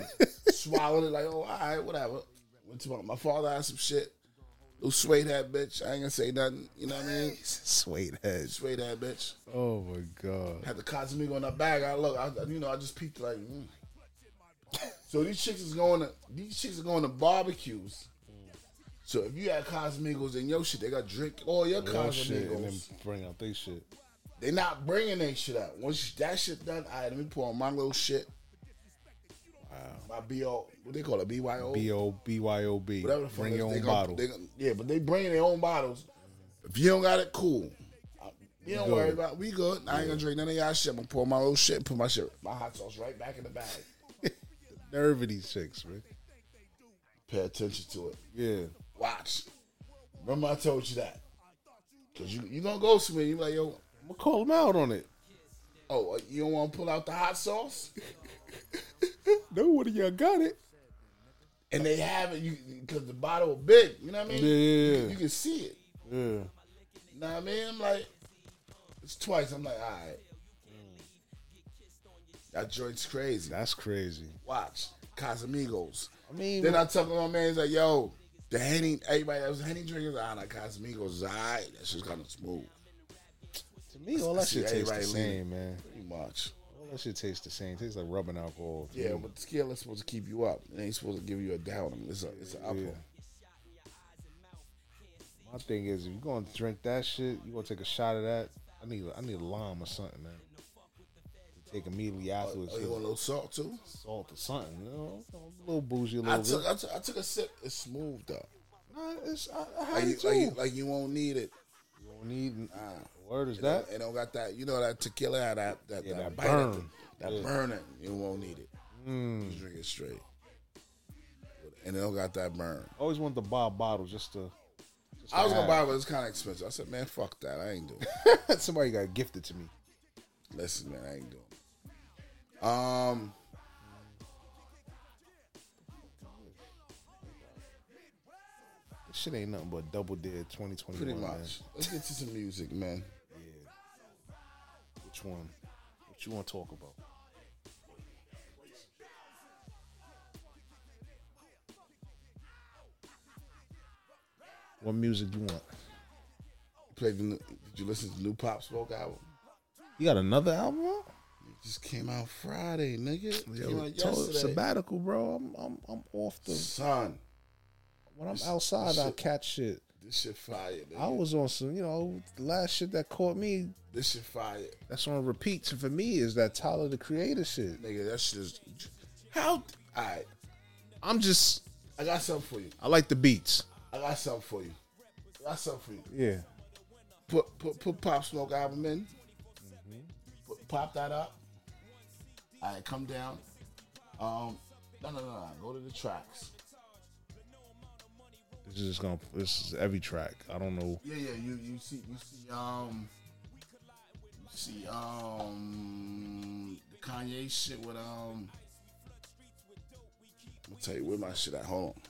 Swallowed it like, oh, all right, whatever. Went to my, my father had some shit. Little suede hat bitch. I ain't gonna say nothing. You know what I mean? Sweet head. Suede hat bitch. Oh my god. Had the Cosmigo in her bag. I look, I, you know, I just peeked like. mm. So these chicks is going to these chicks are going to barbecues. So if you had Cosmigos in your shit, they got drink all your Real shit, and then Cosmigos. bring out they shit. They not bringing that shit out. Once that shit done, all right, let me pour on my little shit. My BO, what they call it, BYO? B O B Y O B. Whatever the fuck Bring it your is, they own gonna- bottle. they gonna- yeah, but they bring their own bottles. If you don't got it, cool. I- You don't good. worry about We good. I ain't Yeah. gonna drink none of y'all shit. I'm gonna pour my own shit, put my shit, my hot sauce right back in the bag. Nerve of these chicks, man. Pay attention to it. Yeah. Watch. Remember I told you that. Cause you you gonna go somewhere. You like yo, I'm gonna call them out on it. Oh, uh, you don't want to pull out the hot sauce? no one of y'all got it. And they have it, you because the bottle big. You know what I mean? Yeah, yeah, yeah. You can see it. Yeah. You know what I mean? I'm like, it's twice. I'm like, all right. That joint's crazy. That's crazy. Watch Casamigos. I mean, then I talk to my man. He's like, yo, the Henny, everybody that was Henny drinkers, ah, like Casamigos, is all right. That shit's kind of smooth. To me, all that shit tastes the same, man. Pretty much. All that shit tastes the same. tastes like rubbing alcohol. to Yeah, me. but tequila is supposed to keep you up. It ain't supposed to give you a down. It's a it's an up. my thing is, if you're gonna drink that shit, you gonna take a shot of that. I need, I need a lime or something, man. Take immediately afterwards. Oh, you want a little salt too? Salt or something, you know? A little bougie, a I little bit. took, I took I took a sip. It's smooth though. Nah, it's, I, I had Like you, it like, you, too. like you won't need it. You won't need. Nah. Word is it that? Don't, it don't got that. You know that tequila had that that, that, that bite at burn. the- That Yeah. burning. You won't need it. Mm. Just drink it straight. And it don't got that burn. I always want the Bob bottle just to. just I was to gonna have. buy it, but it's kind of expensive. I said, man, fuck that. I ain't doing. it. Somebody got gifted to me. Listen, man, I ain't doing. it. Um. This shit ain't nothing but double dare 2021. Pretty man. much. Let's get to some music, man. Which one? What you want to talk about? What music you want? Play the. new- Did you listen to the new Pop Smoke album? You got another album? out? It just came out Friday, nigga. It Yo, came out tell- yesterday. sabbatical, bro. I'm I'm I'm off the. Son, When I'm this- outside, this I shit- catch shit. this shit fire. Nigga. I was on some, you know, the last shit that caught me. This shit fire, That's on repeats for me is that Tyler the Creator shit. nigga. That shit is. How? All right, I'm just, I got something for you. I like the beats. I got something for you. I got something for you. Yeah. Put put put Pop Smoke album in. Put, pop that up. All right, come down. Um, no no no, no. go to the tracks. This is just gonna. This is every track. I don't know. Yeah, yeah. You you see you see um you see um the Kanye shit with um. I'm gonna tell you where my shit at. Hold on,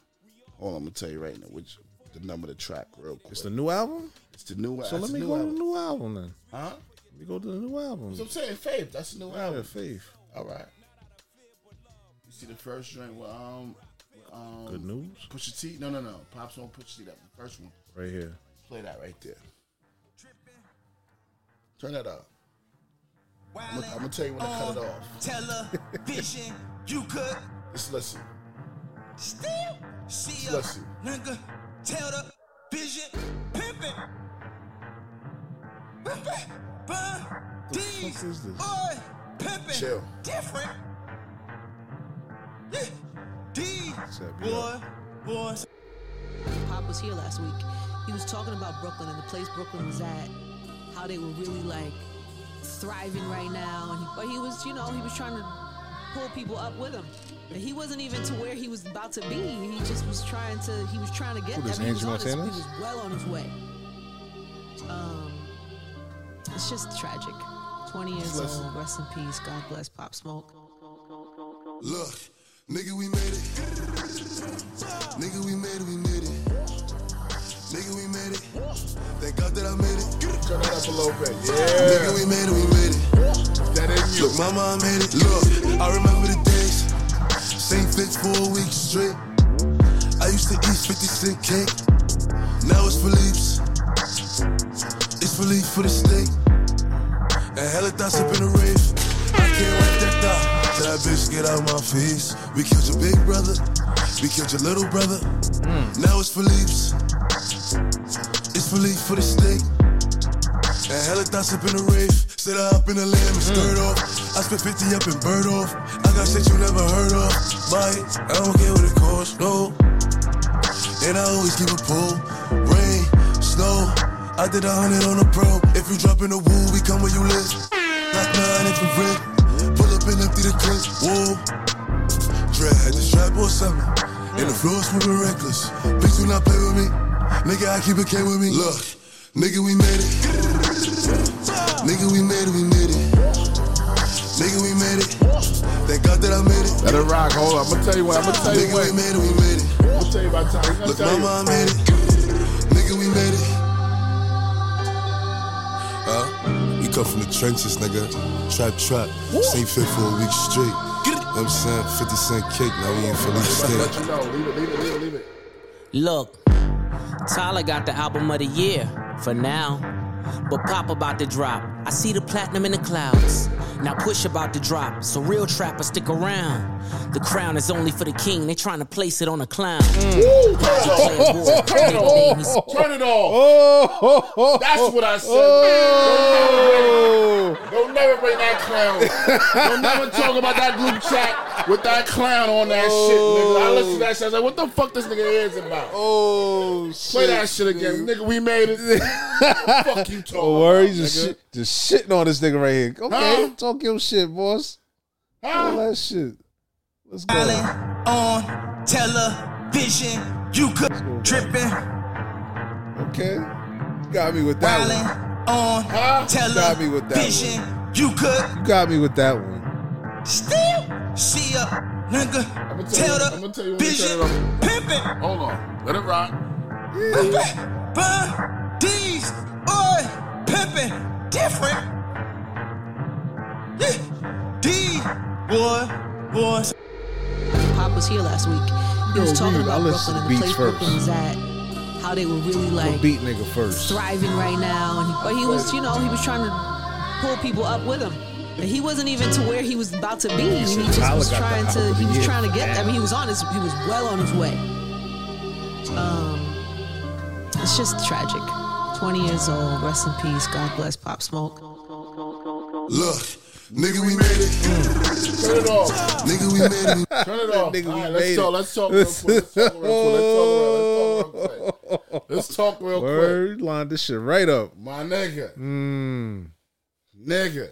hold on. I'm gonna tell you right now which the number of the track real quick. It's the new album. It's the new. So it's let the me new go album. to the new album then. Huh? Let me go to the new album. So I'm saying Faith. That's the new Yeah, album. Faith. All right. You see the first joint with um. with, um Good news? Pusha T? No, no, no. Pops won't Pusha T. That the first one. Right here. Play that right there. Turn that up. I'm gonna, I'm gonna tell you when to cut it off. Television, you could Just listen. still see a Listen. nigga tell the vision pimpin'. Pimpin', bun, D's, is this? boy, pimpin'. Chill. Different. Yeah. D, Set me boy, up. boy. Pop was here last week. He was talking about Brooklyn and the place Brooklyn was at, how they were really like thriving right now. And he, but he was, you know, he was trying to pull people up with him. And he wasn't even to where he was about to be. He just was trying to. He was trying to get Who, there. this but he, was Angie on his, he Martinez? was well on his way. Um, it's just tragic. Twenty years Listen. old. Rest in peace. God bless Pop Smoke. Look, nigga, we made it. Nigga, we made it, we made it. Nigga, we made it. Thank God that I made it. Turn that up a little bit. Nigga, we made it, we made it. That is you. Look, mama, I made it. Look, I remember the days. Same fits for a week straight. I used to eat 50 cent cake. Now it's Philippe's. It's Philippe for the steak. And hella thoughts up in the rave. I can't wait that thought. Tell that bitch get out my face. We killed your big brother. We killed your little brother. Now it's Philippe's. It's Philippe for the steak. And And hella thoughts up in the rave. Sit up in the lamb and skirt off. I spent 50 up in bird off. I got shit you never heard of. Buy it, I don't care what it costs, no. And I always keep a pool. Rain, snow. I did a hundred on the pro. If you drop in the woo, we come where you live. Knock nine if you rip. Pull up and empty the clip. Whoa. Dread had the strap on something. And the floor smoking reckless. Bitch, do not play with me. Nigga, I keep it K with me. Look, nigga, we made it. Nigga, we made it, we made it. Nigga, we made it. Thank God that I made it. Let it rock. Hold on. I'm gonna tell you what. I'm gonna tell you Nigga, what. we made it, we made it. I'm gonna tell you about time. I'm gonna Look, tell you. mama, I made it. Nigga, we made it. Huh? We come from the trenches, nigga. Trap, trap. Same fit for a week straight. You know what I'm saying? 50 cent cake, now we ain't Philly steak. Let you know. Leave it. Leave it. Leave it. Leave it. Look, Tyler got the album of the year for now. But Pop about to drop. I see the platinum in the clouds. Now push about to drop. So real trappers stick around. The crown is only for the king. They trying to place it on a clown. Turn it off. Oh, Turn it off. That's what I said. Oh. Don't never bring that clown. Don't never talk about that group chat with that clown on that shit, nigga. I listened to that shit. I was like, what the fuck this nigga is about? Oh, Play that shit again. Nigga, we made it. fuck you talking Oh, about, worries just nigga. shit, just shitting on this nigga right here. Okay, Huh? talk your shit, boss. All that shit. Let's go. on television. You could dripping. Okay. Got me with that on one. You got me with that television. one. You could. You got me with that one. Still see a nigga. Tell the vision pimpin'. Hold on. Let it rock. Pimpin'. Burn these boy pimpin'. Different. Yeah. These boy boys. Pop was here last week. He was Yo, talking Reed, I about listen Brooklyn and the to beats place Brooklyn first. was at, how they were really I'm a like beat nigga first. thriving right now. And he, but he was, you know, he was trying to pull people up with him. And he wasn't even to where he was about to be. He He said just Tyler was got the trying album to. of He the was year. trying to get. I mean, he was on his. He was well on his way. Um, it's just tragic. Twenty years old. Rest in peace. God bless Pop Smoke. Look, nigga, we made it. Turn it off. Nigga, we made it. Turn it off. Nigga, All right, we let's made it. talk. Let's talk real quick. Let's talk real quick. Let's talk real quick. Let's talk real quick. Let's talk real quick. Word, line this shit right up. My nigga. Mm. Nigga.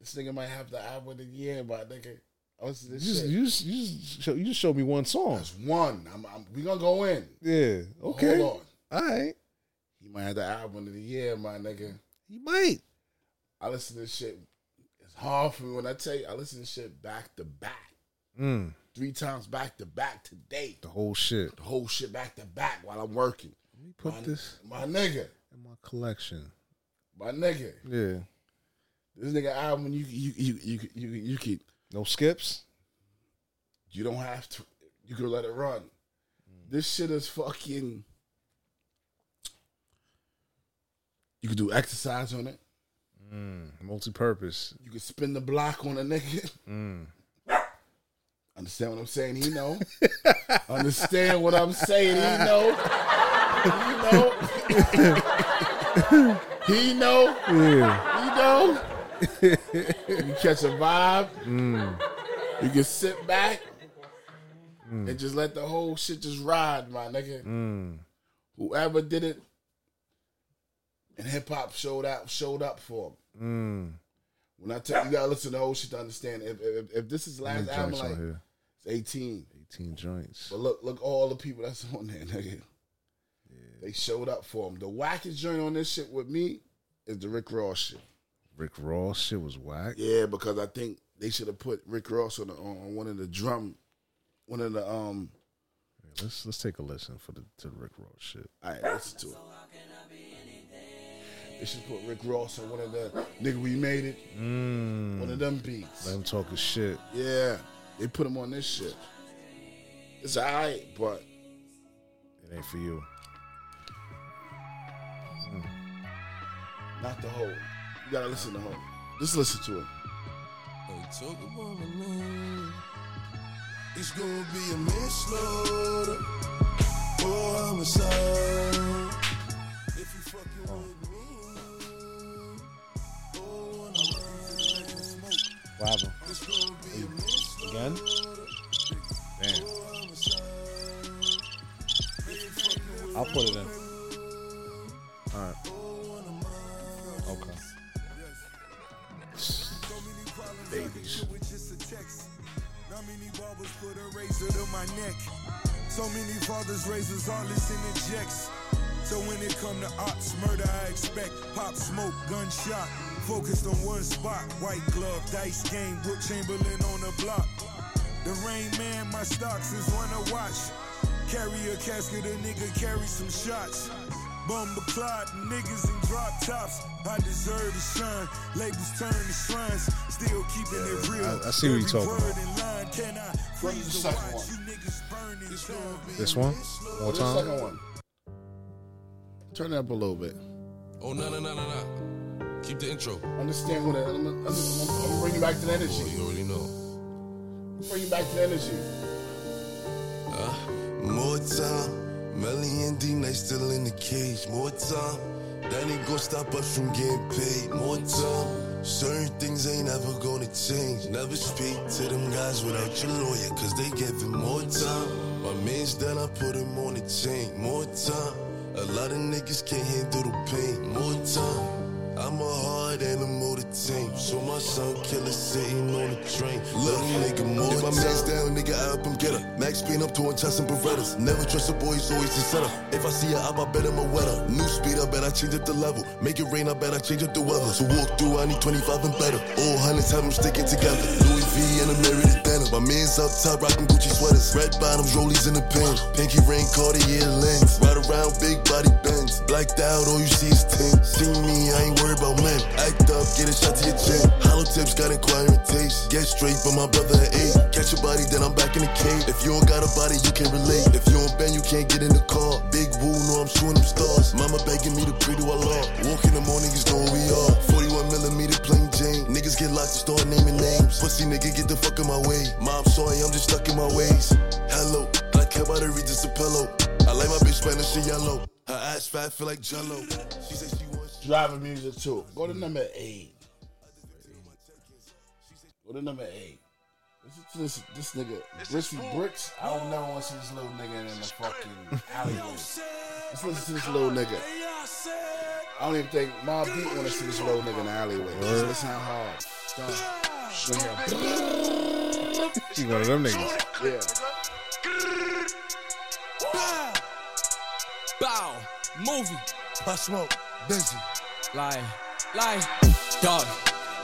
This nigga might have the album of the year, my nigga. I listen to You this just, shit. you, just, you, just show, you just showed me one song. One. I'm, I'm, we gonna go in. Yeah. Okay. Hold on. All right. He might have the album of the year, my nigga. He might. I listen to this shit. It's hard for me when I tell you I listen to this shit back to back. Mm. Three times back to back today. The whole shit. The whole shit back to back while I'm working. Let me put my, this- My nigga. My collection. My nigga. Yeah. This nigga album you you you you you you, you could No skips. You don't have to. You can let it run. This shit is fucking. You can do exercise on it. Mm. Multi-purpose. You can spin the block on a nigga. Mm. Understand what I'm saying? He know. Understand what I'm saying? He know. He know. he know. Yeah. He know. You can catch a vibe. Mm. You can sit back and just let the whole shit just ride, my nigga. Mm. Whoever did it, and hip hop showed out, showed up for him. Mm. When I tell you, you gotta listen to the whole shit to understand. If if, if this is the How many last album, joints on like here? it's eighteen. 18 joints. But look, look all the people that's on there, nigga. They showed up for him. The wackest joint on this shit with me is the Rick Ross shit. Rick Ross shit was whack. Yeah, because I think they should have put Rick Ross on, the, on one of the drum, one of the um. Let's let's take a listen for the to the Rick Ross shit. All right, listen to it. They should put Rick Ross on one of the nigga. We made it. Mm. One of them beats. Let him talk his shit. Yeah, they put him on this shit. It's alright, but It ain't for you. not the whole. You gotta listen to whole. Just listen to it. Talk about my name. It's gonna be a manslaughter or homicide. If you fucking with me, Popping. Again? Damn. I'll put it in. Alright. Okay. Babies. razor to my neck. So many fathers razors, all this in injects. So when it come to ops, murder I expect. Pop smoke, gunshot, focused on one spot. White glove, dice game, Wood Chamberlain on the block. The rain man, my stocks is one to watch. Carry a casket, a nigga carry some shots. Bumba clot, niggas in drop tops. I deserve to shine. Labels turn to shrines. Still keeping it real. I, I see what you're talking about. From the second one. This one? More The time? second one. Turn it up a little bit. Oh no no no no no! Keep the intro. Oh, Understand what I- I'm gonna- I'm gonna I'm gonna bring you back to the energy. You already know. Bring you back to the energy. Uh, more time. Melly and D night still in the cage. More time. That ain't gonna stop us from getting paid. More time. Certain things ain't ever gonna change. Never speak to them guys without your lawyer, cause they giving more time. My man's done, I put him on the chain. More time. A lot of niggas can't handle the pain. More time. I'm a hard animal to tame. So my son killer sitting on the train. Little nigga more. If my man's down, nigga, I up him, get her. Max Payne up to him, try some Berettas. Never trust a boy, he's always the setup. If I see a op, I bet him a wetter. New speed, I bet I change up the level. Make it rain, I bet I change up the weather. So walk through, I need 25 and better. All hundreds have them sticking together. Louis V and a married to denim. My man's up top, rocking Gucci sweaters. Red bottoms, rollies in the pen. Pinky ring, Cartier lens. Ride around, big body bends. Blacked out, all you see is tint. See me, I ain't worried about men. Act up, get a shot to your chin. Hollow tips got inquiring taste. Get straight, but my brother an eight. Catch a body, then I'm back in the cave. If you don't got a body, you can't relate. If you don't bend, you can't get in the car. Big woo, no, I'm shooting them stars. Mama begging me to pray to Allah. Walk in the morning, niggas know who we are. 41 millimeter plain Jane. Niggas get locked and start naming names. Pussy nigga, get the fuck in my way. Mom, sorry, I'm just stuck in my ways. Hello, I care about her, read just a pillow. I like my bitch Spanish and yellow. Her ass fat, feel like jello. She said she wants. Driving music too. Go to number eight. Go to number eight. This, this, this nigga, Richie Bricks, I don't never want to see this little nigga in the fucking alleyway. Let's listen to this little nigga. I don't even think Mob Deep want to see this little nigga in the alleyway. Let's listen how hard. Stop. Go here. He one of them niggas. Yeah. Bow, movie. Bus smoke, busy. Lie, lie. Dog,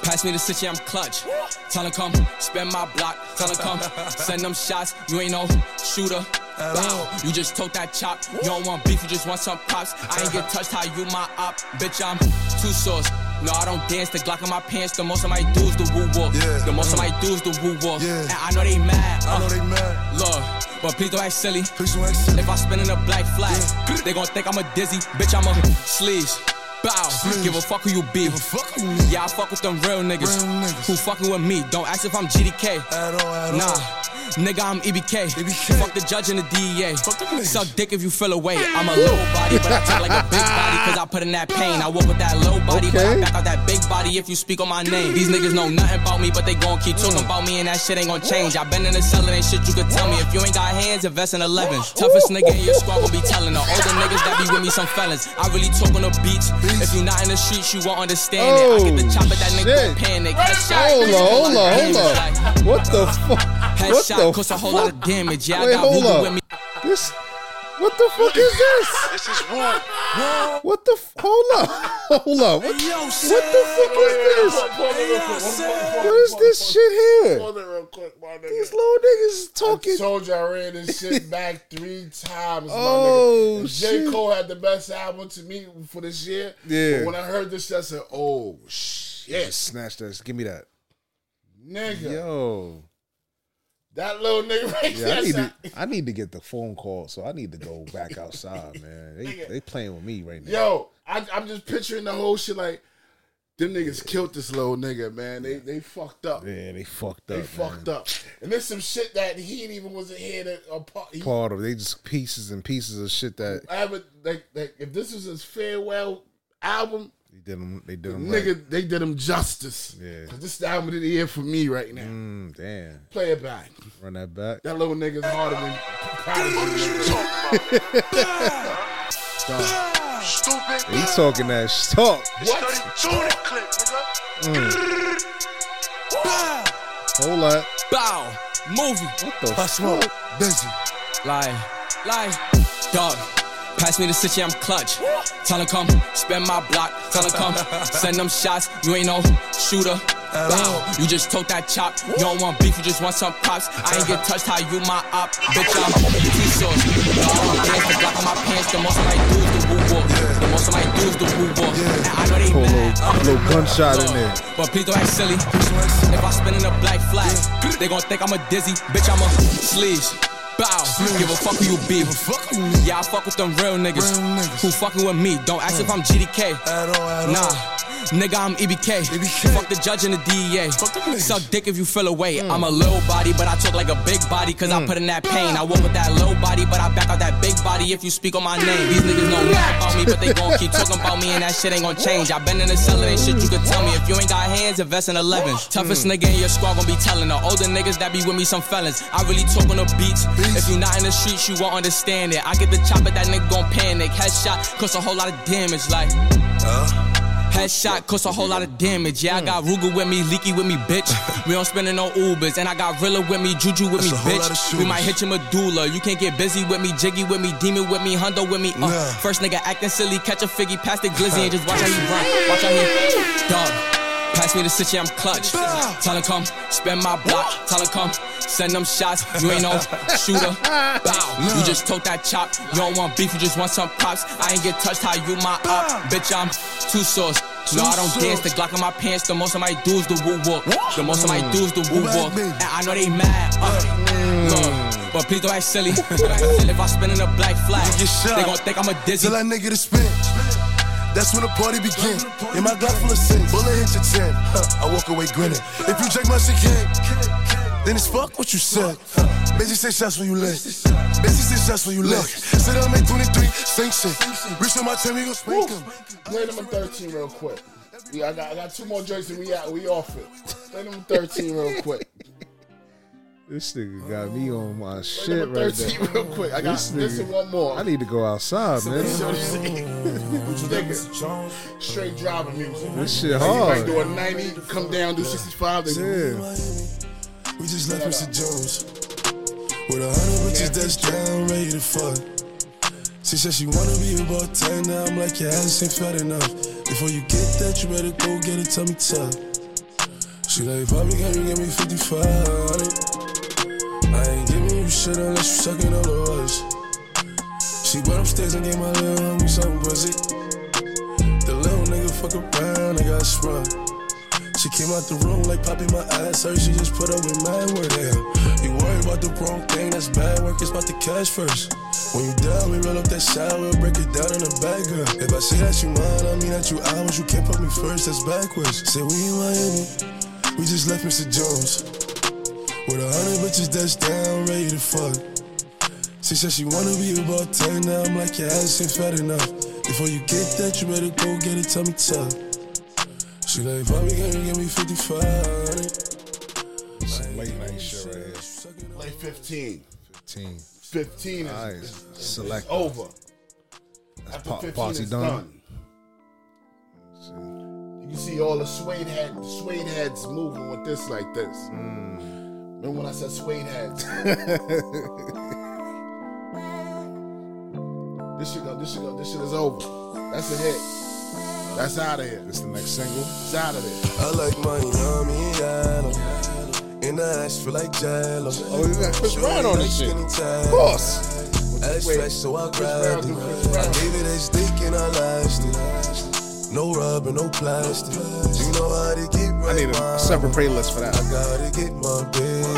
pass me the city, I'm clutch. Tell 'em come, spin my block. Tell 'em come, send them shots. You ain't no shooter. Bow, you just took that chop. You don't want beef, you just want some pops. I ain't get touched, how you my op? Bitch, I'm two sauce. No, I don't dance. The Glock on my pants. The most of my dudes the woo walk. The most of my dudes the woo walk. And I know they mad. I know they mad. Look, but please don't act silly. Please don't act silly. If I spin in a black flag, they gon' think I'm a dizzy. Bitch, I'm a sleaze. Bow. Give a fuck who you be. Yeah, I fuck with them real niggas. Who fucking with me? Don't ask if I'm GDK. nah. Nigga, I'm E EBK. Fuck the judge and the E DEA. Suck dick if you feel away. I'm a low body, but I talk like a big body, cause I put in that pain. I walk with that low body, but I back out that big body if you speak on my name. These niggas know nothing about me, but they gon' keep talking about me, and that shit ain't gon' change. I been in the cellar, ain't shit you could tell me. If you ain't got hands, invest in 11. Toughest nigga in your squad gon' be telling the older niggas that be with me, some fellas. I really talk on the beats. If you not in the streets, you won't understand it. I get the Oh, chop, but that nigga gon' panic. Hold on, hold on, hold on. What the fuck? What Headshot the cost a whole fuck? lot of damage. Yeah, Wait, I got hold Ruger up. with me. This. What the fuck is this? This is one. What the? F- hold up. Hold up. What, what the fuck is this? What is this shit here? Hold it real quick, my nigga. These little niggas talking. I told you I ran this shit back three times. My Oh, nigga. And J. shit. Cole had the best album to me for this year. Yeah. But when I heard this, I said, oh, shit. Snatch this. Give me that. Nigga. Yo. That little nigga right Yeah, I there. need to, said- I need to get the phone call, so I need to go back outside, man. They they playing with me right now. Yo, I, I'm just picturing the whole shit like, them niggas killed this little nigga, man. They they fucked up. Yeah, they fucked up. They man. fucked up. And there's some shit that he ain't even wasn't here to a part. He, Part of they just pieces and pieces of shit that I would like, like if this was his farewell album, They did them. They did them. Nigga, they did him justice. Yeah. 'Cause this is the album of the year for me right now. Mm, damn. Play it back. Run that back. That little nigga's harder than. Stop. Stupid. He talking that sh- talk. What? Tune clip, Mm. Hold up. Bow, movie. What the I smoke, busy. Lie, lie, dog. Pass me the city, I'm clutch. Tell him come, spend my block. Tell him come, send them shots. You ain't no shooter. Bow, you just took that chop. You don't want beef, you just want some pops. I ain't get touched, how you my op? Bitch, I'm too sauce. Dog, my pants, the block of my pants. The most I might do is the woo walk. The most I might do is the woo walk. And I know they Pull a mad. little, little gunshot in there. But please don't act silly. If I spin in a black flag, they gon' think I'm a dizzy. Bitch, I'm a sleaze. Bow. Give a fuck who you be. Yeah, I fuck with them real niggas. Mm. Who fucking with me? Don't ask if I'm GDK. nah. Nigga, I'm EBK. Fuck the judge and the DEA. Suck dick if you feel away. I'm a little body, but I talk like a big body, cause I put in that pain. I walk with that low body, but I back out that big body if you speak on my name. These niggas don't lie about me, but they gon' keep talking about me, and that shit ain't gon' change. i been in the cellar, ain't shit you could tell me. If you ain't got hands, invest in 11. Toughest Mm. nigga in your squad gon' be telling the older niggas that be with me some felons. I really talk on the beats. If you not in the streets, you won't understand it. I get the chop, but that nigga gon' panic. Headshot, cause a whole lot of damage, like. Headshot cause a whole lot of damage. Yeah, I got Ruger with me, Leaky with me, bitch. We don't spending no Ubers, and I got Rilla with me, Juju with me, That's a whole lot of bitch. shooters. We might hit your medulla. You can't get busy with me, Jiggy with me, Demon with me, Hundo with me. Uh, Nah. First nigga acting silly, catch a figgy, pass the glizzy, and just watch how he run. Watch how he dog. Pass me the city, I'm clutch. Tell him come, spend my block. Tell him come, send them shots. You ain't no shooter. Bow. You just took that chop. You don't want beef, you just want some pops. I ain't get touched, how you my op. Bitch, I'm too sauce. No, I don't Too dance. The Glock in my pants. The most I might do is the woo walk. The most I Mm. might do is the woo walk. And I know they mad. Uh, Mm. look, but please don't act silly. if I spin in a black flag, they gon' think I'm a dizzy. Till I nigga to spin. That's when the party begin. In my Glock full of sin, bullet hit your chin. Huh, I walk away grinning. If you check my shit, kid, then it's fuck what you said. Huh, Busy say shots when you lit. Busy say shots when you lit. Sit down, make 23, sing shit. Reach on my time, we gon' spank him. Play number 13 real quick. We, I, got, I got two more jerseys. We out. We off it. Play number 13 real quick. This nigga got me on my Play shit number right 13 there. real quick. I got this, and one more. I need to go outside, man. This nigga, straight driving music. This shit Like, hard. Like do a 90, come down, do 65. They Yeah. We just left Mr. Jones. With a hundred bitches that's down, ready to fuck. She said she wanna be about ten. Now I'm like, your ass ain't fat enough. Before you get that, you better go get a tummy tuck. She like, Bobby, can you get me 55? I ain't giving you shit unless you sucking all the oars. She went upstairs and gave my little homie something pussy. The little nigga fuck around, I got sprung. She came out the room like popping my ass hurt. She just put up with mad work. Damn, you worry about the wrong thing. That's bad work. It's about the cash first. When you down, we roll up that shot. We'll break it down in the bag, girl. If I say that you mine, I mean that you ours. You can't put me first. That's backwards. Say we in Miami. We just left Mr. Jones. With a hundred bitches that's down, ready to fuck. She said she wanna be about ten. Now I'm like your ass ain't fat enough. Before you get that, you better go get it. Tell me tough. She like, Bobby, can you give me 55? Some late night shit right here. Play 15. 15. 15 is, Alright, is- is select. over. That's After pa- 15 party is done. done. You can see all the suede head, suede heads moving with this like this. Mm. Remember when I said suede heads? this shit go, this shit go, this shit is over. That's a hit. That's out of here. It's the next single. It's out of there. I like my yummy yellow. And the ass feel like jello. Oh, you got Chris Brown on this shit. Of course. Ass flex, so I grabbed it. I gave it a stick and I lashed it. No rubber, no plastic. You know how to get right. I need a separate playlist for I that. gotta get my baby.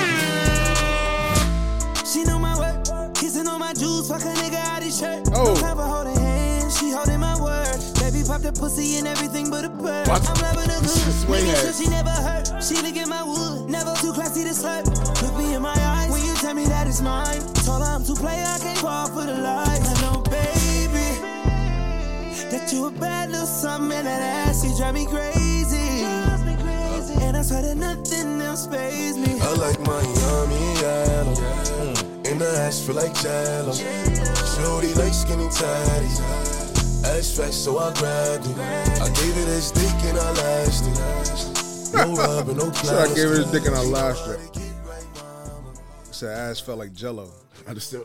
She know my work, kissing on my jewels, fuck a nigga out his shirt. Oh. No time for holding hands, she holding my word. Baby popped a pussy and everything but a bird. What? I'm loving her good, way making sure ahead. she never hurt. She licking my wood, never too classy to slurp. Look me in my eyes when you tell me that it's mine. Told her I'm too play, I can't fall for the lies. I know, baby, That you a bad little something and that ass, you drive me crazy. And I swear that nothing else faze me. I like Miami, Adam. And the ass feel like jello. Shorty like skinny tatties. Ass fat, so I grabbed it. I gave it his dick and I lashed it. No rubber, no So I gave her his plastic. dick and I lashed it. Said ass felt like jello. I just still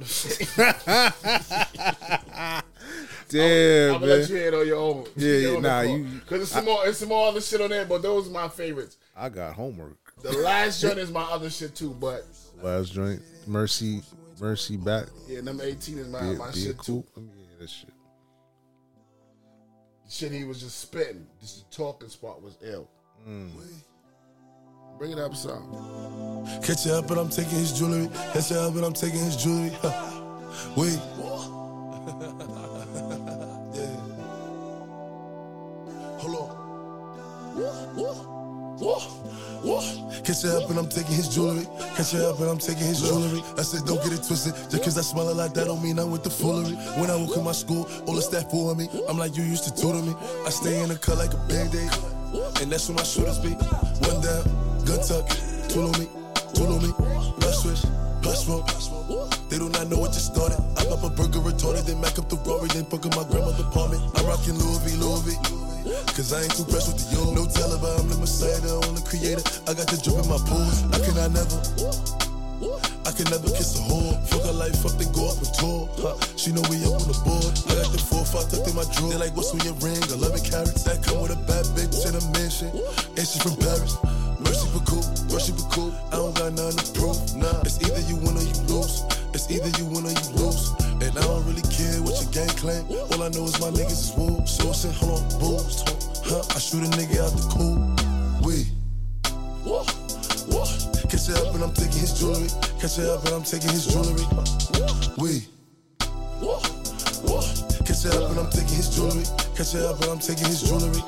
Damn, man. I'm gonna let you hit on your own. Yeah, yeah, nah, you- Because it's some more, it's some more other shit on there, but those are my favorites. I got homework. The last joint is my other shit too, but Last joint. Mercy, mercy back. yeah, number eighteen is my Be- my be shit too. cool. Yeah, that shit. Shit, he was just spitting. Just the talking spot was ill. Mm. Bring it up, son. Catch it up and I'm taking his jewelry. Catch it up and I'm taking his jewelry. Wait. Hold on. Catch it up and I'm taking his jewelry. Catch it up and I'm taking his jewelry. I said, don't get it twisted. Just cause I smell it like that don't mean I'm with the foolery. When I woke in my school, all the staff fooling me. I'm like, you used to tutor me. I stay in the cut like a band-aid. And that's where my shooters be. One down, gun tuck, tool on me, tool on me. Blood switch, blood smoke. They do not know what just started. I pop a burger retorted, then back up the Rory, then fuck up my grandma's apartment. I'm rocking Louis V, Louis V. Cause I ain't too pressed with the yo. No teller, but I'm the messiah, the only creator. I got the drip in my pool. I can I never. I can never kiss a whore. Fuck her life up, then go up and tour. Huh. She know we up on the board. I got the four, five tucked in my drawer. They like, what's on your ring? 11 carrots that come with a bad bitch in a mansion. And she from Paris. Mercy but cool, mercy but cool. I don't got nothing to prove. Nah, it's either you win or you lose. It's either you win or you lose. And I don't really care what your gang claim. All I know is my niggas is woo. So I said, hold on, booze. Huh? I shoot a nigga out the cool. We. Catch it up and I'm taking his jewelry. Catch it up and I'm taking his jewelry. We. Catch it up and I'm taking his jewelry. Catch it up and I'm taking his jewelry.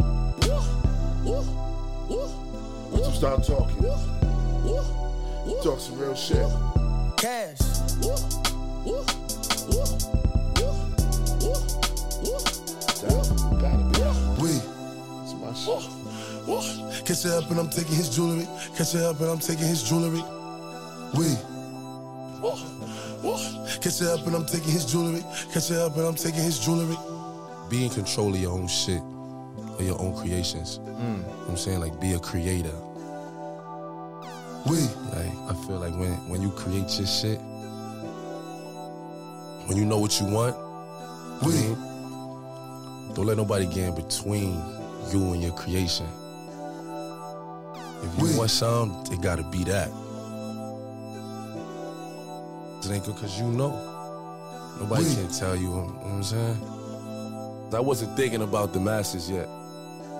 Let him start talking. Talk some real shit. Cash. We. It's my shit. Catch it up and I'm taking his jewelry. Catch it up and I'm taking his jewelry. We. Catch it up and I'm taking his jewelry. Catch it up and I'm taking his jewelry. Be in control of your own shit, or your own Mm. creations. You know what I'm saying? Like, be a creator. We. Like, I feel like when, when you create your shit, when you know what you want, we. don't let nobody get in between you and your creation. If you want something, it gotta be that. It ain't good cause you know. Nobody can tell you, you know what I'm saying? I wasn't thinking about the masses yet.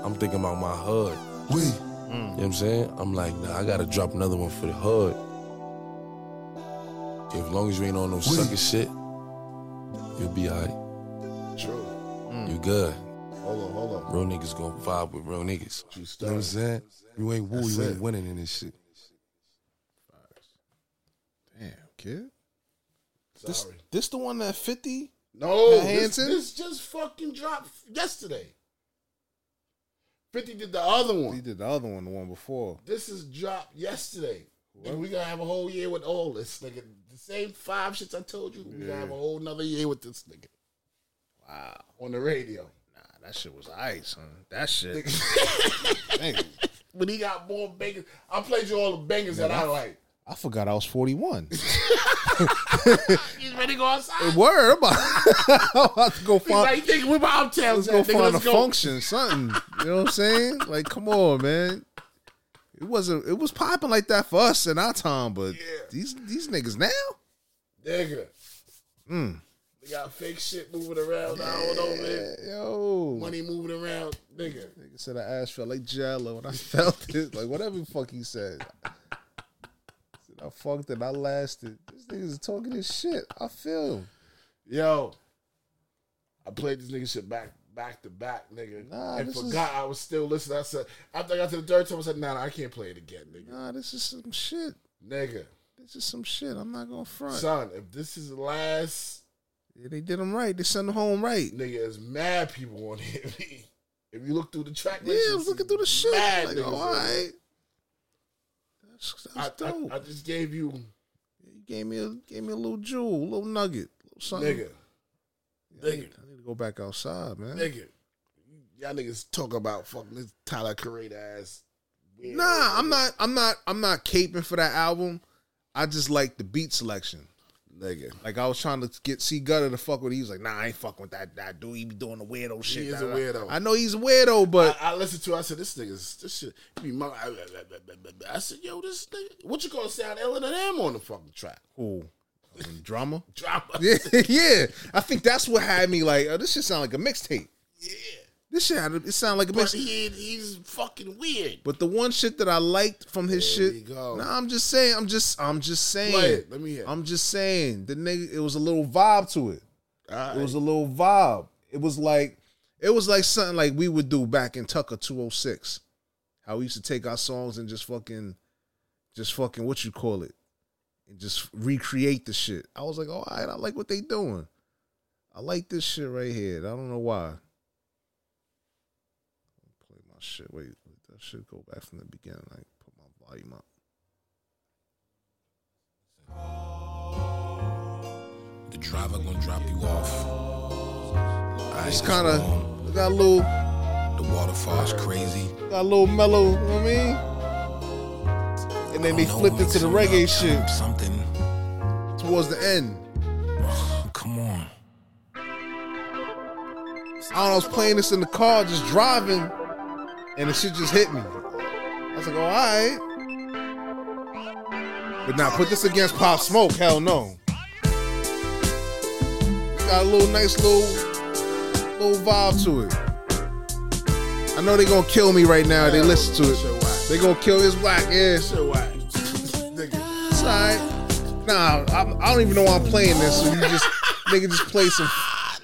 I'm thinking about my hood. We. You know what I'm saying? I'm like, nah, I gotta drop another one for the hood. If long as you ain't on no sucker shit, you'll be alright. True. You good. Hold on, hold on. Real niggas gonna vibe with real niggas. You know what I'm saying? You ain't woo, That's you ain't it. winning in this shit. Damn, kid. This this the one that fifty? No, Pat this, Hansen? this just fucking dropped yesterday. Fifty did the other one. He did the other one, the one before. This is dropped yesterday. And we gonna have a whole year with all this nigga. The same five shits I told you. We gonna have a whole nother year with this nigga. Wow. On the radio. Nah, that shit was ice, huh? That shit. Dang. When he got more bangers, I played you all the bangers that I like. I forgot I was forty one. He's ready to go outside. Word, I'm about, I'm about to go He's find. like, you think we're about town? let's Jack, go nigga, find let's a function, something. You know what I'm saying? Like, come on, man. It wasn't. It was popping like that for us in our time, but these these niggas now. Nigga. Mm. They got fake shit moving around. I don't know, man. Yo. Money moving around, nigga. Nigga said I ass felt like jello and I felt it. Like whatever the fuck he said. I said I fucked it. I lasted. This nigga's talking his shit. I feel him. Yo. I played this nigga shit back back to back, nigga. Nah, and this is- forgot I was still listening. I said after I got to the third time, I said, nah, nah I can't play it again, nigga. Nah, this is some shit. Nigga. This is some shit. I'm not gonna front. Son, if this is the last They did them right. They sent them home right. Nigga, there's mad people on here. if you look through the track Yeah, list, I you was see looking through the shit. Mad Like, niggas oh, on all here. right. I, I- I just gave you, You gave me a gave me a little jewel, a little nugget, a little something. nigga, I need, I need to go back outside, man. nigga. Y'all niggas talk about fucking this Tyler Creator ass. weird Nah, I'm not. I'm not. I'm not caping for that album. I just like the beat selection. Nigga. Like I was trying to get see Gutter to fuck with. it. He was like, Nah, I ain't fucking with that. That dude, he be doing the weirdo shit. is da, a da. weirdo. I know he's a weirdo, but I, I listened to. it, I said, "This nigga's this shit." he Be mum- I, I- I- I- I- I said, "Yo, this nigga, what you gonna sound Ellen and them on the fucking track?" cool. And drama, drama. Yeah, yeah. I think that's what had me like. Oh, this shit sound like a mixtape. Yeah. This shit had, it sound like a But mixtape. he, he's fucking weird. But the one shit that I liked from his There we shit, go. nah, I'm just saying, I'm just, I'm just saying, Play it. Let me hear. it. I'm just saying, the nigga, it was a little vibe to it. Alright. It was a little vibe. It was like, it was like something like we would do back in Tucker 206. How we used to take our songs and just fucking, just fucking what you call it, and just recreate the shit. I was like, all right, I like what they doing. I like this shit right here. I don't know why. Play my shit. Wait, wait, that should go back from the beginning. Like put my volume up. The driver gonna drop you off. I It's ain't kind gone. of got a little, The waterfall's crazy. got a little mellow. You know what I mean? And then they flipped it to the reggae shit Something. towards the end. Come on. I don't know, I was playing this in the car, just driving, and the shit just hit me. I was like, oh, all right. But now put this against Pop Smoke, hell no. It got a little nice little little vibe to it. I know they gonna kill me right now. if They listen to it. They gonna kill his black ass. It's alright. Nah, I'm, I don't even know why I'm playing this. So you just nigga just play some,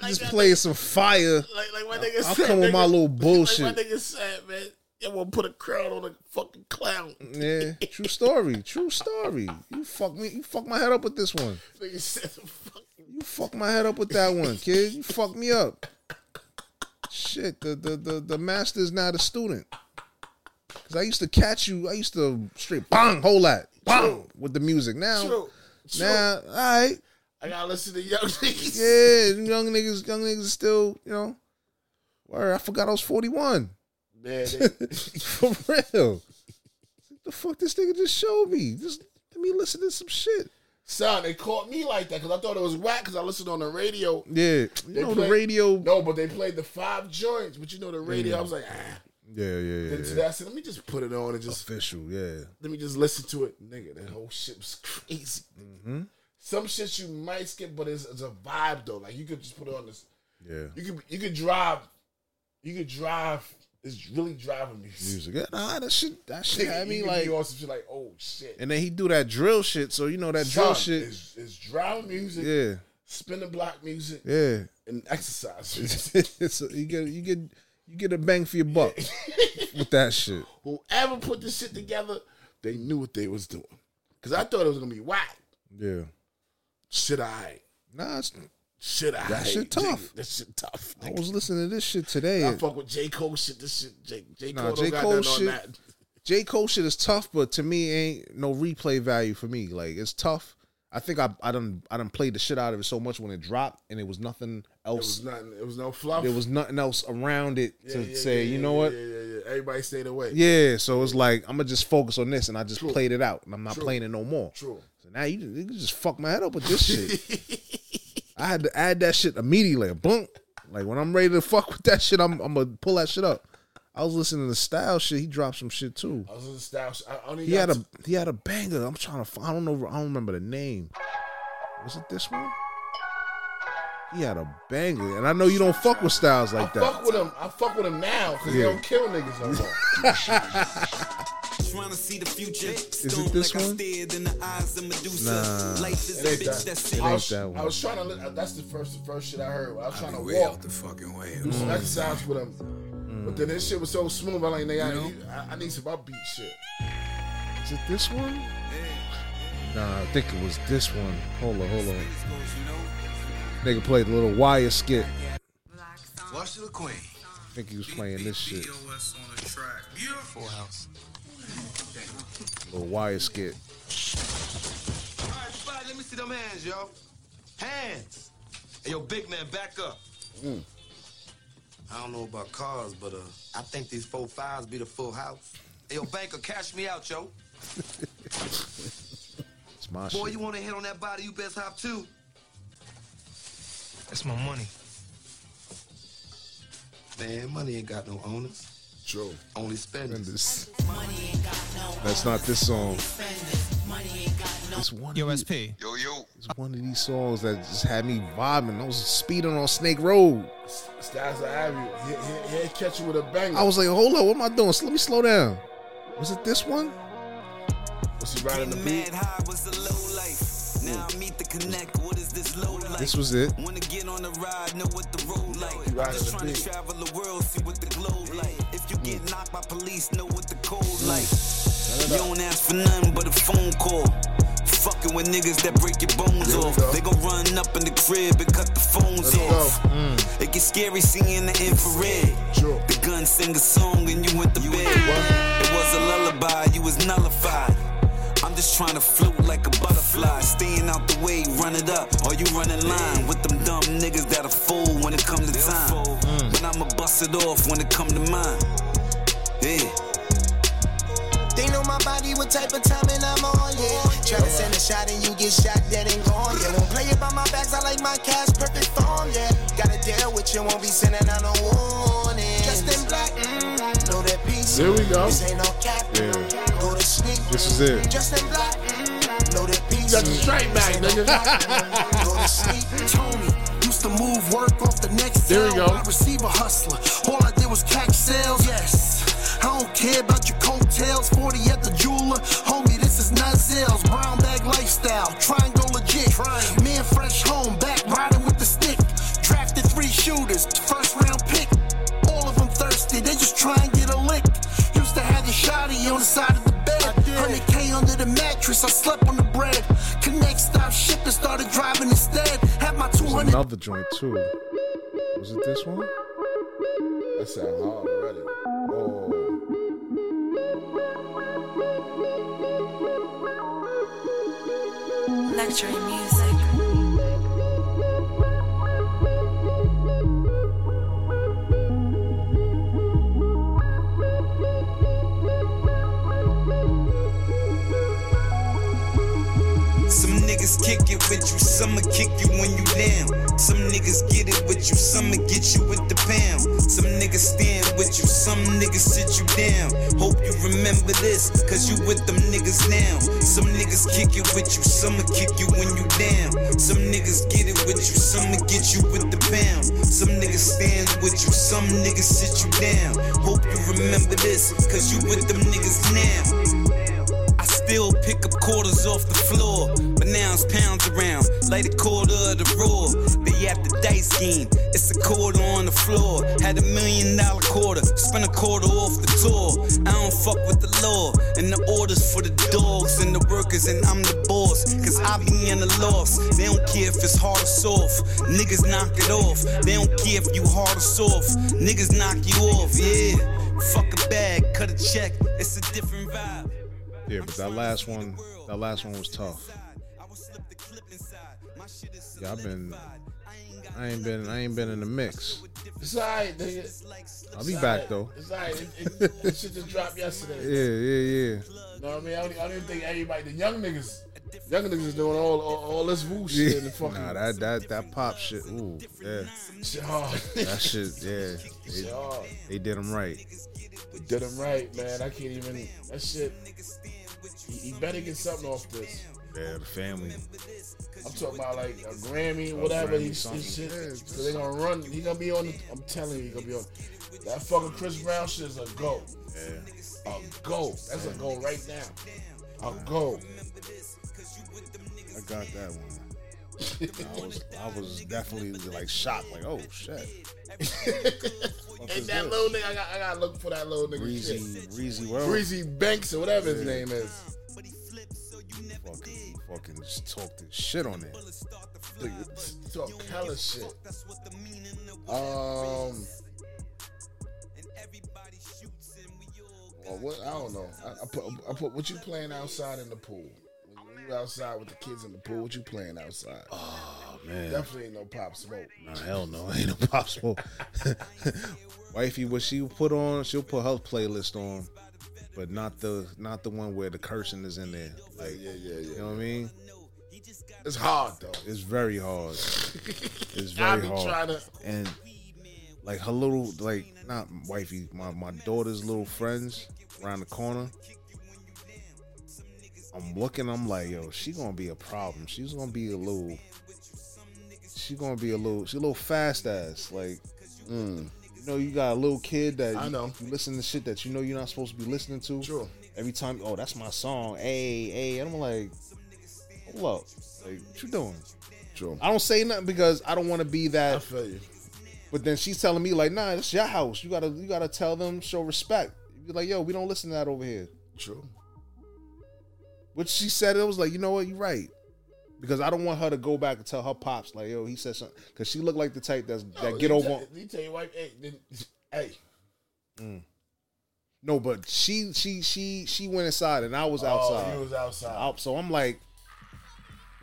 just play some fire. Like, like my nigga I'll said, come with nigga. my little Like bullshit. my nigga said, man, you want to put a crown on a fucking clown. Yeah, true story. True story. You fuck me. You fuck my head up with this one. Nigga said, fuck. You fuck my head up with that one, kid. You fuck me up. Shit, the the the, the master's not a student. Cause I used to catch you. I used to straight bang, whole lot, bang with the music. Now, True, true. now, all right. I gotta listen to young niggas. Yeah, young niggas, young niggas still, you know. Word, I forgot I was 41. Man, they- For real. the fuck this nigga just showed me? Just let me listen to some shit. son, they caught me like that because I thought it was whack because I listened on the radio. Yeah. You They know the play- radio. No, but they played the five joints. But you know the radio. I was like, ah. Yeah, yeah, Then today I said, let me just put it on and just Official, yeah. let me just listen to it, nigga. That whole shit was crazy. Mm-hmm. Some shit you might skip, but it's, it's a vibe though. Like you could just put it on this. Yeah. You could you could drive. You could drive. It's really driving music. Music. Yeah, nah, that shit that shit had me You could like be on some shit like oh shit. and then he do that drill shit, so you know that drill Son, shit. It's, it's driving music. Yeah. Spinning block music. Yeah. And exercise. music. so you get you get you get a bang for your buck with that shit. Whoever put this shit together, they knew what they was doing. Cause I thought it was gonna be whack. Yeah. Should I? Nah, it's, Should I? That shit tough. That shit tough. I nigga. was listening to this shit today. I fuck with J Cole shit. This shit, J, J. Nah, Cole don't J. got Cole nothing on shit- that. J. Cole shit is tough, but to me ain't no replay value for me. Like it's tough. I think I I done I done played the shit out of it so much when it dropped and it was nothing It else. was nothing. It was no fluff. there was nothing else around it Yeah, to yeah, say, yeah, you yeah, know yeah, what? Yeah, Yeah, yeah, yeah. Everybody stayed away. so it's like I'm gonna just focus on this, and I just True. played it out, and I'm not True. playing it no more. True. So now you, you can just fuck my head up with this shit. I had to add that shit immediately. Like, boom. Like when I'm ready to fuck with that shit, I'm I'm gonna pull that shit up. I was listening to Style shit. He dropped some shit too. I was in the style. I only He had got a to- he had a banger. I'm trying to. Find, I don't know. I don't remember the name. Was it this one? He had a banger, and I know you don't fuck with styles like that. fuck with him. I fuck with him now because Yeah. they don't kill niggas no more. Trying to see the future. Is it this one? in the eyes of Medusa. Nah. Life is It ain't a bitch that's that. it. I was, that one. I was trying to. Li- uh, that's the first the first shit I heard. I was trying to way walk, out the fucking way. Mm. do some exercise with him. But then this shit was so smooth. I'm like, nigga, I, need, I, I need some upbeat shit. Is it this one? Nah, I think it was this one. Hold on, hold on. Nigga played the little wire skit. Watch the queen. I think he was playing this shit. BOS on the track. Beautiful house. Little wire skit. Alright, fine, let me see them hands, yo. Hands. Hey, yo, big man, back up. Mm. I don't know about cars, but uh, I think these four fives be the full house. Hey, yo, banker, cash me out, yo. It's my Boy, shit. you want to hit on that body, you best hop too. That's my money. Man, money ain't got no owners. True. Only spenders. That's not this song. It's one Yo, SP. Yo, yo. It's one of these songs that just had me vibing. I was speeding on Snake Road. Styles of Avenue. He- he- He'll catch you with a banger. I was like, hold up, what am I doing? Let me slow down. Was it this one? Was he riding the beat? Now meet the connect. What is this low like? This was it. Wanna get on the ride, know what the road like. He riding the Just trying to beat. travel the world, see what the globe like. If you get knocked by police, know what the code like. You don't ask for nothing but a phone call. Fucking with niggas that break your bones off. They gon' run up in the crib and cut the phones off. It gets scary seeing the infrared. The gun sing a song and you went to bed. It was a lullaby, you was nullified. I'm just trying to float like a butterfly. Staying out the way, run it up. Or you run in line with them dumb niggas that are fool when it come to time. Mm. But I'ma bust it off when it come to mine. Yeah. They know my body, what type of timing I'm on, yeah. Try to send a shot and you get shot, dead and gone, yeah. Won't play it by my backs, I like my cash, perfect form, yeah. Gotta deal with you, won't be sending out no warning. Just in black, mm, know that peace. There we go. This ain't no cap, Yeah. go to sleep. This is it. Just in black, mm, know that peace. Got the straight back, nigga. go to sleep. Tony used to move work off the next There we sound. go. I receive a hustler. All I did was catch sales. Yes. I don't care about your coattails. 40 at the jeweler. Homie, this is not sales. Brown bag lifestyle. Try and go legit. Me and fresh home. Back riding with the stick. Drafted three shooters. First round pick. All of them thirsty. They just try and get a lick. Used to have the shotty on the side of the bed. 100K under the mattress. I slept on the bread. Connect stopped shipping. Started driving instead. Had my 200 Another joint too. Was it this one? That sound hard already. Oh. Luxury music. Some niggas kick it with you, some'll kick you when you down. Some niggas get it with you, some'll get you with the pound. Some niggas stand with you, some niggas sit you down. Hope you remember this, cause you with them niggas now. Some niggas kick it with you, some'll kick you when you down. Some niggas get it with you, some'll get you with the pound. Some niggas stand with you, some niggas sit you down. Hope you remember this, cause you with them niggas now. I still pick up quarters off the floor, but now it's pounds around, like a quarter of the roar. They at the dice game, it's a quarter on the floor. Had a million dollar quarter, spent a quarter off the tour. I don't fuck with the law, and the orders for the dogs and the workers, and I'm the boss, cause I be in the loss. They don't care if it's hard or soft, niggas knock it off. They don't care if you hard or soft, niggas knock you off, yeah. Fuck a bag, cut a check, it's a different vibe. Yeah, but that last one, that last one was tough. Yeah, I've been, I ain't been, I ain't been in the mix. It's alright, nigga. I'll be It's back, alright. though. It's alright. It, it, this shit just dropped yesterday. Yeah, yeah, yeah. You know what I mean? I don't, I don't even think everybody, the young niggas, young niggas is doing all all, all this woo shit in the fucking. Nah, that that that pop shit. Ooh, yeah. Shit hard. That shit, yeah. Shit They, hard. they did them right. Did him right, man. I can't even. That shit. He, he better get something off this. Yeah, the family. I'm talking about like a Grammy, A whatever. Grammy, He's something. he's shit. So they gonna run. He gonna be on. The, I'm telling you, he gonna be on. That fucking Chris Brown shit is a go. Yeah. A go. That's a go right now. A go. I got that one. I was, I was definitely like shocked. Like, oh shit. Hey, that little nigga, I got, I gotta look for that little nigga. Breezy, shit. Breezy World. Breezy Banks or whatever his Yeah. name is. Fucking, fucking just talk this shit on there. Nigga, Talk hella shit. Um. Well, what I don't know. I, I put I put what you playing outside in the pool. When you outside with the kids in the pool, what you playing outside? Oh man. Definitely ain't no pop smoke. Nah, hell no, ain't no pop smoke. Wifey, what she put on, she'll put her playlist on, but not the not the one where the cursing is in there. Like, yeah, yeah, yeah. You know what I mean? It's hard though. It's very hard. It's I very be hard. trying to- And like her little, like not wifey, my my daughter's little friends around the corner. I'm looking. I'm like, yo, she gonna be a problem. She's gonna be a little. She gonna be a little. She a little fast ass. Like, mm. you know, you got a little kid that I you- know. You, listen to shit that you know you're not supposed to be listening to. Sure. Every time, oh, that's my song. Hey, hey, and I'm like, hold up, like, what you doing? True. I don't say nothing because I don't want to be that. I feel you. But then she's telling me like, nah, that's your house. You gotta, you gotta tell them, show respect. Be like, yo, we don't listen to that over here. True. Which she said it was like, you know what, you're right. Because I don't want her to go back and tell her pops like, yo, he said something. Because she looked like the type that's that Oh, get you over. tell- You tell your wife, hey, then, hey, Mm. No, but she, she, she, she went inside and I was Oh, outside. you was outside. Out- so I'm like,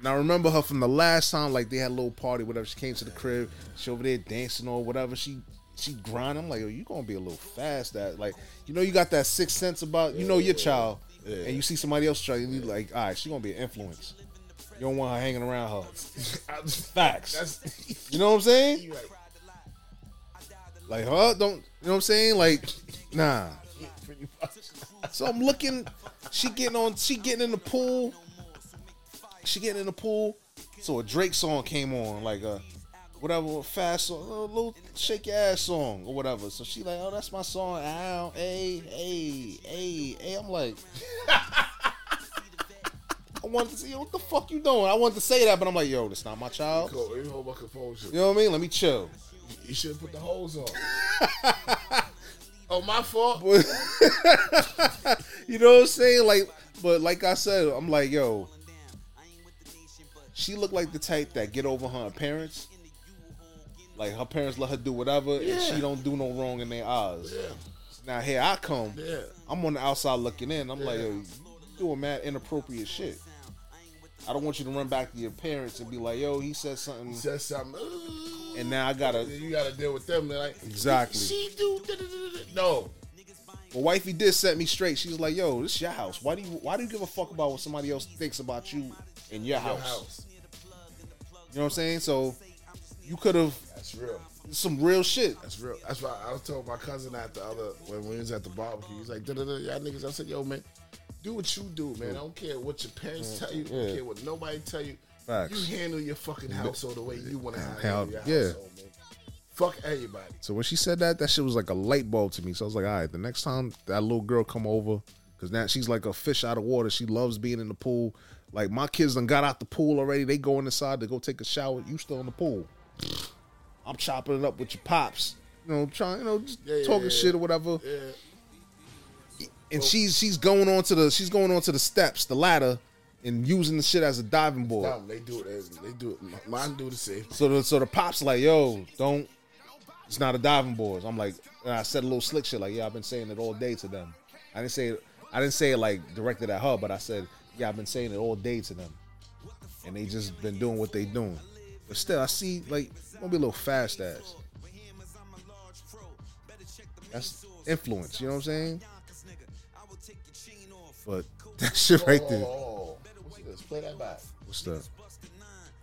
now I remember her from the last time, like they had a little party, whatever. She came to the crib, she over there dancing or whatever. She she grind. I'm like, yo, you gonna be a little fast that like you know you got that sixth sense about you know your child and you see somebody else trying, you like, all right, she gonna be an influence. You don't want her hanging around her. Facts. You know what I'm saying? you right. Like, huh? Don't you know what I'm saying? Like, nah. So I'm looking. She getting on. She getting in the pool. She getting in the pool. So a Drake song came on, like a whatever a fast song, a little shake your ass song or whatever. So she like, oh, that's my song. Ow, hey, hey, hey, hey. I'm like, I wanted to see yo, what the fuck you doing. I wanted to say that, but I'm like, yo, that's not my child. Cool, you hold my composure. You know what I mean? Let me chill. You should have put the holes on. oh, my fault. you know what I'm saying? Like, but like I said, I'm like, yo, she looked like the type that get over her parents. Like her parents let her do whatever, Yeah. and she don't do no wrong in their eyes. Yeah. Now here I come. Yeah. I'm on the outside looking in. I'm like, yo, you doing mad inappropriate shit. I don't want you to run back to your parents and be like, yo, he said something. He said something. uh, And now I gotta. you gotta deal with them. They're like, Exactly. She do. da, da, da, da, da." No. Well, wifey did set me straight. She was like, "Yo, this your house. Why do you why do you give a fuck about what somebody else thinks about you in your, house? You know what I'm saying? So you could have That's real. some real shit. That's real. That's why I was told my cousin at the other when we was at the barbecue. He's like, "Da, da, da, y'all niggas. I said, yo, man, do what you do, man. I don't care what your parents Yeah. tell you. I don't Mm. Yeah. care what nobody tell you. Facts. You handle your fucking household the way you want to handle How- your yeah. household, man. Fuck everybody. So when she said that, that shit was like a light bulb to me. So I was like, all right, the next time that little girl come over, because now she's like a fish out of water. She loves being in the pool. Like my kids done got out the pool already. They going inside to go take a shower. You still in the pool. I'm chopping it up with your pops. You know, trying, you know, just yeah, talking yeah. shit or whatever. Yeah. and she's she's going on to the she's going on to the steps, the ladder, and using the shit as a diving board. No, they do it. as- They do it. M- Mine do the same. So the so the pops like, yo, don't. It's not a diving board. I'm like, and I said a little slick shit like, yeah, I've been saying it all day to them. I didn't say I didn't say it like directed at her, but I said, yeah, I've been saying it all day to them, and they just been doing what they doing. But still, I see like I'm gonna be a little fast ass. That's influence, you know what I'm saying? But that shit right there. Oh, what's this? Play that back. What's that?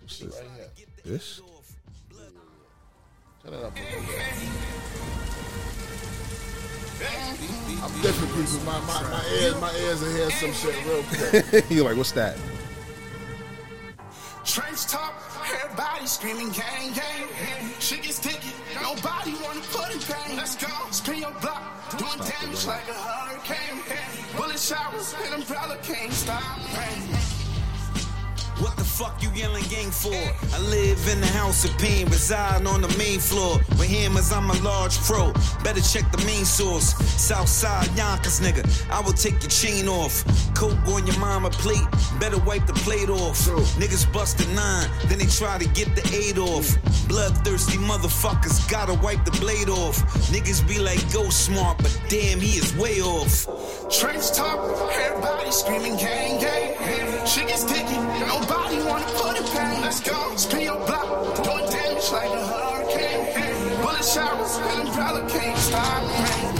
This shit right here. This? Turn it up. a little bit. I'm different people. My, my, my ears, my ears are hearing some shit real quick. You're like, what's that? Trench top, everybody screaming gang gang. Shit gets sticky, nobody wanna put in pain. Let's go, spin your block, doing Stop it, damage man. like a hurricane. Bullet showers and umbrella can't stop rain. What the fuck you yelling gang for? I live in the house of pain, reside on the main floor. With hammers, I'm a large pro. Better check the main source. Southside Yonkers, nigga. I will take your chain off. Coke on your mama plate. Better wipe the plate off. Niggas bust the nine, then they try to get the eight off. Bloodthirsty motherfuckers gotta wipe the blade off. Niggas be like go smart, but damn, he is way off. Trench top, everybody screaming gang gang. Shit gets sticky, nobody wanna put it pain. Let's go, spin your block, doing damage like a hurricane. Bullet showers, and umbrella can't stop rain.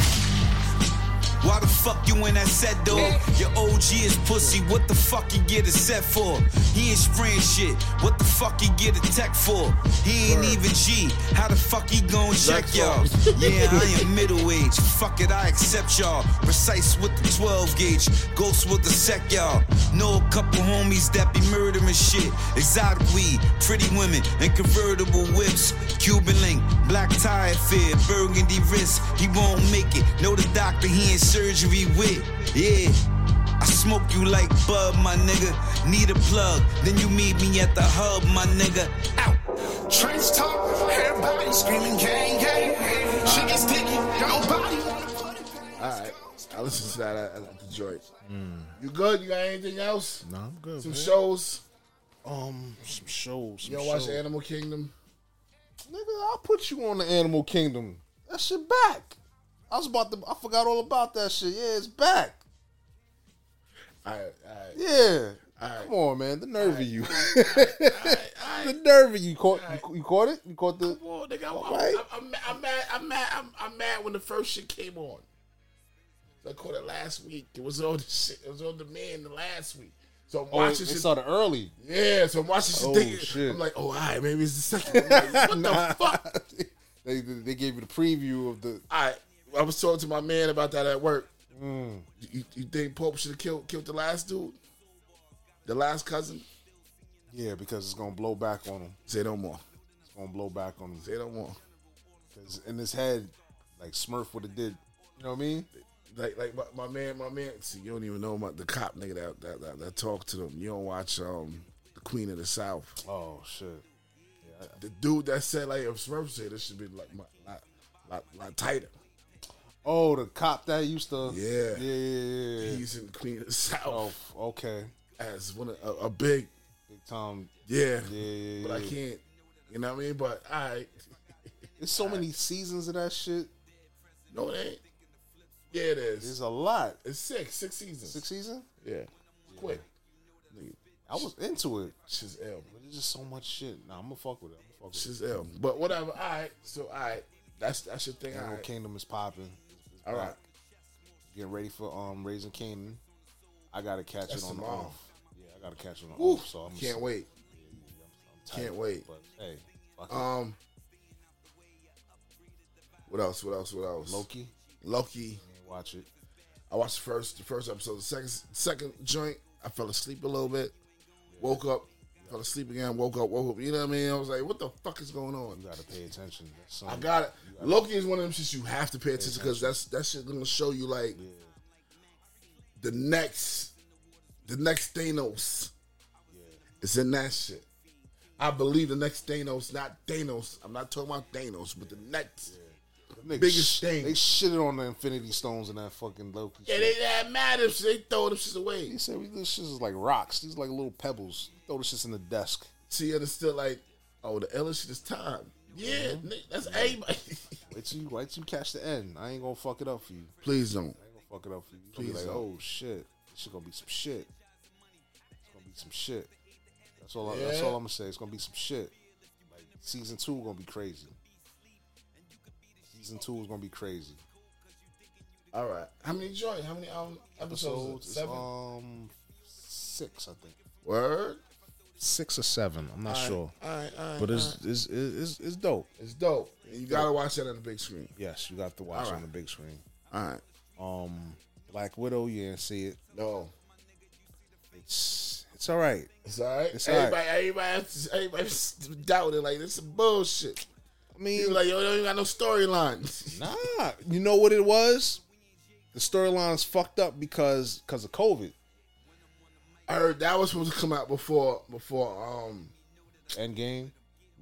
Why the fuck you in that set door? Your OG is pussy. What the fuck you get a set for? He ain't spraying shit. What the fuck you get a tech for? He ain't even G. How the fuck he gon' check y'all? yeah, I am middle aged. Fuck it, I accept y'all. Precise with the 12 gauge. Ghost with the sec y'all. Know a couple homies that be murdering shit. Exotic weed, pretty women, and convertible whips. Cuban link, black tire fear, burgundy wrist. He won't make it. Know the doctor he in surgery with. Yeah. I smoke you like bud, my nigga. Need a plug, then you meet me at the hub, my nigga. Out. Trench top, everybody screaming gang gang. Shit gets sticky, nobody wanna All right. I listened to that at, at Detroit. Mm. You good? You got anything else? No, I'm good. Some man. shows. Um, some shows. You some don't watch shows. Animal Kingdom? Nigga, I'll put you on the Animal Kingdom. That shit back. I was about to. I forgot all about that shit. Yeah, it's back. All right, all right. Yeah. Come on, man. The nerve of you. the nerve of you. Caught. You, you caught it. You caught the. Well, nigga, I'm, All right. I'm, I'm, I'm mad. I'm mad. I'm, I'm mad when the first shit came on. I caught it last week. It was on the shit. It was on demand the last week. So I'm Oh, watching it shit. started early. Yeah, so I'm watching shit. Oh, thinking- shit. I'm like, oh, all right, maybe it's the second. one. I'm like, what the fuck? They they gave you the preview of the. I I was talking to my man about that at work. You, you think Pope should have killed killed the last dude, the last cousin? Yeah, because it's gonna blow back on him. Say no more. It's gonna blow back on him. Say no more. Cause in his head, like Smurf would have did. You know what I mean? Like like my, my man, my man. See, you don't even know my, the cop nigga that that, that that talked to them. You don't watch um the Queen of the South. Oh shit. The dude that said like if Smurf said this should be like my lot lot, lot tighter. Oh, the cop that used to. Yeah. Yeah, yeah, yeah. He's in Queen of the South Oh, okay. as one of, a, a big Big Tom. yeah. Yeah, yeah, yeah. But I yeah. can't. You know what I mean? But I There's so many seasons of that shit. no, it ain't. Yeah, it is. There's a lot. It's six, six seasons. Six season. Yeah. Quick. Nigga, I was into it. she's ill. But there's just so much shit. Nah, I'm gonna fuck with it. I'm gonna fuck with She's ill. But whatever. All right. So all right. That's that's your thing. it. Animal all right. Kingdom is popping. It's All right. back. Getting ready for um Raising Canaan. I gotta catch That's it on tomorrow. the off. Yeah, I gotta catch it on the Woo. off. So I'm Can't wait. I'm Can't tight, wait. But hey, fuck Um. What else? What else? What it. else? Loki. Loki. Can't watch it. I watched the first the first episode. The second second joint, I fell asleep a little bit. Woke up, fell asleep again. Woke up, woke up. You know what I mean? I was like, what the fuck is going on? You gotta pay attention. That's I something. got it. Loki is one of them shits you have to pay attention because that's that shit gonna show you like the next the next Thanos is in that shit. I believe the next Thanos, not Thanos. I'm not talking about Thanos, but the next. Them niggas biggest sh- thing. They shitted on the Infinity Stones and that fucking Loki. Yeah, shit. they that mad if they throw them shits away. He said "We- this shit is like rocks. These like little pebbles. Throw this shit in the desk. So you understood like, oh, the illest shit is time. Yeah, nigga, that's everybody. Wait till you wait till you catch the end. I ain't gonna fuck it up for you. Please don't. I ain't gonna fuck it up for you. Please Please be like, don't. oh shit, this shit gonna be some shit. It's gonna be some shit. That's all. I, that's Yeah. all I'm gonna say. It's gonna be some shit. Like season two gonna be crazy. Season two is gonna be crazy. All right. How many joint? How many um, Episodes episodes? is it? is, Seven. um six, I think. Word. Six or seven. I'm not All right, sure. all right, all right, but all it's, right. it's it's it's dope. It's dope. And you gotta watch that on the big screen. Yes, you got to watch All it right. on the big screen. All right. Um, Black Widow, you didn't see it. No. It's it's all right. It's all right. It's all right. everybody, everybody, everybody's doubting like this is bullshit. I mean, People like yo, don't even got no storyline. nah. You know what it was? The storyline's fucked up because because of COVID. I heard that was supposed to come out before before um Endgame.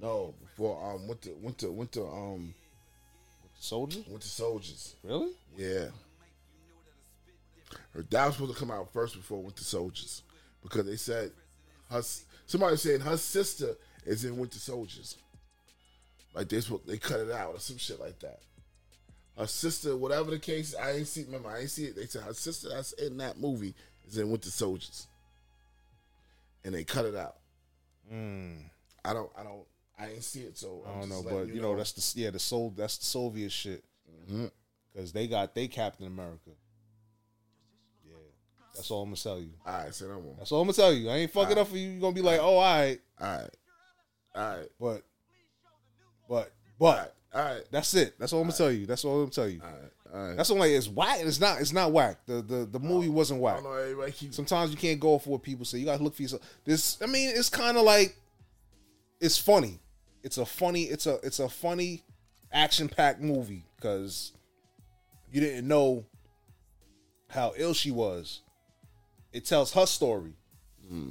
No, before um went to went to went to um Soldier? Went to Soldiers. Really? Yeah. Heard that was supposed to come out first before Winter Soldiers. Because they said her s- somebody said her sister is in Winter Soldiers. Like they spo- they cut it out or some shit like that. Her sister, whatever the case, I ain't see remember, I ain't see it. They said her sister that's in that movie is in Winter Soldiers. And they cut it out. I don't I don't I ain't see it so Hmm. I I'm don't know, just but letting you, know, that's the yeah the soul that's the Soviet shit. Because they got they Captain America. Yeah, that's all I'm gonna tell you. All right, so that one. That's all I'm gonna tell you. I ain't fucking Alright. up for you. You gonna be like, oh, all right, all right, all right. But, but, but, all right. That's it. That's all I'm gonna tell you. That's all I'm gonna tell you. All right, all right. That's only it's whack. It's not. It's not whack. The the the movie wasn't whack. know, everybody keep- Sometimes you can't go off what people say. You gotta look for yourself. This. I mean, it's kind of like, it's funny. It's a funny. It's a it's a funny, action packed movie because you didn't know how ill she was. It tells her story. Hmm.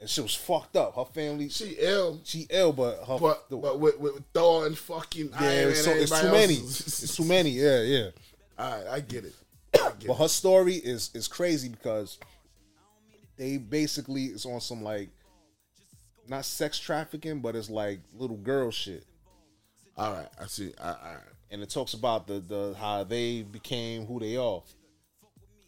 And she was fucked up. Her family. She ill. She ill, but her. But, but with, with Thor and fucking yeah, Iron it's, Man, so- it's everybody too else many. is- it's too many. Yeah, yeah. All right, I get it. but her story is is crazy because they basically it's on some like not sex trafficking, but it's like little girl shit. All right, I see. All right, and it talks about the the how they became who they are.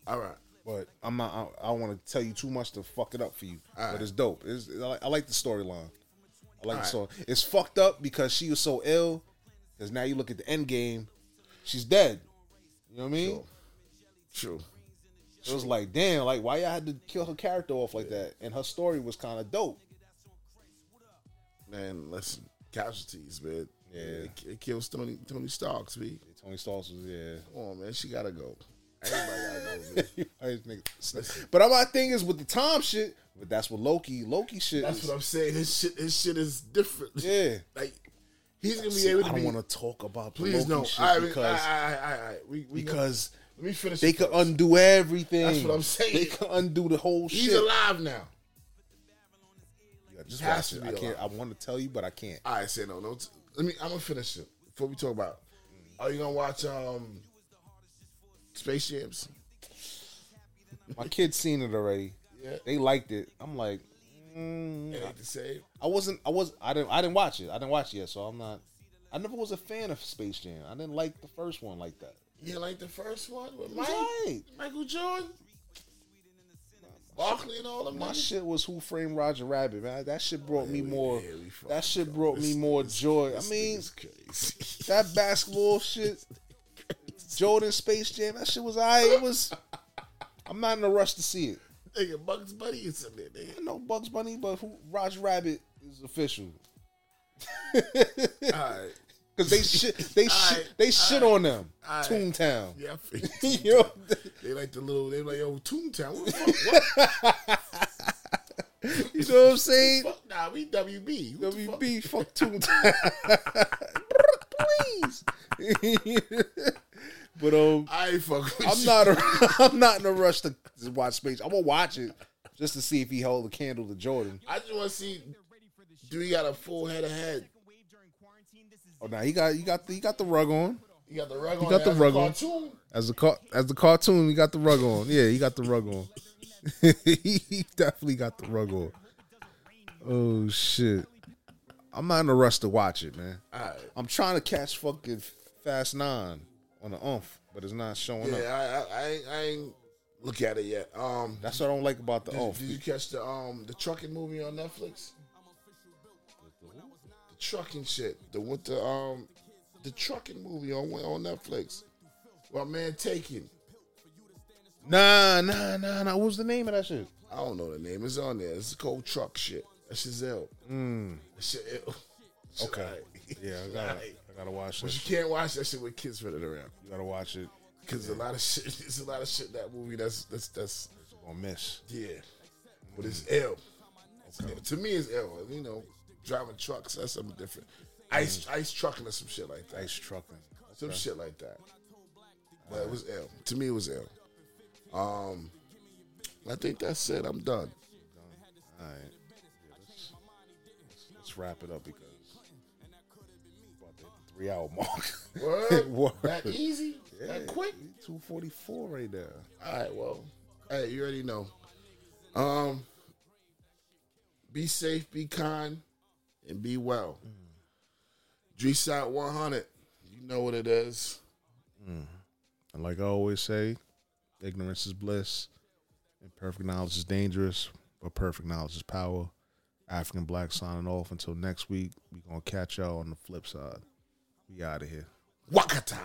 All right, but I'm not. I, I don't want to tell you too much to fuck it up for you. All But right. it's dope. It's, I, like, I like the storyline. I like All the right. story. It's fucked up because she was so ill. Because now you look at the end game, she's dead. You know what I mean? True. It was like, damn, like why y'all had to kill her character off like that? And her story was kind of dope. man. Listen, casualties, man. Yeah. it, it kills Tony Tony Stark's B. Tony Stark's was yeah. Come on, man, she gotta go. Everybody gotta go. man. But my thing is with the Tom shit. But that's what Loki, Loki shit. That's is. what I'm saying. His shit, his shit is different. Yeah, like he's gonna be See, able to I don't be. want to talk about the Please Loki don't. shit All right, because all right, all right, all right. We, we because let me finish. they it could first. undo everything. That's what I'm saying. They could undo the whole He's shit. alive now. Yeah, just He has watch to it. be I can't. alive. I want to tell you, but I can't. All right, say no. No, t- let me. I'm gonna finish it before we talk about. Are you gonna watch um, Space Jams? My kids seen it already. Yeah. They liked it. I'm like, mm, It ain't the same. I wasn't. I was. I didn't. I didn't watch it. I didn't watch it yet, so I'm not. I never was a fan of Space Jam. I didn't like the first one like that. You like the first one with It Mike, was alright. Michael Jordan, Barkley, and all them. My niggas? shit was Who Framed Roger Rabbit, man. That shit brought me more. That shit brought me more joy. I mean, that basketball shit, Jordan Space Jam. That shit was I. It was. I'm not in a rush to see it. Nigga, Bugs Bunny is in there. I Nigga. know Bugs Bunny, but who, Roger Rabbit is official. Alright. Cause they shit, they shit, they shit on them. Alright. Toontown. Yeah, I figured. You know, they like the little. They like yo Toontown. What the fuck? What? you know what I'm saying? Fuck, nah, we WB. What the WB, fuck Toontown. Please. But um, I ain't fuck with I'm you. not. A, I'm not in a rush to watch Space. I'm gonna watch it just to see if he held a candle to Jordan. I just want to see. Do he got a full head of head? Oh, now he got. You got. The, he got the rug on. He got the rug He on. got the as a rug on. cartoon? As the car, as the cartoon, he got the rug on. Yeah, he got the rug on. he definitely got the rug on. Oh shit! I'm not in a rush to watch it, man. Alright. I'm trying to catch fucking Fast Nine on the umph, but it's not showing up. Yeah, I, I, I, ain't, I ain't look at it yet. Um, That's what I don't like about the did, umph. did you catch the um the trucking movie on Netflix? The trucking shit. The what the um the trucking movie on on Netflix. Well, man, taking. Nah, nah, nah, nah. What was the name of that shit? I don't know the name. It's on there. It's cold truck shit. That's Giselle. Mm. Shit, ill. Okay. Yeah, I gotta, I gotta watch But this. you can't watch that shit with kids running around. You gotta watch it because a lot of shit. There's a lot of shit in that movie. That's that's that's gonna miss. Yeah, but it's L. It's L. To me, it's L. You know, driving trucks. That's something different. Ice ice trucking or some shit like that. Ice trucking. Some Okay. shit like that. But it was L. To me, it was L. Um, I think that's it. I'm done. All right. Yeah, let's, let's wrap it up because about the three hour mark. Word? That easy? That quick? Two forty four right there. All right, well, hey, you already know. Um, be safe, be kind, and be well. G Side 100, you know what it is. Mm. And like I always say, ignorance is bliss, and perfect knowledge is dangerous, but perfect knowledge is power. African Black signing off until next week. we going to catch y'all on the flip side. We out of here. Wakata!